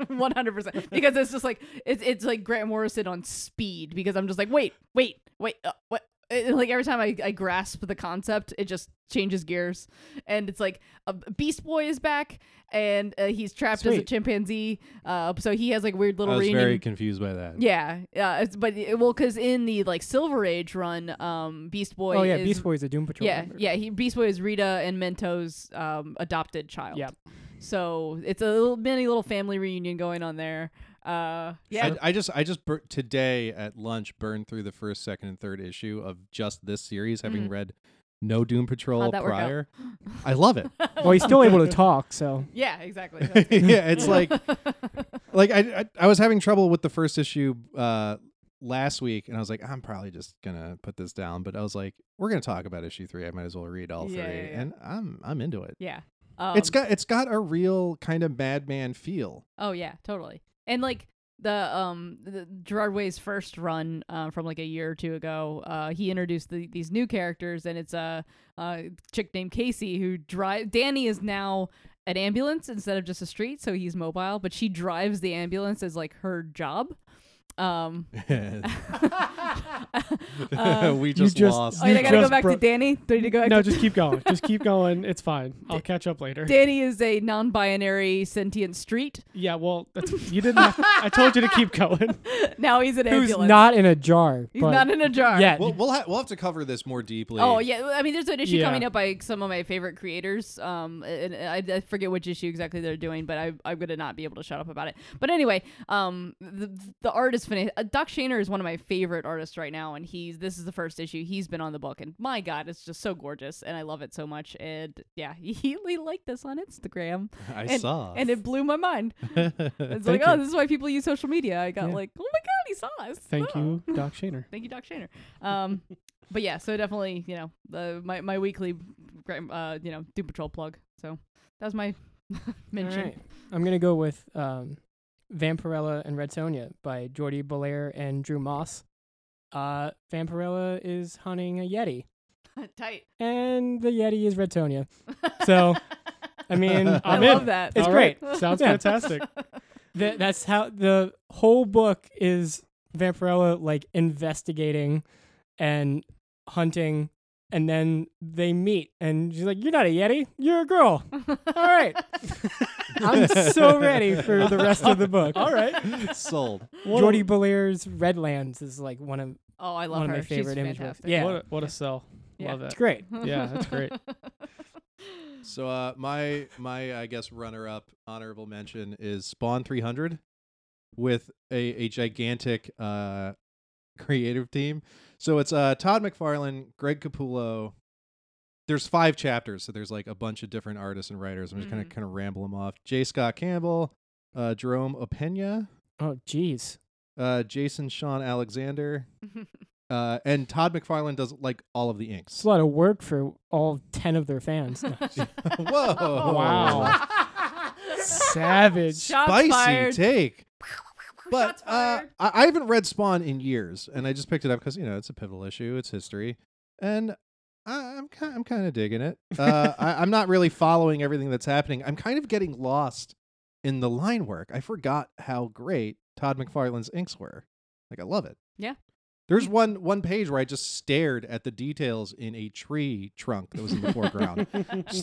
One hundred percent, because it's just like it's it's like Grant Morrison on speed. Because I'm just like, wait, wait, wait, uh, what? And, like every time I, I grasp the concept, it just changes gears, and it's like uh, Beast Boy is back, and uh, he's trapped as a
Sweet.
chimpanzee. Uh, so he has like weird
I
little
was
reunion.
very confused by that.
yeah, yeah, it's- but it- well, because in the like Silver Age run, um, Beast Boy.
oh yeah,
is,
Beast Boy is a Doom Patrol.
yeah,
member.
yeah. He Beast Boy is Rita and Mento's um, adopted child.
Yep.
So it's a little, mini little family reunion going on there. Uh, yeah.
I, I just I just bur- today at lunch burned through the first, second, and third issue of just this series, having
Mhm.
read no Doom Patrol
How'd that work out?
prior. I love it.
Well, he's still able to talk, so
yeah, exactly.
yeah, it's like like I, I I was having trouble with the first issue uh last week, and I was like, I'm probably just gonna put this down. But I was like, we're gonna talk about issue three. I might as well read all
Yeah,
three,
yeah, yeah.
and I'm I'm into it.
yeah. Um,
it's got it's got a real kind of madman feel.
Oh yeah, totally. And like the um the Gerard Way's first run uh, from like a year or two ago, uh, he introduced the, these new characters, and it's a, a chick named Casey who drive. Danny is now an ambulance instead of just a street, so he's mobile, but she drives the ambulance as like her job. Um, uh,
we just,
just just-
lost.
oh, wait, I gotta go
just
back to
broke-
Danny. Do I need to go back
no,
to
just keep going. Just keep going. It's fine. I'll catch up later.
Danny is a non-binary sentient street.
Yeah, well, that's, you didn't. Have, I told you to keep going.
Now he's an
who's
ambulance.
not in a jar.
he's
but
not in a jar.
yet.
We'll we'll, ha- we'll have to cover this more deeply.
Oh yeah, well, I mean, there's an issue
Yeah.
coming up by some of my favorite creators. Um, and I, I forget which issue exactly they're doing, but I, I'm gonna not be able to shut up about it. But anyway, um, the, the art is finished. Uh, Doc Shaner is one of my favorite artists right now, and he's this is the first issue he's been on the book, and my god, it's just so gorgeous, and I love it so much. And yeah, he, he liked this on Instagram,
I
and,
saw.
and it blew my mind. It's like,
Thank
oh,
you.
this is why people use social media. I got
Yeah.
like, oh my god, he saw us.
Thank
Oh.
you, Doc Shaner.
Thank you, Doc Shaner. Um, but yeah, so definitely, you know, the, my my weekly, gra- uh, you know, Doom Patrol plug. So that was my mention.
Alright. I'm gonna go with um, Vampirella and Red Sonia by Jordi Belair and Drew Moss. Uh, Vampirella is hunting a yeti,
Tight.
and the yeti is Red Sonia. So, I mean,
I
I
I'm
love
in.
that.
It's
All
great.
right, Sounds
Yeah.
fantastic.
Th- that's how the whole book is Vampirella like investigating and hunting, and then they meet, and she's like, "You're not a yeti, you're a girl." All right, I'm so ready for the rest of the book.
All right.
Sold.
What a-
Jordi Belair's Redlands is like one of
Oh, I love
One
her.
of my favorite
She's
image books.
fantastic.
Yeah.
What a, what a sell.
Yeah.
Love
it's
it.
great.
Yeah, that's great.
So uh, my my I guess runner up honorable mention is Spawn 300. with a, a gigantic uh, creative team. So it's uh, Todd McFarlane, Greg Capullo. There's five chapters, so there's like a bunch of different artists and writers. I'm just gonna
Mhm.
kind of ramble them off. J. Scott Campbell, uh, Jerome Opena,
Oh, jeez.
uh, Jason Sean Alexander, uh, and Todd McFarlane does like all of the inks.
It's a lot of work for all 10 of their fans. No.
Oh.
Whoa.
Wow. Savage.
Shots
Spicy
fired.
take. But
Shots
uh,
fired.
I-, I haven't read Spawn in years, and I just picked it up because you know it's a pivotal issue, it's history, and I- I'm ki- I'm kind of digging it. Uh, I- I'm not really following everything that's happening. I'm kind of getting lost in the line work. I forgot how great Todd McFarlane's inks were. Like I love it.
Yeah.
There's one one page where I just stared at the details in a tree trunk that was in the foreground. Just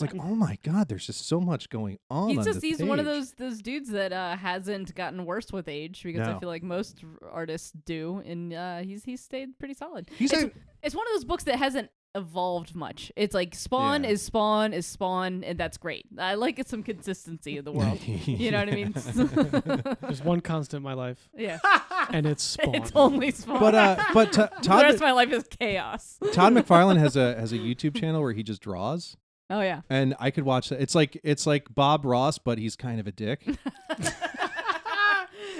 like, oh my god, there's just so much going on.
He's
on
just
this
he's one of
page."
those those dudes that uh, hasn't gotten worse with age because
No.
I feel like most r- artists do, and uh, he's he's stayed pretty solid.
He's
it's,
a-
it's one of those books that hasn't evolved much. It's like Spawn
Yeah.
is Spawn is Spawn, and that's great. I like it some consistency in the world. you know what I mean?
There's one constant in my life,
yeah,
and it's Spawn.
it's only Spawn.
but uh, but to-
the
Todd
rest of my life is chaos.
Todd McFarlane has a has a YouTube channel where he just draws,
Oh yeah.
and I could watch that. It's like it's like Bob Ross, but he's kind of a dick.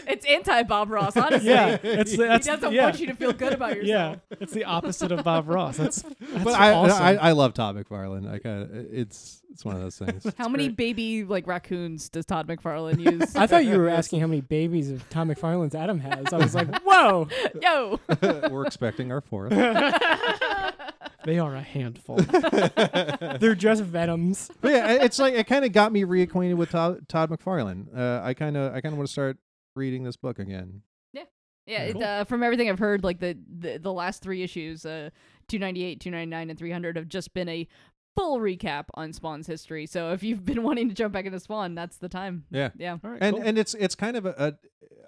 it's anti Bob Ross, honestly.
yeah, it's the- that's
he doesn't
yeah,
want you to feel good about yourself.
yeah. It's the opposite of Bob Ross. That's, that's
but I,
awesome.
I I love Todd McFarlane. I kind of it's it's one of those things.
How many baby like raccoons does Todd McFarlane use?
I thought you were asking how many babies of Tom McFarlane's Adam has. I was like, whoa.
Yo.
We're expecting our fourth.
they are a handful.
They're just Venoms.
But yeah, it- it's like it kind of got me reacquainted with Todd, Todd McFarlane. Uh, I kind of I kind of want to start reading this book again.
Yeah, it,
Cool.
uh, from everything I've heard, like the the, the last three issues, uh, 298, 299, and 300 have just been a full recap on Spawn's history. So if you've been wanting to jump back into Spawn, that's the time.
Yeah.
Yeah.
All right,
And
cool.
and it's it's kind of a, a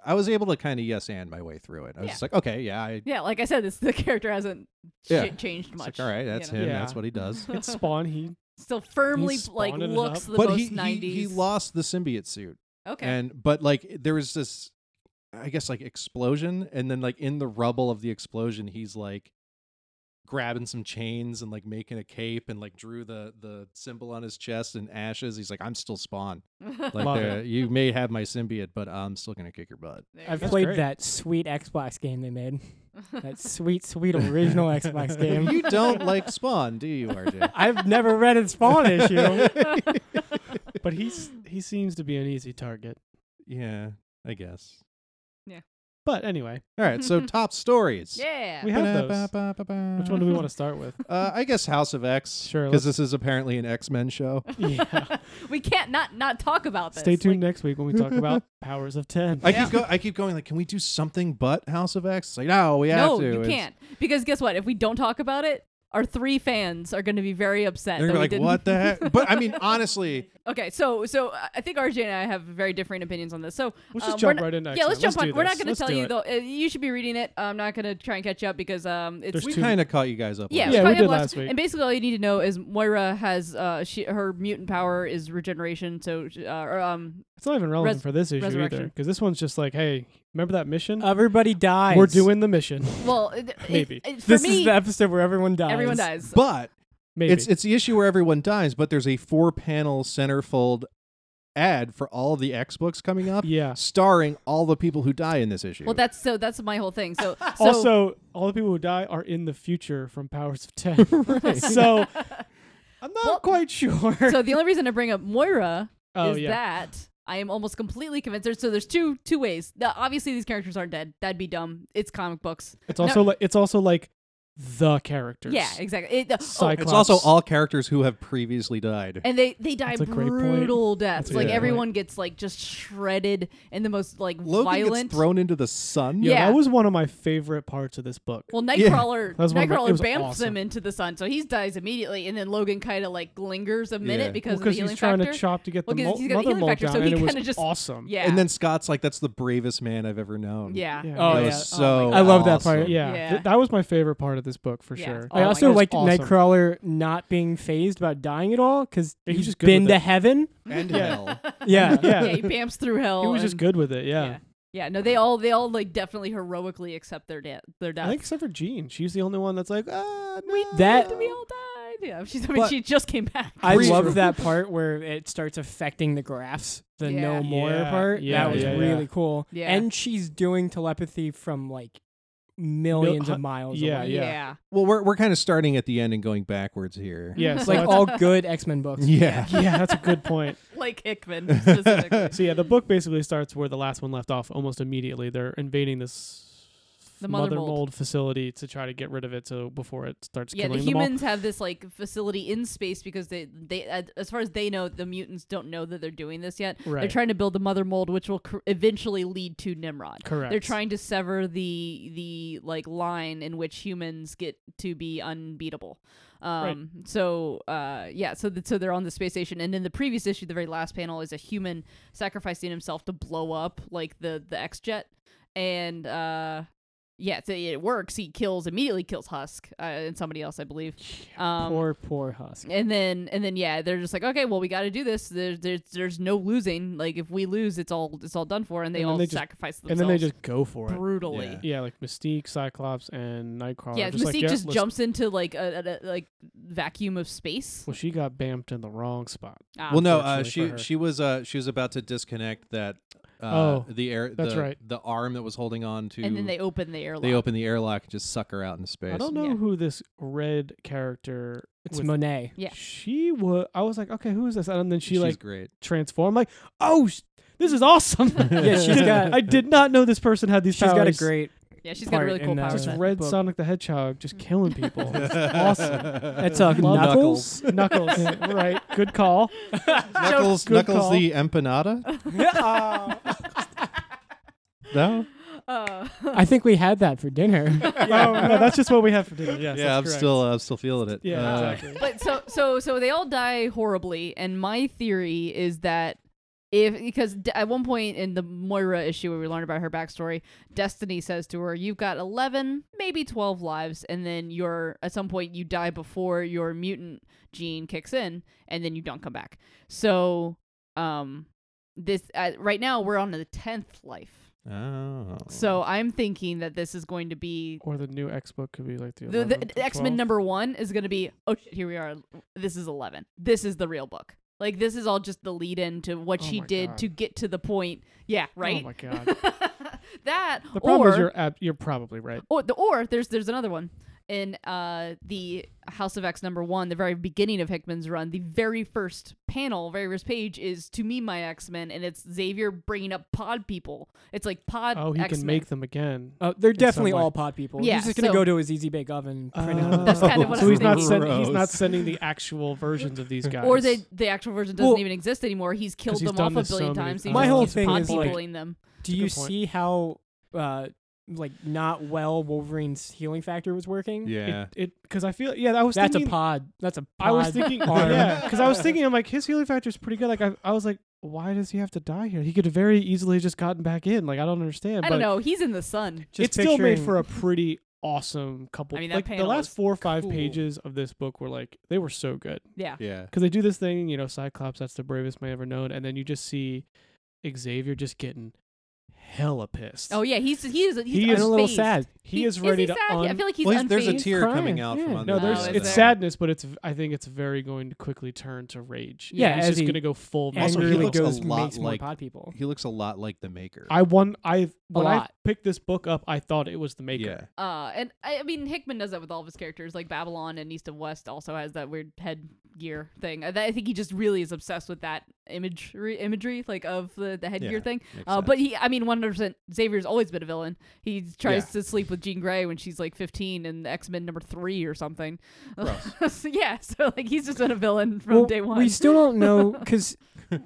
I was able to kind of yes and my way through it. I was
Yeah.
just like, okay, yeah, I,
Yeah, like I said, this the character hasn't
Yeah.
shit changed
it's
much.
like, all right,
you
that's
know?
him.
Yeah.
That's what he does.
it's Spawn. He
Still firmly
He's
like
spawned it
looks
up.
the
but
most
he,
90s.
he he lost the symbiote suit,
Okay.
and but like there was this, I guess like explosion, and then like in the rubble of the explosion, he's like grabbing some chains and like making a cape and like drew the the symbol on his chest in ashes. He's like, I'm still Spawn. Like
Love
the- you may have my symbiote, but I'm still gonna kick your butt.
There
I've
you go.
played
great.
that sweet Xbox game they made. That sweet, sweet original Xbox game.
You don't like Spawn, do you, RJ?
I've never read a Spawn issue.
but he's he seems to be an easy target.
yeah, I guess.
But anyway,
All right, so top stories.
yeah.
we have those.
Ba-da-ba-ba-ba.
Which one do we want to start with?
Uh, I guess House of X.
Sure,
Because this is apparently an X Men show.
Yeah.
we can't not not talk about this.
Stay tuned
Like,
next week when we talk about Powers of Ten.
I
Yeah.
keep go- I keep going like, can we do something but House of X? It's like, no, we have
no,
to.
you
It's-
can't. Because guess what? If we don't talk about it, our three fans are going to be very upset.
They're
that we
gonna be like,
didn't-
what the heck? But I mean, honestly,
Okay, so so uh, I think RJ and I have very different opinions on this. So
Let's just
um, we're
jump
not-
right into
Yeah,
X-Men.
let's jump
Let's
on.
do
We're not
this.
going to
Let's
tell
do
you
it.
though. Uh, you should be reading it. I'm not going to try and catch you up because um, it's
There's
we
two-
kind of caught you guys up.
Yeah,
on that.
Yeah, we
probably
did
last-
last week.
And basically, all you need to know is Moira has uh, she her mutant power is regeneration. So uh, or, um,
It's not even relevant
Res-
for this issue either,
Resurrection.
because this one's just like, hey,
Uh,
remember that mission?
Everybody dies.
We're doing the mission.
well, it- it-
Maybe.
it- for
This
me,
is the episode where everyone dies.
everyone dies.
But
Maybe.
it's it's the issue where everyone dies, but there's a four panel centerfold ad for all the X books coming up,
yeah.
starring all the people who die in this issue.
well, that's so that's my whole thing. So, so
also, all the people who die are in the future from Powers of Ten. So I'm not
Well-
quite sure.
so the only reason I bring up Moira
oh
is
yeah.
that I am almost completely convinced. There's, so there's two two ways. The, obviously, these characters aren't dead. That'd be dumb. It's comic books.
It's also like it's also like the characters.
Yeah, exactly. It, oh,
Cyclops.
it's also all characters who have previously died.
and they they die
That's a great point.
brutal deaths.
That's a
Like
good point.
everyone gets like just shredded and the most like
Logan
violent.
gets thrown into the sun.
Yeah,
yeah.
that was one of my favorite parts of this book.
Well,
Yeah.
Nightcrawler,
That was one of my- it
Nightcrawler
was
bamps
awesome.
him into the sun, so he dies immediately, and then Logan kind of like lingers a minute
Yeah.
because of the
because
healing
he's trying
factor.
to chop to get
Well,
the
'cause
mul-
he's got a
mother
healing
mold
factor, so
down,
he
and it was
kinda just-
awesome.
yeah.
And then Scott's like, that's the bravest man I've ever known.
yeah.
Yeah.
Oh,
that
yeah.
was
Oh
so.
my
I love that part.
awesome.
Yeah,
Yeah.
th- that was my favorite part of this book for
Yeah.
sure.
Oh
I
my
also
God.
liked
Awesome.
Nightcrawler not being phased about dying at all because
Yeah, he's
he's
just good
been
with
to
it.
heaven.
And
Yeah.
hell.
Yeah.
yeah, he bamps through hell.
He was just
and-
good with it. Yeah.
yeah. Yeah, no, they all they all like definitely heroically accept their death. Their
I
death.
think except for Jean, she's the only one that's like, ah, no.
That-
we all died. Yeah, she's. I mean,
But-
she just came back.
I
Breeze
love
room.
that part where it starts affecting the graphs, the
Yeah.
no more
Yeah,
part.
yeah,
that was
yeah, yeah.
really cool.
Yeah.
And she's doing telepathy from like millions
hu-
of miles
yeah,
away.
yeah.
Well, we're we're kind of starting at the end and going backwards here.
yeah,
It's
so
like
it's-
all good X Men books.
Yeah.
yeah, that's a good point.
like Hickman specifically.
So yeah, the book basically starts where the last one left off almost immediately. They're invading this
The mother mold.
facility to try to get rid of it so before it starts
yeah, the
killing them all.
humans have this like facility in space because they they uh, as far as they know, the mutants don't know that they're doing this yet. They're
Right.
trying to build the mother mold, which will cr- eventually lead to Nimrod.
Correct.
They're trying to sever the the like line in which humans get to be unbeatable. Um so uh yeah, so th- so they're on the space station and in the previous issue the very last panel is a human sacrificing himself to blow up like the the X-jet and uh yeah, so it works. He kills immediately kills Husk uh, and somebody else I believe. Um
poor, poor Husk.
and then and then yeah they're just like okay well we got to do this there's, there's there's no losing like if we lose it's all it's all done for and they
And then
all
they just-
sacrifice
and
themselves
then they just go for it.
brutally
Yeah.
Yeah, like Mystique, Cyclops, and Nightcrawler.
Yeah,
Uh, just
Mystique
like, yeah,
just
let's-
jumps into like a, a, a like vacuum of space.
Well, she got bamped in the wrong spot.
Ah,
Well, no, uh,
Unfortunately for
she
her.
she was uh she was about to disconnect that. Uh,
Oh,
the air.
that's
the,
right.
The arm that was holding on to.
and then they open the airlock.
they open the airlock and just suck her out into space.
I don't know
Yeah.
who this red character.
It's
with-
Monet.
Yeah.
She was. I was like, okay, who is this? And then she
She's
like
great.
transformed. Like, oh, sh- this is awesome.
Yeah, she's got-
I did not know this person had these
She's got a
powers.
great.
yeah, she's got a
part
really cool
in that.
power.
just
set.
red
book.
Sonic the Hedgehog, just killing people. It's awesome.
That's uh,
Love
Knuckles.
Knuckles, right? Good call.
Knuckles.
Good
Knuckles
call.
the empanada. No.
Uh,
I think we had that for dinner.
Oh, No, no, that's just what we have for dinner. Yes,
yeah, I'm
that's correct.
still uh, I'm still feeling it.
Yeah,
Uh,
exactly.
but so so so they all die horribly, and my theory is that. If, because d- at one point in the Moira issue where we learned about her backstory, Destiny says to her, "You've got eleven, maybe twelve lives, and then you're at some point you die before your mutant gene kicks in, and then you don't come back." So, um, this uh, right now we're on the tenth life,
Oh.
So I'm thinking that this is going to be
Or the new X book could be like the,
the,
11th or
the X Men
12th.
number one is going to be oh shit, here we are this is eleven this is the real book like this is all just the lead in to what
Oh
she
my
did
God.
to get to the point yeah right
Oh my god.
that
The problem
or
is you're ab- you're probably right.
or, the, or there's there's another one in uh the House of X number one the very beginning of Hickman's run the very first panel very first page is to me my X Men and it's Xavier bringing up pod people it's like pod
Oh, he
X-Men.
can make them again.
Uh, they're
some
definitely
way.
all pot people.
Yeah,
He's just gonna
so-
go to his Easy Bake Oven.
Oh,
and print out.
That's kinda what
Uh, so
I
he's not
was
sending he's not
Gross.
sending the actual versions of these guys.
Or they the actual version doesn't
Well-
even exist anymore. He's killed
'Cause he's
them off
done
a
this so
billion
many
times. He
times.
just
My whole
keeps
thing
pod
is, like-
peopling them.
Do
a
you
good point.
see how uh, like not well Wolverine's healing factor was working?
yeah.
it because I feel yeah I was
That's
thinking
a pod. That's a pod.
I was thinking
arm.
yeah because I was thinking I'm like his healing factor is pretty good like I I was like why does he have to die here he could have very easily just gotten back in like I don't understand
I
but
don't know. He's in the sun.
Just
it's still made
picturing-
for a pretty awesome couple
I mean, that
like the
panel
last
was
four or five
cool.
pages of this book were like they were so good
Yeah.
Yeah.
because they do this thing, you know, Cyclops, that's the bravest man ever known, and then you just see Xavier just getting hella pissed.
Oh yeah, he's he is he's
He is
I'm a little
unfazed.
sad.
he, is ready
he
to
sad? Yeah, I
un-
feel like he's
Well, he's- there's a
unfazed.
tear
crying.
coming out
Yeah.
from under.
no,
his
there's
eyes.
it's
Yeah.
sadness, but it's I think it's very going to quickly turn to rage.
Yeah,
he's
as
just
he
gonna go full.
Also,
Magneto.
he
angrily
looks a
goes
lot
makes more
like-
pod people.
He looks a lot like the maker.
I won. I when I
lot.
picked this book up, I thought it was the maker.
Yeah.
Uh, and I, I mean Hickman does that with all of his characters. Like Babylon and East of West also has that weird headgear thing. I, I think he just really is obsessed with that imagery, imagery like of the, the headgear
Yeah,
thing.
makes
Uh, but he, I mean, one hundred percent. Xavier's always been a villain. He tries to sleep with Jean Grey when she's like fifteen in X Men number three or something. so, yeah, so like he's just been a villain from
Well,
day one.
We still don't know because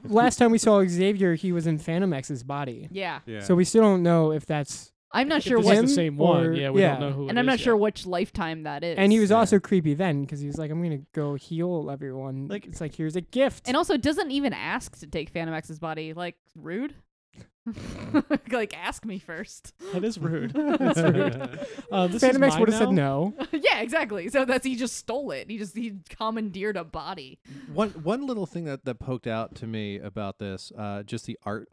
last time we saw Xavier, he was in Phantom X's body.
yeah,
Yeah.
So we still don't know if that's.
I'm not
If
sure
this
what,
is
Him
the same
or-
one. Yeah, we
yeah.
don't know who.
and
it
I'm not
is
sure
yet.
which lifetime that is.
And he was
Yeah.
also creepy then because he was like, "I'm gonna go heal everyone."
Like-
Like it's like here's a gift.
and also doesn't even ask to take Phantom X's body. Like rude. like ask me first.
That is rude.
That's rude.
Uh, this
Phantom
is
X
mine
would have said
now?
no.
yeah, exactly. So that's he just stole it. He just he commandeered a body.
one one little thing that that poked out to me about this, uh, just the art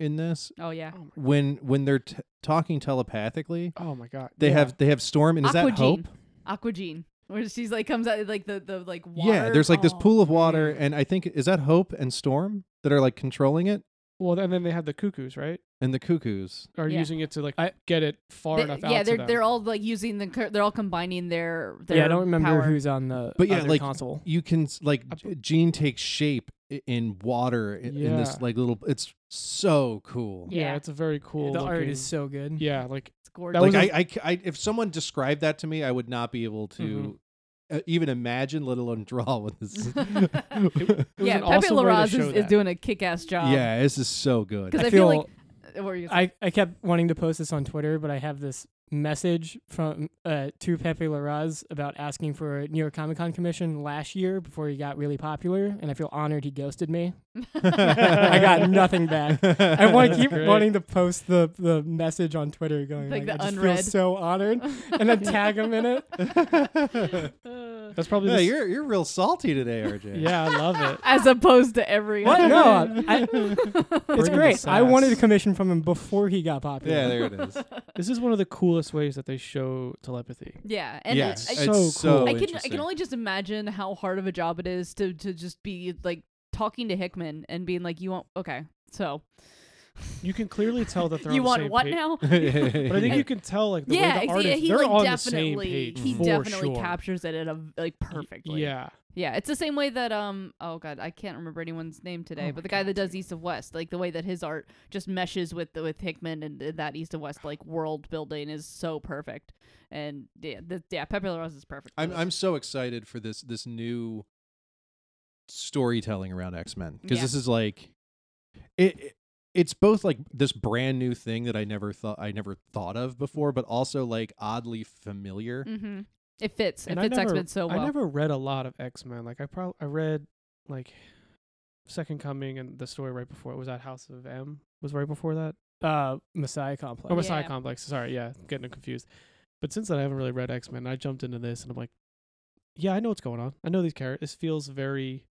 in this
Oh yeah.
Oh my,
when when they're t- talking telepathically.
oh my god.
They
yeah.
have they have Storm and is that Hope?
Aquagene. Aquagene. Where she's like comes out like the the like water.
Yeah, there's like this
Oh.
pool of water, and I think is that Hope and Storm that are like controlling it,
Well, and then they have the cuckoos, right?
and the cuckoos.
Are
Yeah.
using it to like
I-
get it far
They-
enough out.
yeah,
to
they're
them.
they're all like using the cur- they're all combining their, their
yeah, I don't remember
power.
who's on the
But yeah,
other
like,
console.
You can s- like
I
G- Gene takes shape i- in water i- in this
Yeah.
like little. It's so cool.
yeah,
Yeah.
it's a very cool.
the art
looking-
is so good.
yeah, like
It's gorgeous.
That
Like
was
I,
a-
I c- I- if someone described that to me, I would not be able to. uh, Even imagine, let alone draw with this.
it was
yeah,
an
Pepe
awesome way to
Larraz
show
is, is
that.
doing a kick-ass job.
yeah, this is so good.
because
I
I, feel,
feel-
like what were you gonna say?
I, I kept wanting to post this on Twitter, but I have this message from uh, to Pepe Larraz about asking for a New York Comic Con commission last year before he got really popular, and I feel honored he ghosted me. I got nothing back. I want to keep
great.
wanting to post the, the message on Twitter, going
Like
like,
the
I just
unread.
feel so honored, and then tag him in it.
that's probably
Yeah,
the s-
you're you're real salty today, RJ.
yeah. I love it.
As opposed to every
What?
other-
No, I- it's
Bringing the
great. I wanted a
sass.
commission from him before he got popular.
yeah, there it is.
This is one of the coolest ways that they show telepathy.
yeah, and
yeah,
I,
it's
I-
so,
so cool.
I can I
interesting.
can only just imagine how hard of a job it is to to just be like talking to Hickman and being like, you want okay, so
You can clearly tell that they're
you
on the
want
same
what
page.
now?
But I think you can tell like the
yeah,
way the
ex-
art
yeah,
is,
he
they're
like
on the
definitely
same page.
he
for
definitely
sure.
captures it in a like
Y-
perfectly.
Yeah.
yeah. It's the same way that um oh god I can't remember anyone's name today,
Oh my
but the guy
God,
that does East of West, like the way that his art just meshes with the, with Hickman and, th- that East of West like world building is so perfect. And yeah, the, yeah, Pepe Larraz is perfect. for
I'm
this.
I'm so excited for this this new storytelling around X Men because
Yeah.
this is like it. it- it's both like this brand new thing that I never thought I never thought of before, but also like oddly familiar.
Mhm. It fits.
And
it
I
fits X
never-
Men so well.
I never read a lot of X Men. Like I probably I read like Second Coming and the story right before it was that House of M was right before that.
Uh, Messiah Complex.
Oh, Messiah
Yeah.
Complex. Sorry, yeah, I'm getting it confused. But since then, I haven't really read X Men. I jumped into this, and I'm like, yeah, I know what's going on. I know these characters. This feels very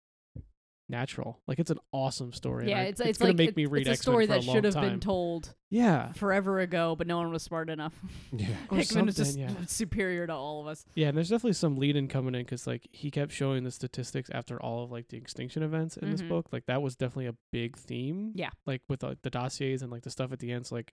natural. Like it's an awesome story. and
yeah,
I-
it's, it's,
gonna
like
make
it-
me
it's
read
a
X Men
story
for
that
a long
should have
time.
been told
Yeah,
forever ago, but no one was smart enough.
Yeah.
or
Hickman was just
something, yeah.
superior to all of us.
yeah. And there's definitely some lead in coming in because like he kept showing the statistics after all of like the extinction events in this
Mhm.
book. Like that was definitely a big theme.
Yeah.
like with like the dossiers and like the stuff at the end. So like.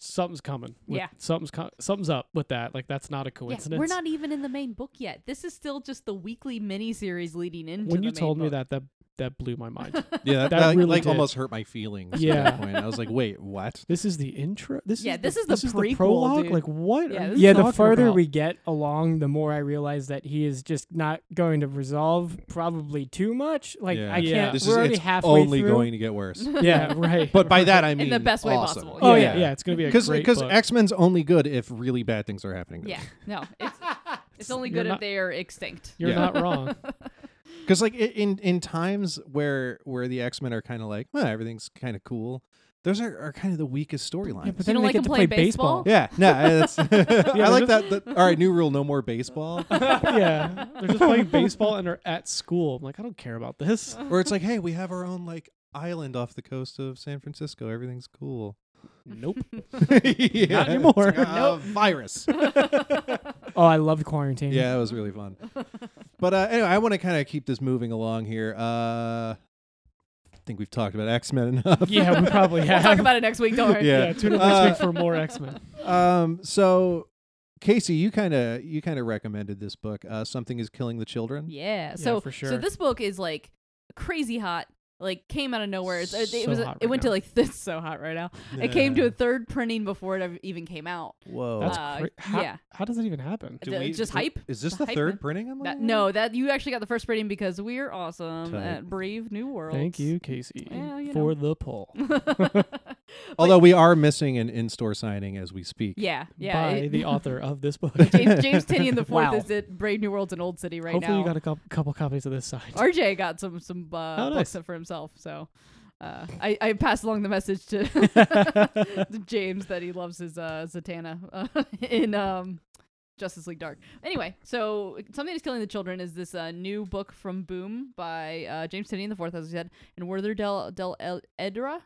Something's coming. with-
Yeah.
something's co- something's up with that. Like that's not a
Yeah,
coincidence.
we're not even in the main book yet. This is still just the weekly miniseries leading into.
when
the main
you told me
book.
that that that blew my mind
Yeah, that,
That
that,
really
like
did.
almost hurt my feelings. Yeah,
Yeah.
point. I was like, wait, what?
this is the intro this
Yeah,
is
this
the,
is the prequel,
prologue
dude.
like what
Yeah, this
are you
is
yeah, the
talking
further
about?
we get along, the more I realize that he is just not going to resolve probably too much. Like
Yeah.
I can't.
Yeah.
This
we're
is
already
it's
halfway
only
through.
going to get worse.
yeah right
But by that I mean
the best way
awesome.
possible,
oh yeah yeah it's gonna be a
because
great
because
book.
X Men's only good if really bad things are happening.
yeah, no, it's it's only
You're
good
not-
if they are extinct.
you're
Yeah.
not wrong
because like i- in in times where where the X Men are kind of like well, everything's kind of cool, those are, are kind of the weakest
Yeah,
storylines.
but then
don't
they
like
get
him
to
play
play baseball.
Yeah, no, I- that's, I
Yeah,
like
there's-
that, that- All right, new rule: no more baseball.
yeah they're just playing baseball and are at school i'm like i don't care about this
or it's like, hey, we have our own like island off the coast of San Francisco. Everything's cool.
nope
yeah,
Not anymore.
it's like, uh, Virus.
Oh, I loved quarantine.
yeah, that was really fun. But uh, anyway, I want to kind of keep this moving along here. Uh, I think we've talked about X Men enough.
yeah we probably
We'll
have
talk about it next week. Don't worry.
Yeah.
yeah, tune in next
Uh,
week for more x-men
um so casey you kind of you kind of recommended this book uh something is killing the children
Yeah.
Yeah,
So
for
so
sure.
this book is like crazy hot. Like came out of nowhere. It's, it, it
So
was
hot
it
right
went to
now.
like this so hot right now. It came to a third printing before it ev- even came out.
whoa
that's
Uh,
cra- how,
yeah.
how does that even happen
the- just hype?
is this
Just
the
hype,
third
man.
printing i'm
That,
looking
no,
at?
that you actually got the first rating because we're awesome
Tight.
at Brave New World.
thank you casey
Well, you know.
for the poll
although we are missing an in-store signing as we speak
yeah, yeah.
by
it-
the author of this book
James, James Tinian the Fourth
Wow.
is at Brave New World's in Old City right
Hopefully,
now.
you got a couple, couple copies of this side.
RJ got some some uh,
Oh,
books
nice.
up for himself, so uh, I I passed along the message to, to James that he loves his uh, Zatanna uh, in um. Justice League Dark. Anyway, so something is killing the children is this uh, new book from Boom by uh, James Tinian the Fourth, as we said, and Werther del del El- Edra.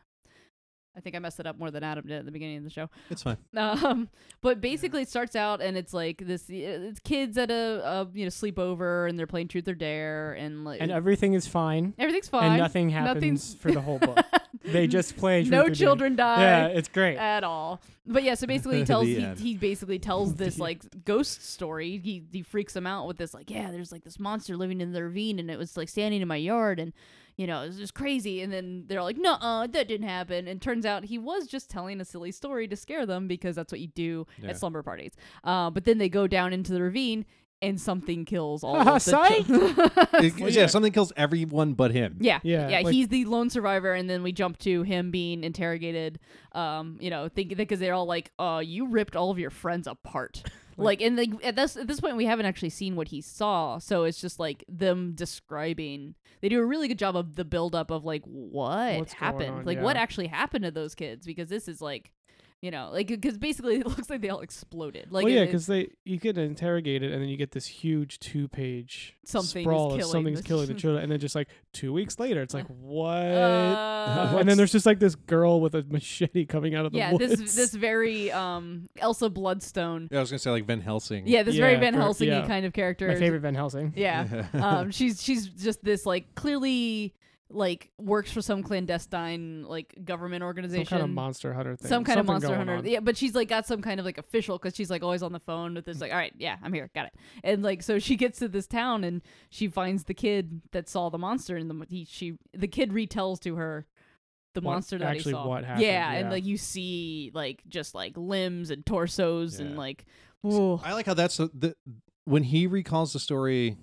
I think I messed it up more than Adam did at the beginning of the show.
It's fine.
Um, but basically, it starts out and it's like this: uh, it's kids at a, a you know sleepover, and they're playing Truth or Dare, and like
and everything is fine,
everything's Uh, fine.
and nothing happens
Nothing's-
for the whole book. they just play. Truth or
no
Dare.
children
Yeah,
die
it's great.
at all. But yeah, so basically, he
The
tells he,
end.
he basically tells this like ghost story. He he freaks them out with this like yeah, there's like this monster living in the ravine, and it was like standing in my yard, and you know it was just crazy. And then they're like, no, uh, that didn't happen. And turns out he was just telling a silly story to scare them because that's what you do
Yeah.
at slumber parties. Uh, but then they go down into the ravine. And something kills all
Haha,
of the chil-
It- yeah, something kills everyone but him.
Yeah, yeah,
Yeah,
yeah.
like-
he's the lone survivor, and then we jump to him being interrogated. Um, you know, think because they're all like, "Uh, you ripped all of your friends apart." like, and like at this at this point, we haven't actually seen what he saw, so it's just like them describing. They do a really good job of the buildup of like what
What's going
happened,
on,
like what
yeah.
actually happened to those kids, because this is like. You know, like because basically it looks like they all exploded. Like
well, yeah,
it- it-
because they you get interrogated and then you get this huge two page
Something is
sprawl of
killing
something's
the-
killing the children, and then just like two weeks later, it's like what?
Uh,
and then there's just like this girl with a machete coming out of the
yeah,
woods.
this this very um Elsa Bloodstone
Yeah, I was gonna say like Van Helsing.
Yeah, this very
Yeah,
Van
for-
Helsing
yeah.
kind of character.
My
is-
favorite Van Helsing.
Yeah. um, she's she's just this like clearly like works for some clandestine like government
some
organization.
kind of monster hunter thing.
Some kind of
Something
monster
going
hunter.
on.
Yeah, but she's like got some kind of like official because she's like always on the phone with this like, all right, yeah, I'm here, got it. And like so she gets to this town and she finds the kid that saw the monster and the he, she the kid retells to her the
What-
monster that he
actually
saw.
what happened,
yeah, and
yeah.
like you see like just like limbs and torsos
Yeah.
and like
So
whoa.
I like how that's the, the when he recalls the story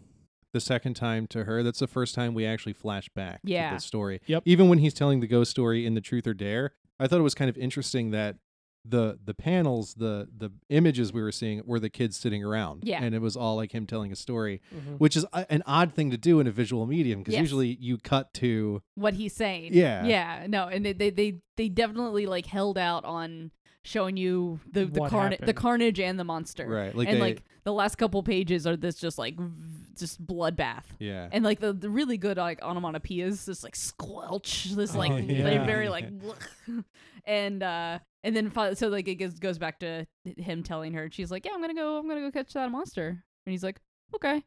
the second time to her. That's the first time we actually flash back
Yeah.
to the story.
Yep.
Even when he's telling the ghost story in the Truth or Dare, I thought it was kind of interesting that the the panels, the the images we were seeing were the kids sitting around.
Yeah.
And it was all like him telling a story,
Mhm.
which is a, an odd thing to do in a visual medium because
Yes.
usually you cut to
what he's saying.
Yeah.
Yeah. No, and they they they, they definitely like held out on showing you the the
What
carnage the
happened.
carnage and the monster.
right like
and
they-
like the last couple pages are this just like v- just bloodbath.
yeah.
And like the, the really good like onomatopoeias, this like squelch, this
Oh,
like
yeah.
very- very like, and uh, and then fi- so like it goes goes back to him telling her, and she's like, "Yeah, I'm gonna go, I'm gonna go catch that monster," and he's like, "Okay,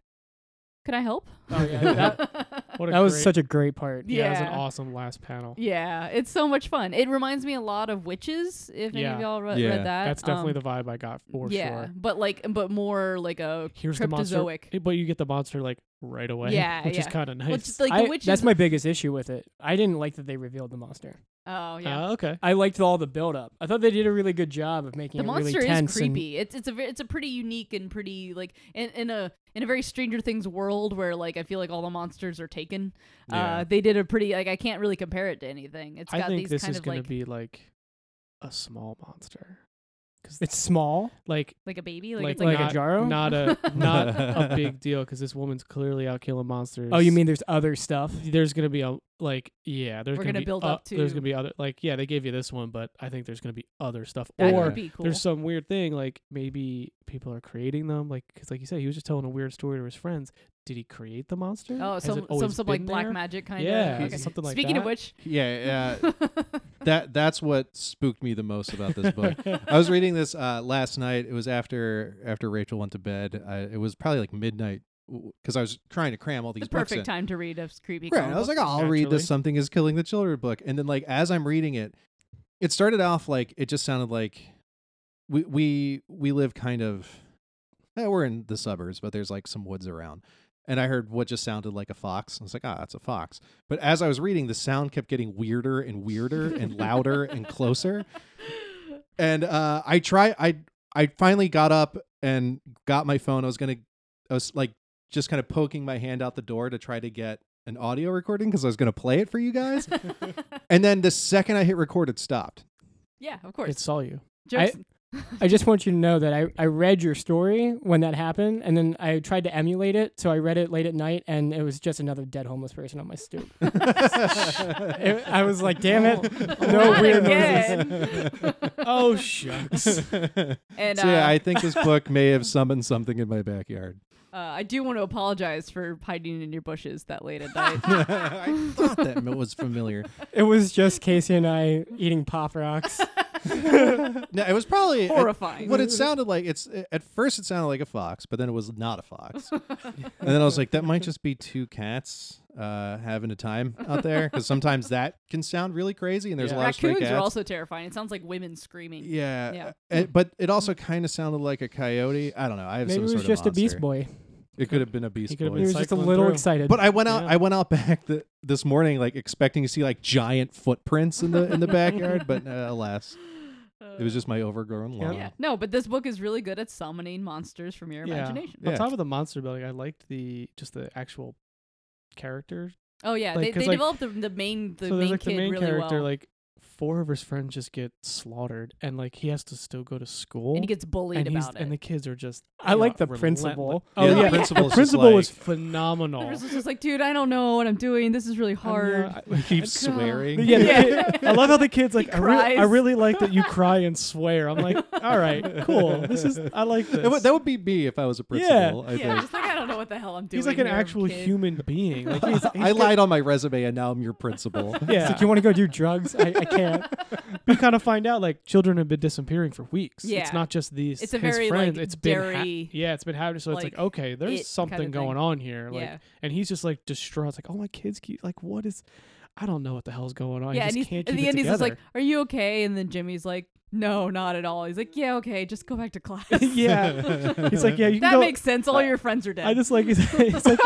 can I help?"
Oh, yeah, that-
What a
That was
great-
such a great part.
yeah, that was an
Yeah.
awesome last panel.
Yeah, it's so much fun. It reminds me a lot of Witches. If any of
Yeah.
y'all re-
Yeah.
read that,
That's definitely
Um,
the vibe I got for
yeah,
sure.
but like, but more like a
Here's the monster, eh,
cryptozoic.
but you get the monster like right away.
Yeah,
which is
yeah.
kind of nice.
Which is like the
I-
witches.
that's my biggest issue with it. I didn't like that they revealed the monster.
oh yeah.
Ah, okay.
I liked all the build up. I thought they did a really good job of making
the
it
monster
really
is
tense and-
creepy. It's it's a ve- it's a pretty unique and pretty like in, in a in a very Stranger Things world where like I feel like all the monsters are taken. Uh,
Yeah.
they did a pretty like I can't really compare it to anything. It's got
I think
these
this
kind
is
of
going
like
to be like a small monster, because
it's small.
like
like a baby. Like,
like,
it's like,
a
not,
Jaro?
not a not a big deal because this woman's clearly out killing monsters.
Oh, you mean there's other stuff?
there's gonna be a like yeah there's
We're
gonna,
gonna
be
build
o-
up
there's
to-
gonna be other like yeah they gave you this one but I think there's gonna be other stuff
that
or
would be cool.
there's some weird thing like maybe people are creating them like because like you said he was just telling a weird story to his friends did he create the monster
Oh,
Has
some
it
some
always
some like
been
black
there?
magic kind
yeah
of.
okay.
something like
Speaking
that
of which,
yeah, yeah. that that's what spooked me the most about this book. I was reading this uh, last night. It was after after Rachel went to bed. I, it was probably like midnight because I was trying to cram all these
the
books
perfect
in.
time to read a s- creepy.
Right.
comic
I was
book.
like, oh, I'll read
Naturally.
this. Something is killing the children book, and then like as I'm reading it, it started off like it just sounded like we we we live kind of eh, we're in the suburbs, but there's like some woods around. And I heard what just sounded like a fox. I was like, ah, that's a fox. But as I was reading, the sound kept getting weirder and weirder and louder and closer and uh, I try I I finally got up and got my phone. I was gonna I was like just kind of poking my hand out the door to try to get an audio recording because I was gonna play it for you guys. and then the second I hit record, it stopped.
yeah, of course.
it saw you
Jokes-
I just want you to know that I, I read your story when that happened, and then I tried to emulate it. So I read it late at night, and it was just another dead homeless person on my stoop. It- I was like, damn it. No
Not
weird
again.
oh shucks
And
so yeah,
uh,
I think this book may have summoned something in my backyard.
Uh, I do want to apologize for hiding in your bushes that late at night.
I thought that was familiar.
It was just Casey and I eating Pop Rocks.
No, it was probably at-
Horrifying.
what it sounded like. It's eh, at first it sounded like a fox, but then it was not a fox. and then I was like, that might just be two cats uh, having a time out there, because sometimes that can sound really crazy, and there's
Yeah.
a lot of stray
Raccoons
cats.
are also terrifying. It sounds like women screaming.
yeah,
Yeah.
uh, but it also kind of sounded like a coyote. I don't know. I have
Maybe
some
it was
sort of
just a Beast
monster.
Boy.
It could have been a beast
He could have
boy.
He
Been
was just a
cycling
little
through.
excited.
But I went out.
Yeah.
I went out back th this morning, like expecting to see like giant footprints in the in the backyard. but uh, alas, it was just my overgrown lawn.
Uh, Yeah. No, but this book is really good at summoning monsters from your
Yeah.
imagination.
Yeah.
On top of the monster building, I liked the just the actual character.
Oh yeah,
Like,
they,
'cause,
they
like-
developed the, the main the
so
main
there's like
kid
the main
really
character,
well,
like four of his friends just get slaughtered, and like he has to still go to school.
and he gets bullied
and he's-
about
and the
it.
kids are just.
I
you
like
know,
the
relentless.
principal.
Oh
Yeah, the
yeah,
principal's just
the principal was
like-
The
phenomenal.
person was just like, dude, I don't know what I'm doing. This is really hard.
Oh. I-
He keeps
God.
swearing.
Yeah, the
Yeah.
kid- I love how the kids like. I, re- I
cries.
really like that you cry and swear. I'm like, all right, cool. This is I like this.
That would, that would be me if I was a principal. I
yeah,
think.
just like I don't know what the hell I'm doing.
he's like an
here,
actual
kid."
human being. Like he's, he's
I
got-
lied on my resume and now I'm your principal.
Yeah,
It's like, you want to go do drugs? I, I can't.
we kind of find out like children have been disappearing for weeks.
Yeah.
it's not just these.
It's a
his
very,
friends.
like,
it's been ha-
dairy,
yeah, it's been happening. So it's like
like,
okay,
it
there's
kinda
something
thing.
going on here. Like,
Yeah.
and he's just like distraught. It's like, oh my kids keep like what is. I don't know what the hell's going on.
Yeah,
he
and
just
he's,
can't
at
keep
the
it
end he's just like,
together.
"Are you okay?" And then Jimmy's like, "No, not at all." He's like, "Yeah, okay, just go back to class."
yeah, he's like, yeah, you can
that
go.
makes sense. All your friends are dead.
I just like he's, he's like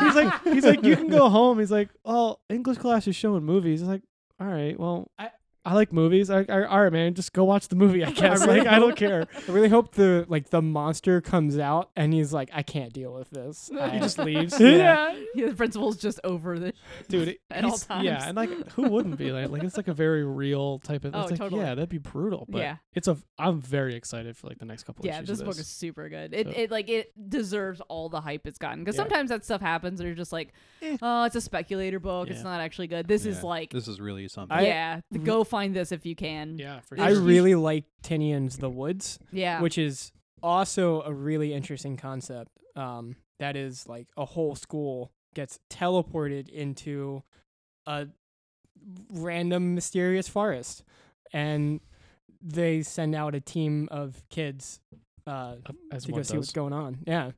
he's like he's like you can go home. He's like, well, English class is showing movies. He's like, all right, well, I I like movies. I, I all right, man, just go watch the movie. I guess like I don't care.
I really hope the like the monster comes out and he's like, I can't deal with this.
He
I-
just leaves.
yeah, the principal's just over this.
dude. it-
At all
he's-
times.
Yeah, and like who wouldn't be like like it's like a very real type of.
Oh,
it's like,
totally.
Yeah, that'd be brutal. But
Yeah.
it's a. I'm very excited for like the next couple.
yeah
issues
this,
of
book is super good it,
So-
it like it deserves all the hype it's gotten because
Yeah.
sometimes that stuff happens and you're just like
Eh.
oh it's a speculator book it's
Yeah. Mm-hmm.
not actually good this is
Yeah,
like
this is really something.
I-
yeah th- go find this if you can
Yeah, for
I
There's-
sure.
really like Tinian's The Woods,
yeah
which is also a really interesting concept. Um, that is like a whole school gets teleported into a random mysterious forest, and they send out a team of kids uh,
as
to
one
go see what's
does.
going on. Yeah,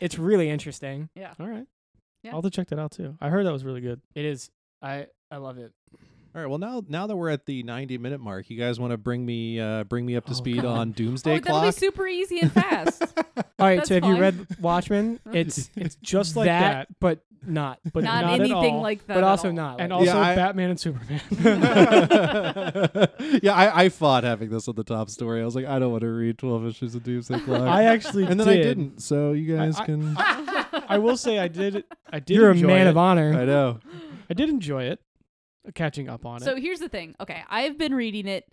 it's really interesting.
All right.
Yeah.
I'll have to check that out too. I heard that was really good.
It is. I I love it.
All right. Well, now now that we're at the 90 minute mark, you guys want to bring me uh, bring me up to
Oh,
speed
God.
on
oh
Doomsday
that'll be
Clock?
super easy and fast
All right,
That's
so have
fine.
you read Watchmen? It's
It's just like that,
that, but not,
but
not,
not, at
anything
all.
like that
but
at
also
all.
not.
and
like-
also
I-
Batman and Superman.
yeah, I, I fought having this on the top story. I was like, I don't want to read 12 issues of Doomsday Clock.
I actually
and then
did.
I didn't. So you guys
I-
can. I,
I will say I did. I did.
You're a
enjoy
man
it.
of honor.
know.
I did enjoy it. uh, Catching up on it.
so here's the thing okay i've been reading it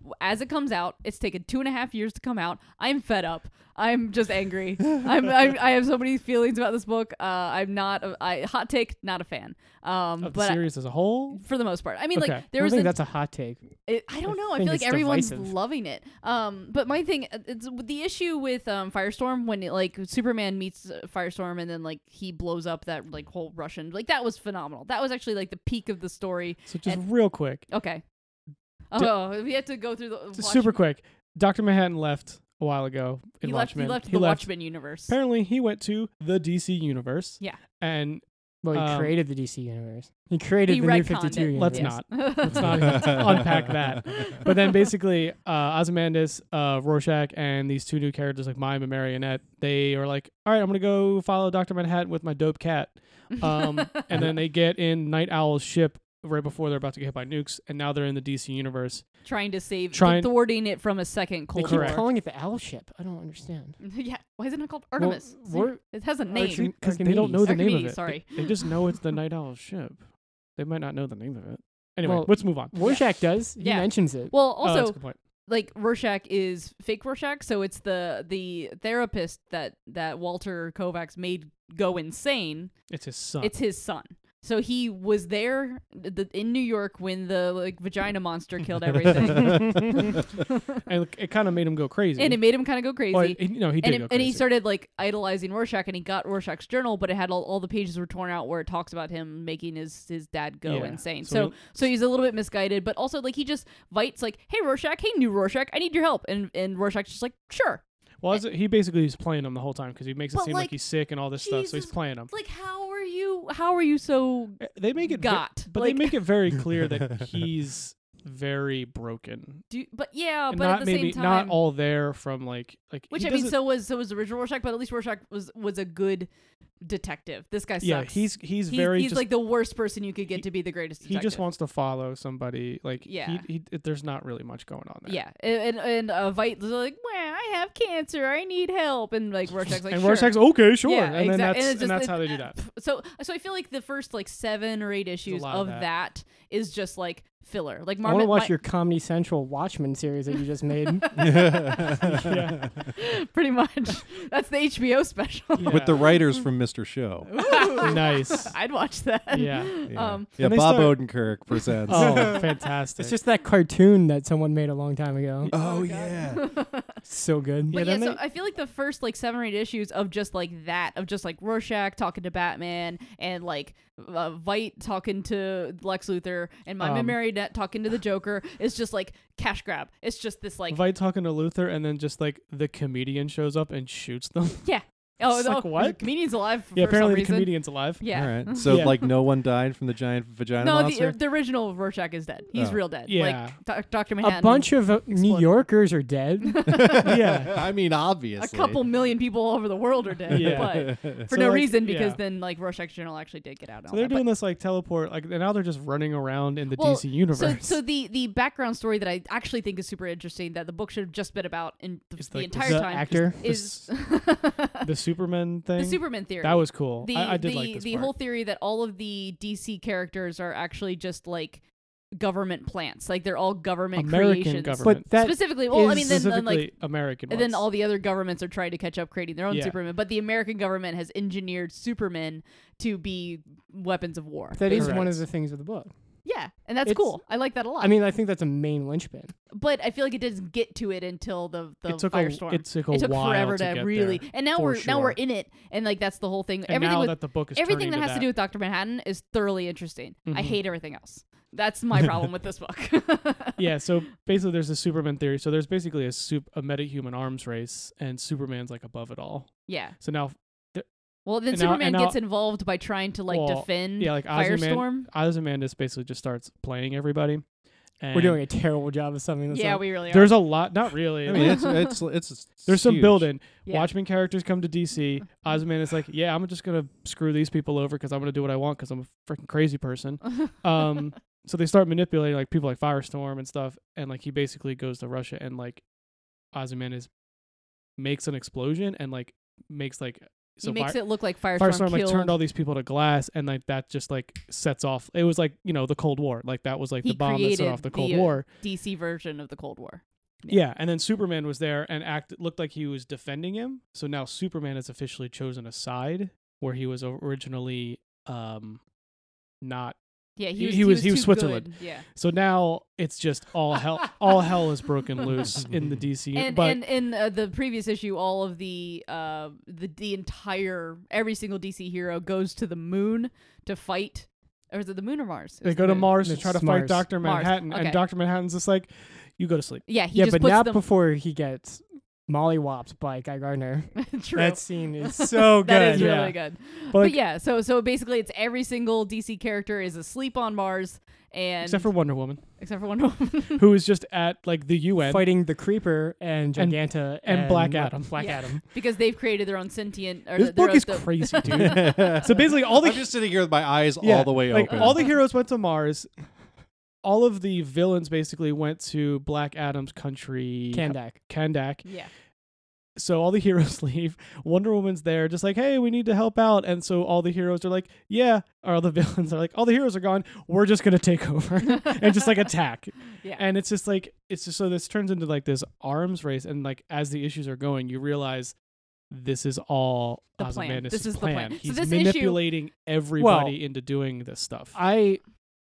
w- as it comes out it's taken two and a half years to come out i'm fed up i'm just angry I'm, I'm i have so many feelings about this book uh i'm not a, i hot take not a fan um
of the
but I-
series as a whole.
for the most part i mean
Okay.
like there was
I think
an-
that's a hot take.
it, I don't know. I,
think
feel like
it's
everyone's
divisive.
loving it. Um, but my thing, it's the issue with um, Firestorm when it, like Superman meets uh, Firestorm and then like he blows up that like whole Russian like that was phenomenal. That was actually like the peak of the story.
So just real quick,
Okay. Oh, we had to go through the
just super
Watchmen-
quick. Doctor Manhattan left a while ago in
He left.
Watchmen.
He left the Watchmen universe.
Apparently, he went to the DC universe.
Yeah.
and
Well, he
Um,
created the DC universe. He created
He
the New
retconned
52
it,
universe.
let's
Yes.
not. Let's not unpack that. But then basically, uh, Ozymandias, uh, Rorschach, and these two new characters like Mime and Marionette, they are like, all right, I'm gonna go follow Doctor Manhattan with my dope cat. Um, and
Uh-huh.
then they get in Night Owl's ship right before they're about to get hit by nukes, and now they're in the DC universe.
trying to save,
Trying-
thwarting it from a second
They
cold
keep
war.
Correct.
calling it the owl ship. I don't understand.
yeah. Why isn't it called Artemis? See,
we're-
it has a
Archie-
name.
Because they don't know the name of
Archimedes,
it.
sorry.
They, they just know it's the Night Owl ship. They might not know the name of it. Anyway,
Well,
let's move on.
Rorschach does. He
Yeah.
mentions it.
Well,
oh,
also
that's a good point.
like Rorschach is fake Rorschach, so it's the the therapist that that Walter Kovacs made go insane.
It's his son.
It's his son. So he was there the, in New York when the like vagina monster killed everything,
and it- it kind of made him go crazy.
and it made him kind of go crazy.
Well, he- no, he did
and,
go
it,
crazy.
and he started like idolizing Rorschach, and he got Rorschach's journal, but it had all, all the pages were torn out where it talks about him making his his dad go
Yeah.
insane.
So
So so, he's a little bit misguided, but also like he just fights like, "Hey Rorschach, hey new Rorschach, I need your help," and and Rorschach's just like, "Sure."
well, is it- he basically is playing him the whole time because he makes it
But,
seem like,
like,
he's sick and all this stuff. So he's
Jesus
playing him.
Like, how are you? How are you so
Uh, They make it, ve-
got?
but
like,
they make it very clear that he's very broken.
do, but yeah,
And
Oh, but at
not
the
maybe
same time,
not all there from like like
which
he
I mean,
doesn't-
so was so was the original Rorschach, but at least Rorschach was was a good detective. This guy sucks.
yeah he's
He's,
he's very
he's
just
like the worst person you could get
he-
to be the greatest.
he
Detective.
just wants to follow somebody like
Yeah.
he, he there's not really much going on there
Yeah, and and, and uh, Vite was like, "Well, I have cancer. I need help." And like Rorschach's like,
and
sure.
Rorschach's okay sure
Yeah, exact-
and then that's
it's
and,
just-
that's
it-
how they do
uh,
that
pff, So, so I feel like the first like seven or eight issues
lot of
of that.
that.
is just like filler. Like
I want to
Marmot,
watch
my-
your Comedy Central Watchmen series that you just made.
Yeah.
pretty much. That's the HBO special.
Yeah.
With the writers from Mr. Show.
nice
I'd watch that.
yeah
Yeah,
Um,
yeah
they
Bob
start-
Odenkirk presents.
oh fantastic
it's just that cartoon that someone made a long time ago.
Oh, yeah.
so good.
But
Yeah,
yeah,
then
so
they-
I feel like the first like seven or eight issues of just like that, of just like Rorschach talking to Batman and like uh, Vite talking to Lex Luthor and my
Um,
Marionette talking to the Joker is just like cash grab. It's just this like
Vite talking to Luther and then just like the comedian shows up and shoots them
oh,
it's
no,
like, what?
the comedian's alive. For
yeah apparently
some
the
reason.
comedian's alive
Yeah.
All right. So,
Yeah.
like, no one died from the giant vagina
No, the,
monster?
the original Rorschach is dead. He's
Oh.
real dead.
Yeah.
Like Do- Dr. Manhattan.
A bunch of uh, New
exploded.
Yorkers are dead.
yeah.
I mean,
a
obviously.
couple million people all over the world are dead.
Yeah.
But for
So,
no
like,
reason because
yeah.
then like Rorschach's journal actually did get out. and
so
all
they're
that. But-
doing this like teleport like and now they're just running around in the
Well,
DC universe
So, so the the background story that I actually think is super interesting that the book should have just been about in the,
It's
the
like
entire
the
time
actor.
is
the the Superman thing
the Superman theory.
that was cool
the
I, I did
the,
like this
the
part.
whole theory that all of the DC characters are actually just like government plants, like they're all government
American
creations.
government.
But that
Specifically, well, I
is
mean, then, then
specifically
like.
American
And then
ones.
all the other governments are trying to catch up, creating their own
Yeah.
Superman. But the American government has engineered Supermen to be weapons of war.
that is one
Correct.
of the things of the book.
yeah, and that's
It's-
cool. I like that a lot.
I mean, I think that's a main linchpin.
but I feel like it doesn't get to it until the the
it took
firestorm.
A, it took a
it took
while
forever
to,
to,
get
really,
there.
and now
for
we're now we're
sure.
in it, and like that's the whole thing.
And
everything
now
with
that Mm-hmm. the book is
everything that
turning
has to do with Doctor Manhattan is thoroughly interesting. I hate everything else. That's my problem with this book.
yeah, so basically, there's a Superman theory. So there's basically a sup- a metahuman arms race, and Superman's like above it all.
yeah.
So now,
Well, then
And now-
Superman
and now-
gets involved by trying to like
Well,
defend
yeah, like Ozyman-
Mm, Firestorm.
Ozymandias basically just starts playing everybody. And
We're doing a terrible job of summing this
Yeah,
up.
we really are.
There's a lot, not really.
I mean, it's, it's, it's, it's
there's some
huge.
building.
Yeah.
Watchmen characters come to DC. Ozymandias is like, yeah, I'm just gonna screw these people over because I'm gonna do what I want because I'm a freaking crazy person. Um, so they start manipulating like people like Firestorm and stuff, and like he basically goes to Russia and like Ozymandias makes an explosion and like makes like
he
so
makes
Fire-
it look like Firestorm,
Firestorm like
killed.
turned all these people to glass, and like that just like sets off. It was like you know the Cold War, like that was like
He
the bomb that set
created
off the Cold
the, uh,
War.
DC version of the Cold War.
Yeah. and then Superman was there and act looked like he was defending him. So now Superman has officially chosen a side where he was originally um not.
Yeah, he
He-
was
he was- he
too
was Switzerland.
good. Yeah.
So now it's just all hell all hell is broken loose in the DC.
and
but
and in uh, the previous issue, all of the uh, the the entire every single DC hero goes to the moon to fight, or is it the moon or Mars? It
they
was
go
the
to
moon.
Mars to
It's
try to
Mars.
fight Doctor
Mars,
Manhattan and
okay.
Doctor Manhattan's just like you go to sleep.
Yeah, he
yeah,
just
but
puts
not
them.
before he gets mollywopped by Guy Gardner.
True.
That scene is so good.
That is
yeah.
really good. But,
like-
yeah, so so basically, it's every single DC character is asleep on Mars, and
Except for Wonder Woman,
except for Wonder Woman.
who is just at like the UN.
Fighting the Creeper and
And-
Giganta
and Black Adam.
Black
Yeah.
Adam.
because they've created their own sentient. Or
This
their
book
own-
is
the-
crazy, dude. so basically, all the
I'm just sitting here with my eyes
Yeah,
all the way
like,
open.
All the heroes went to Mars. All of the villains basically went to Black Adam's country,
Kandak.
Kandak.
Yeah,
So all the heroes leave. Wonder Woman's there, just like, hey, we need to help out. And so all the heroes are like, yeah. Or all the villains are like, all the heroes are gone. We're just gonna take over and just like attack.
Yeah.
And it's just like it's just so this turns into like this arms race. And like as the issues are going, you realize this is all
The plan.
Ozymandias'
This is the plan.
plan.
So
He's
this issue-
manipulating everybody into doing this stuff.
I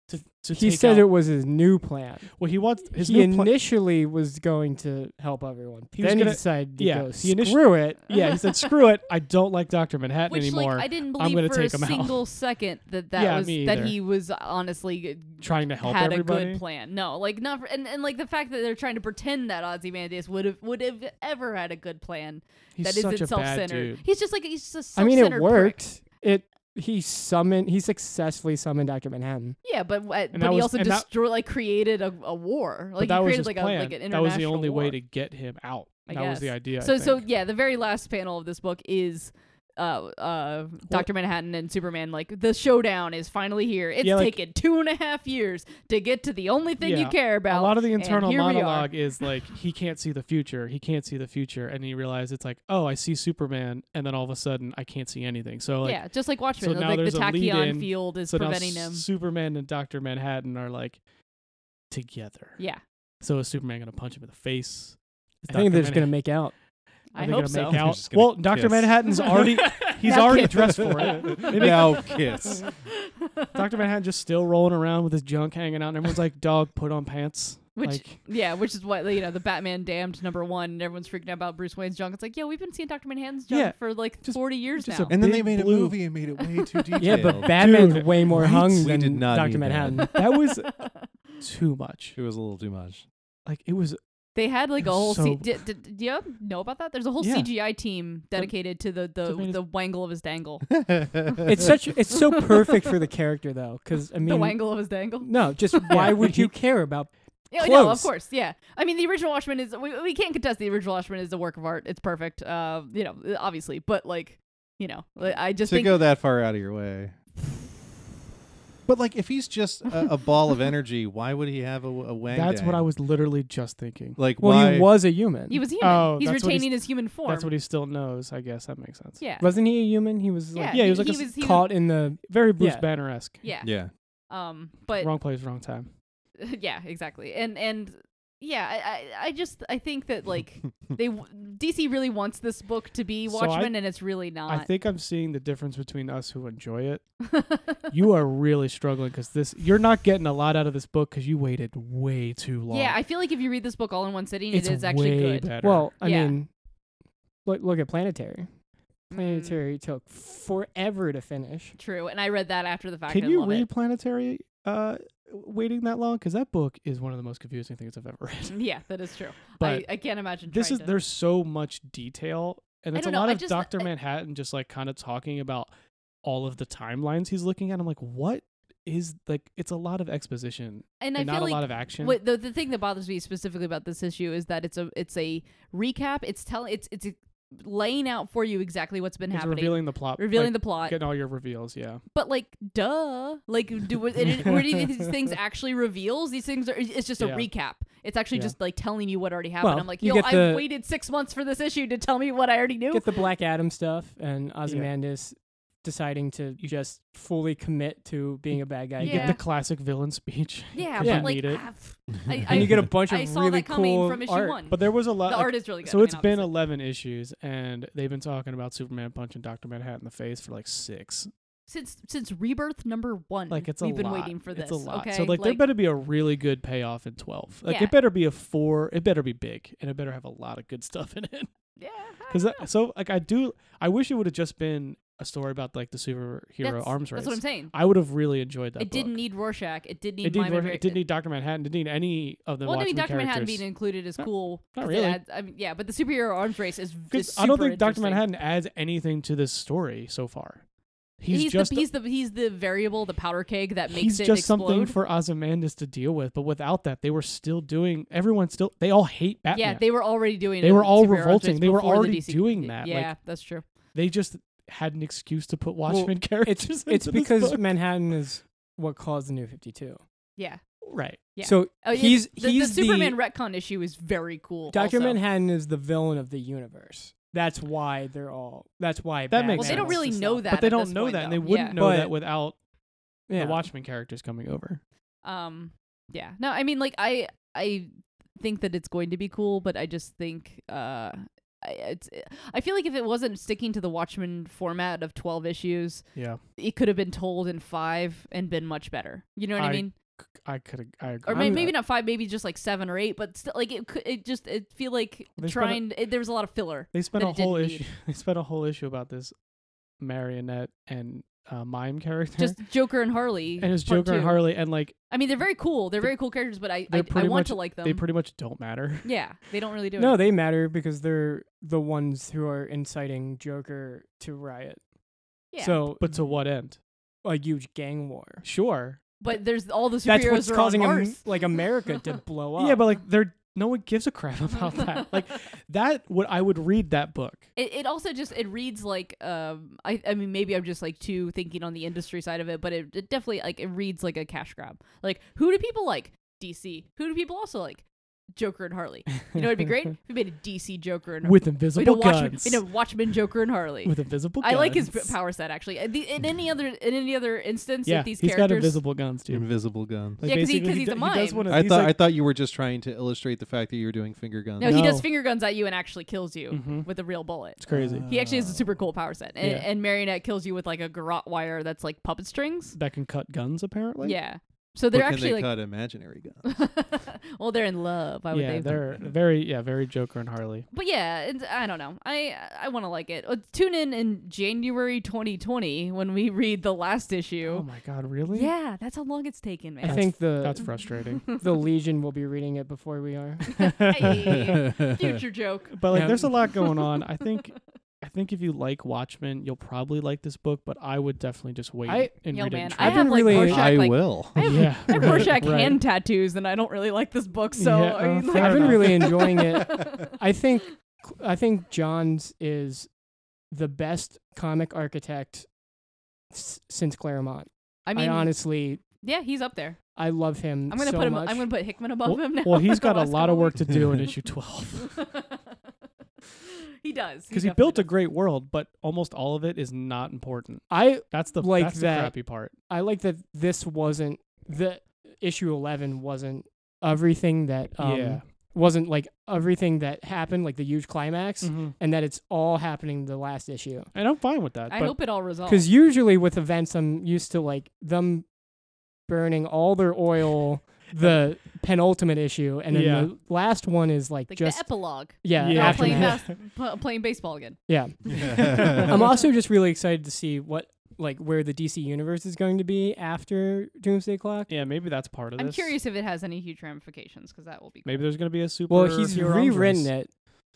to, to
he
take
said
out-
it was his new plan.
Well, he wants his
he
new plan.
initially was going to help everyone.
He was
then he
gonna-
decided to
yeah,
go
he initi-
screw it.
yeah, he said, "Screw it! I don't like Doctor Manhattan
Which,
anymore."
like, I didn't
I'm
believe
gonna
for a
take 'em out.
single second that that
Yeah,
was
me
that
either.
he was honestly
trying to help
had
everybody.
a good plan. No, like not, for, and and like the fact that they're trying to pretend that Ozymandias would have would have ever had a good plan
He's
that
such
isn't
a bad
self-centered.
dude.
He's just like he's just a
I
self-centered
mean, it
prick.
worked. It he summoned he successfully summoned Doctor Manhattan.
Yeah, but w- but
that
he
was-
also
and that-
destroyed like created a, a war. Like
but
he
that was
created
his
like
plan.
a like an
that
international
was the only
war.
way to get him out.
I
that was the
guess.
idea. I
So so
think.
yeah, the very last panel of this book is uh uh Doctor Manhattan and Superman like the showdown is finally here. It's
Yeah, like-
taken two and a half years to get to the only thing
Yeah,
you care about.
a lot of the
and
internal
here we are.
monologue is like he can't see the future. He can't see the future, and he realizes it's like, oh, I see Superman, and then all of a sudden I can't see anything. So like,
yeah, just like Watchmen,
so now
like the
there's a lead-in,
tachyon field is
so now
preventing him.
Superman and Doctor Manhattan are like together.
Yeah,
So is Superman gonna punch him in the face? Is
I think they're
Dr.
just gonna make out.
Manhattan-
I
are they
hope
gonna
so.
make out?
They're just gonna
Well, Doctor
kiss.
Manhattan's already he's
Now
already
kiss.
dressed for it. They make
now kiss.
Dr. Manhattan just still rolling around with his junk hanging out, and everyone's like, dog, put on pants.
Which-
like,
Yeah, which is what you know, the Batman damned number one, and everyone's freaking out about Bruce Wayne's junk. It's like, yeah, we've been seeing Doctor Manhattan's junk
Yeah,
for like
just-
forty years
just
now.
a
And then they
Big
made a
blue.
movie and made it way too detailed.
Yeah, but Batman's
Dude,
way more
right?
hung
We
than
did not
Doctor
need that.
Manhattan.
that was too much.
it was a little too much.
Like, it was,
They had like a
It's
whole.
so-
C- did, did, did you know about that? There's a whole
Yeah.
CGI team dedicated to the
To make
the,
his-
the wangle of his dangle.
It's such it's so perfect for the character though, because I
the
mean,
wangle of his
mm,
dangle.
no, just why would
He-
you care about?
Yeah, no, of
Close.
course, yeah. I mean, the original Watchmen is we, we can't contest the original Watchmen is a work of art. It's perfect. Uh, you know, obviously, but like, you know, like, I just
to
think
go that far out of your way. But like, if he's just a, a ball of energy, why would he have a, a wang?
that's what
dang?
I was literally just thinking.
like.
Well,
why?
he was a human.
he was human.
Oh,
he's
that's what he's-
retaining his human form.
That's what he still knows, I guess. That makes sense.
yeah.
Wasn't he a human? He was like
Yeah,
he was
he-
like
he
a s-
was- he was-
caught in the
very Bruce
Yeah.
Banner esque.
yeah,
yeah.
Um, but
Wrong place, wrong time.
yeah, exactly. And and yeah, I I, I just I think that like they w- DC really wants this book to be
So I-
Watchmen, and it's really not.
I think I'm seeing the difference between us who enjoy it. You are really struggling because this, you're not getting a lot out of this book because you waited way too long.
Yeah, I feel like if you read this book all in one sitting,
it's
it is actually
way
good.
better.
well. I
Yeah.
mean, look look at Planetary.
Mm,
Planetary took forever to finish.
true, and I read that after the fact.
Can
I
you
love
read
it.
Planetary uh, waiting that long? Because that book is one of the most confusing things I've ever read.
Yeah, that is true.
But
Mm, I, I can't imagine.
this
trying
is
to-
there's so much detail, and
I
it's a
don't know,
lot
I
of
just-
Doctor
I-
Manhattan just like kind of talking about all of the timelines he's looking at. I'm like, what is like? It's a lot of exposition
and
and,
I
not
feel
a
like
lot of action.
What the, the thing that bothers me specifically about this issue is that it's a it's a recap. It's telling it's it's laying out for you exactly what's been
it's
happening,
revealing the plot,
revealing
like,
the plot.
getting all your reveals. Yeah,
But like, duh, like, do were, it, were any of these things actually reveals? These things are. It's just a
Yeah.
recap. It's actually
Yeah.
just like telling you what already happened.
Well,
I'm like,
you
yo,
get
I've
the-
waited six months for this issue to tell me what I already knew.
Get the Black Adam stuff and Ozymandias deciding to just fully commit to being a bad guy.
you
Yeah.
get the classic villain speech.
yeah,
Yeah.
but like,
Need it.
ah, pff, I, I,
And you get a bunch of
I saw
really
that coming
cool
from issue
art.
one.
But there was a lot.
the
Uh, like,
art is really good.
So
I mean,
it's been
obviously.
11 issues, and they've been talking about Superman punching Dr. Manhattan in the face for like six.
since since rebirth number one.
Like, it's a
we've been
lot.
waiting for this.
It's a lot.
Okay,
So, like, there better be a really good payoff in 12. Like,
Yeah.
it better be a four. It better be big, and it better have a lot of good stuff in it.
yeah, I
Because,
don't know.
so, like, I do, I wish it would have just been a story about, like, the superhero
that's,
arms race.
That's what I'm saying.
I would have really enjoyed that.
It didn't
book.
need Rorschach. It did need.
It didn't,
Lyman
work-
Ra-
it didn't need Dr. Manhattan. Didn't need any of the
Well, I mean,
Watchmen
Dr. Manhattan
characters.
being included is
Not-
cool.
not
'cause it
really.
adds- I mean, yeah, but the superhero arms race is. is
I don't
super
think Dr.
interesting.
Manhattan adds anything to this story so far. He's,
He's,
just
the, he's the he's the variable, the powder keg that makes
he's
it
just
explode.
something for Ozymandias to deal with. But without that, they were still doing. Everyone still. They all hate Batman.
yeah, they were already doing.
They
it
were
with
all
superhero arms
revolting.
race
They were
before the
already
DC
doing that,
Yeah,
like-
that's true.
They just had an excuse to put
Well,
Watchmen characters.
It's it's
into this
because
book.
Manhattan is what caused the New Fifty Two.
Yeah.
right.
Yeah.
So
Oh, yeah,
he's
the,
he's
the Superman retcon issue is very cool.
Doctor
also.
Manhattan is the villain of the universe. That's why they're all. That's why.
That makes
Well, they
sense.
don't really know that,
But they
at
don't
this
know
point,
that, and they
though.
wouldn't
Yeah.
know
But-
that without
Yeah.
the Watchmen characters coming over.
um yeah no i mean like i i think that it's going to be cool but i just think uh I- it's, I feel like if it wasn't sticking to the Watchmen format of 12 issues,
Yeah,
it could have been told in five and been much better. You know what I,
I-
mean?
C- I could. I agree.
Or
I'm
may-
not-
maybe not five, maybe just like seven or eight. But still, like it could, it just it feel like
They spent a-
trying. it, there was a lot of filler.
They spent
that
a
it didn't
whole
need.
issue. They spent a whole issue about this marionette and uh, mime character.
Just Joker and Harley.
and it's
part
Joker and
two.
Harley, and like
I mean, they're very cool. They're
They-
very cool characters, but I I,
they're
I
pretty
want
much-
to like them.
they pretty much don't matter.
yeah, they don't really do
No,
it.
they matter because they're the ones who are inciting Joker to riot.
Yeah.
So,
But to what end?
a huge gang war.
Sure.
But there's all the superheroes
That's what's
are
causing
on
Am-
Mars.
like America to blow up.
Yeah, but like they're no one gives a crap about that. like that would I would read that book.
It, it also just it reads like um I I mean maybe I'm just like too thinking on the industry side of it, but it, it definitely like it reads like a cash grab. Like who do people like? DC. Who do people also like? Joker and Harley. You know it'd be great if we made a DC Joker and
with
we know
invisible
Watchmen,
guns.
we know Watchmen Joker and Harley.
with invisible
I
guns. Mm.
like his p- power set actually. Uh, the- In any other in any other instance,
Yeah,
if these
he's
characters
got invisible guns, dude.
Invisible guns.
Yeah, 'cause he-
basically,
'cause he's
do-
a
he does
mime.
one of
Mm-hmm. I
these,
thought
like,
I thought you were just trying to illustrate the fact that you were doing finger guns.
no, he does
No.
finger guns at you and actually kills you
Mhm.
with a real bullet.
it's crazy.
He actually has a super cool power set, and,
Yeah.
and Marionette kills you with like a garrote wire that's like puppet strings.
that can cut guns apparently.
yeah, so
But
they're
can
actually
they
like,
cut imaginary guns?
well, they're in love. Why would
yeah,
they?
they're very yeah, very Joker and Harley.
But yeah, it's, I don't know. I I want to like it. Uh, tune in in January 2020 when we read the last
Oh
issue.
my god, really?
yeah, that's how long it's taken,
I
man.
think the
That's frustrating.
the Legion will be reading it before we are.
Hey, future joke.
But like,
Yeah.
there's a lot going on. I think, I think if you like Watchmen, you'll probably like this book. But I would definitely just wait
I-
and
Yo,
read
man,
it.
I
I've been
have like
really-
Rorschach,
I
like,
will.
I have,
yeah,
I have Rorschach
right.
hand tattoos, and I don't really like this book. So
Yeah,
I
uh,
mean,
fair
like-
I've been
enough.
really enjoying it. I think I think Johns is the best comic architect s- since Claremont.
I
I,
mean,
honestly
yeah, he's up there.
I love him.
I'm gonna
so
put him.
much.
I'm gonna put Hickman above
Well,
him now.
well,
for
he's
the
got a
last
lot of
couple
work to do in
weeks.
issue twelve
he does
because he
definitely
built a
does.
great world, but almost all of it is not important.
I
That's the
Like
that's
that.
the crappy part.
I like that this wasn't the issue 11 wasn't everything that um,
yeah,
wasn't like everything that happened like the huge climax
Mm-hmm.
Mhm.
and that it's all happening the last issue.
and I'm fine with that.
I
but
hope it all resolves.
Because usually with events, I'm used to like them burning all their oil the penultimate issue, and then
Yeah.
the last one is like,
like
just
the epilogue,
yeah.
Yeah.
playing
aftermath.
bas- pl- playing baseball again.
yeah. I'm also just really excited to see what like where the DC universe is going to be after Doomsday Clock.
yeah, maybe that's part of
I'm
this.
curious if it has any huge ramifications because that will be.
Maybe there's gonna be a super.
Well, he's rewritten it.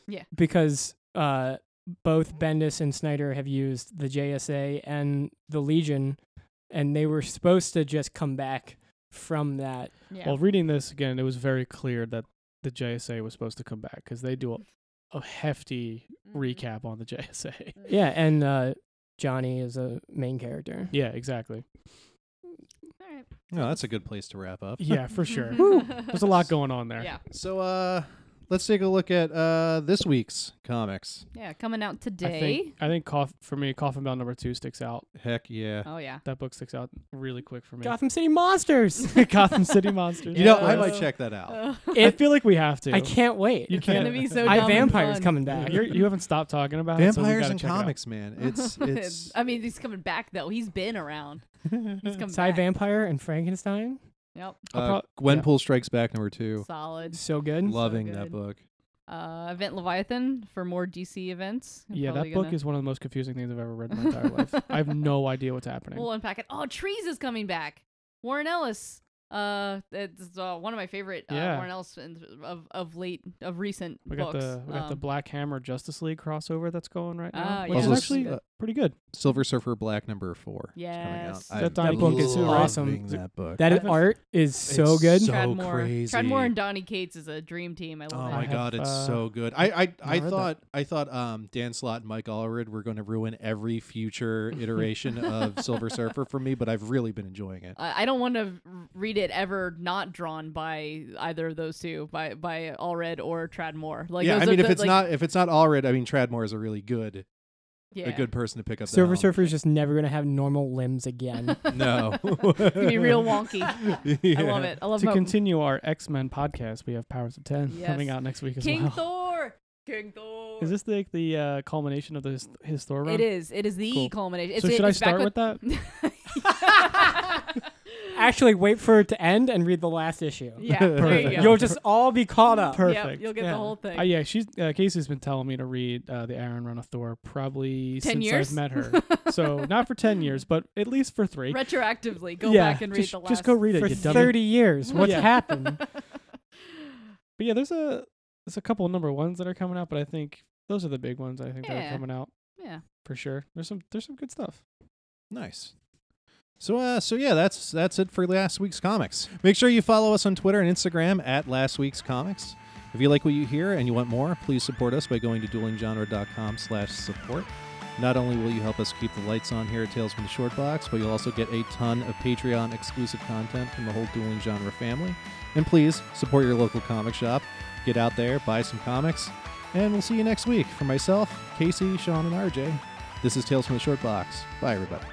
Yeah.
Because uh, both Bendis and Snyder have used the JSA and the Legion, and they were supposed to just come back from that.
Cool. Yeah.
Well, reading this again, it was very clear that the JSA was supposed to come back because they do a, a hefty
Mhm.
recap on the JSA.
Yeah, and uh, Johnny is a main character.
yeah, exactly.
All right.
no, that's a good place to wrap up.
Yeah, for sure. Woo. There's a lot going on there.
Mm-hmm. Yeah.
So uh, let's take a look at uh, this week's comics.
Yeah. Coming out
I
today.
think I think cough for me, Coffin Bell number two sticks out.
Heck yeah.
oh yeah.
That book sticks out really quick for me.
Gotham City Monsters.
Gotham City Monsters.
You know,
Yeah.
I might check that out.
Uh,
I
It-
feel like we have to.
I can't wait.
You
it's gonna
can't.
be so.
I
dumb and
vampires
fun.
coming back.
You're, you haven't stopped talking about it. so we
Vampires
gotta
and
check it out.
comics, man. It's it's
I mean, he's coming back though. He's been around. He's coming
Cy
back.
Vampire and Frankenstein.
yep.
I'll
uh,
prob- yeah.
Gwenpool Strikes Back number two.
Solid.
So good.
Loving
so good.
that book.
Uh, Event Leviathan for more DC events. I'm
Yeah,
probably
that book
gonna-
is one of the most confusing things I've ever read in my entire life. I have no idea what's happening.
We'll unpack it. Oh, Trees is coming back. Warren Ellis. Uh, it's uh, one of my favorite uh,
Yeah.
Warren Ellis in- of of late of recent
we got
books.
the we got the
Um,
Black Hammer Justice League crossover that's going right now,
Ah,
which
yeah.
is actually
Uh,
pretty good.
Silver Surfer Black number four. is coming out.
Yes.
I'm
That book
is
loving
awesome.
That book.
That
I've-
art is so
It's
good.
so
Trad Moore.
crazy.
Trad Moore and Donnie Cates is a dream team. I
Oh
love it.
my
have,
god, it's
uh,
so good. I I, I
read that.
thought I thought um Dan Slott and Mike Allred were going to ruin every future iteration of Silver Surfer for me, but I've really been enjoying it.
I I don't want to read it ever not drawn by either of those two, by by Allred or Trad Moore. Like
yeah,
those
I
are
mean, if
the-
it's
like-
not if it's not Allred, I mean Tradmore is a really good
yeah.
a good person to pick up. that
Silver
album.
Surfer's just never gonna have normal limbs again.
No,
it's gonna be real wonky. I love it. I love
To
how-
continue our X Men podcast, we have Powers of Ten coming
Yes.
out next week as
King
well.
Thor. Kingdor.
Is this the the uh, culmination of the his, his store run?
It is. It is the
Cool.
culmination. It's,
So should I
it's back
start with that?
with?
Actually, wait for it to end and read the last issue.
yeah. There you
Perfect.
go.
You'll just all be caught up.
Perfect.
Yep, you'll get
Yeah.
the whole thing.
Uh, yeah, she's uh, Casey's been telling me to read uh, the Aaron Run of Thor probably
10
since
years?
I've met her. so not for ten years, but at least for three.
Retroactively, go
yeah,
back and read
just,
the last.
just go read it.
For
you dummy.
30 years, what's
Yeah.
happened?
But yeah, there's a there's a couple number ones that are coming out, but I think those are the big ones. I think that
Yeah.
are coming out
Yeah.
for sure. There's some there's some good stuff.
Nice. So uh so yeah, that's that's it for last week's comics. Make sure you follow us on Twitter and Instagram at last week's comics. If you like what you hear and you want more, please support us by going to duelinggenre.com slash support. Not only will you help us keep the lights on here at Tales from the Short Box, but you'll also get a ton of Patreon exclusive content from the whole dueling genre family. And please support your local comic shop. Get out there, buy some comics, and we'll see you next week. For myself, Casey, Sean, and RJ, this is Tales from the Short Box. Bye everybody.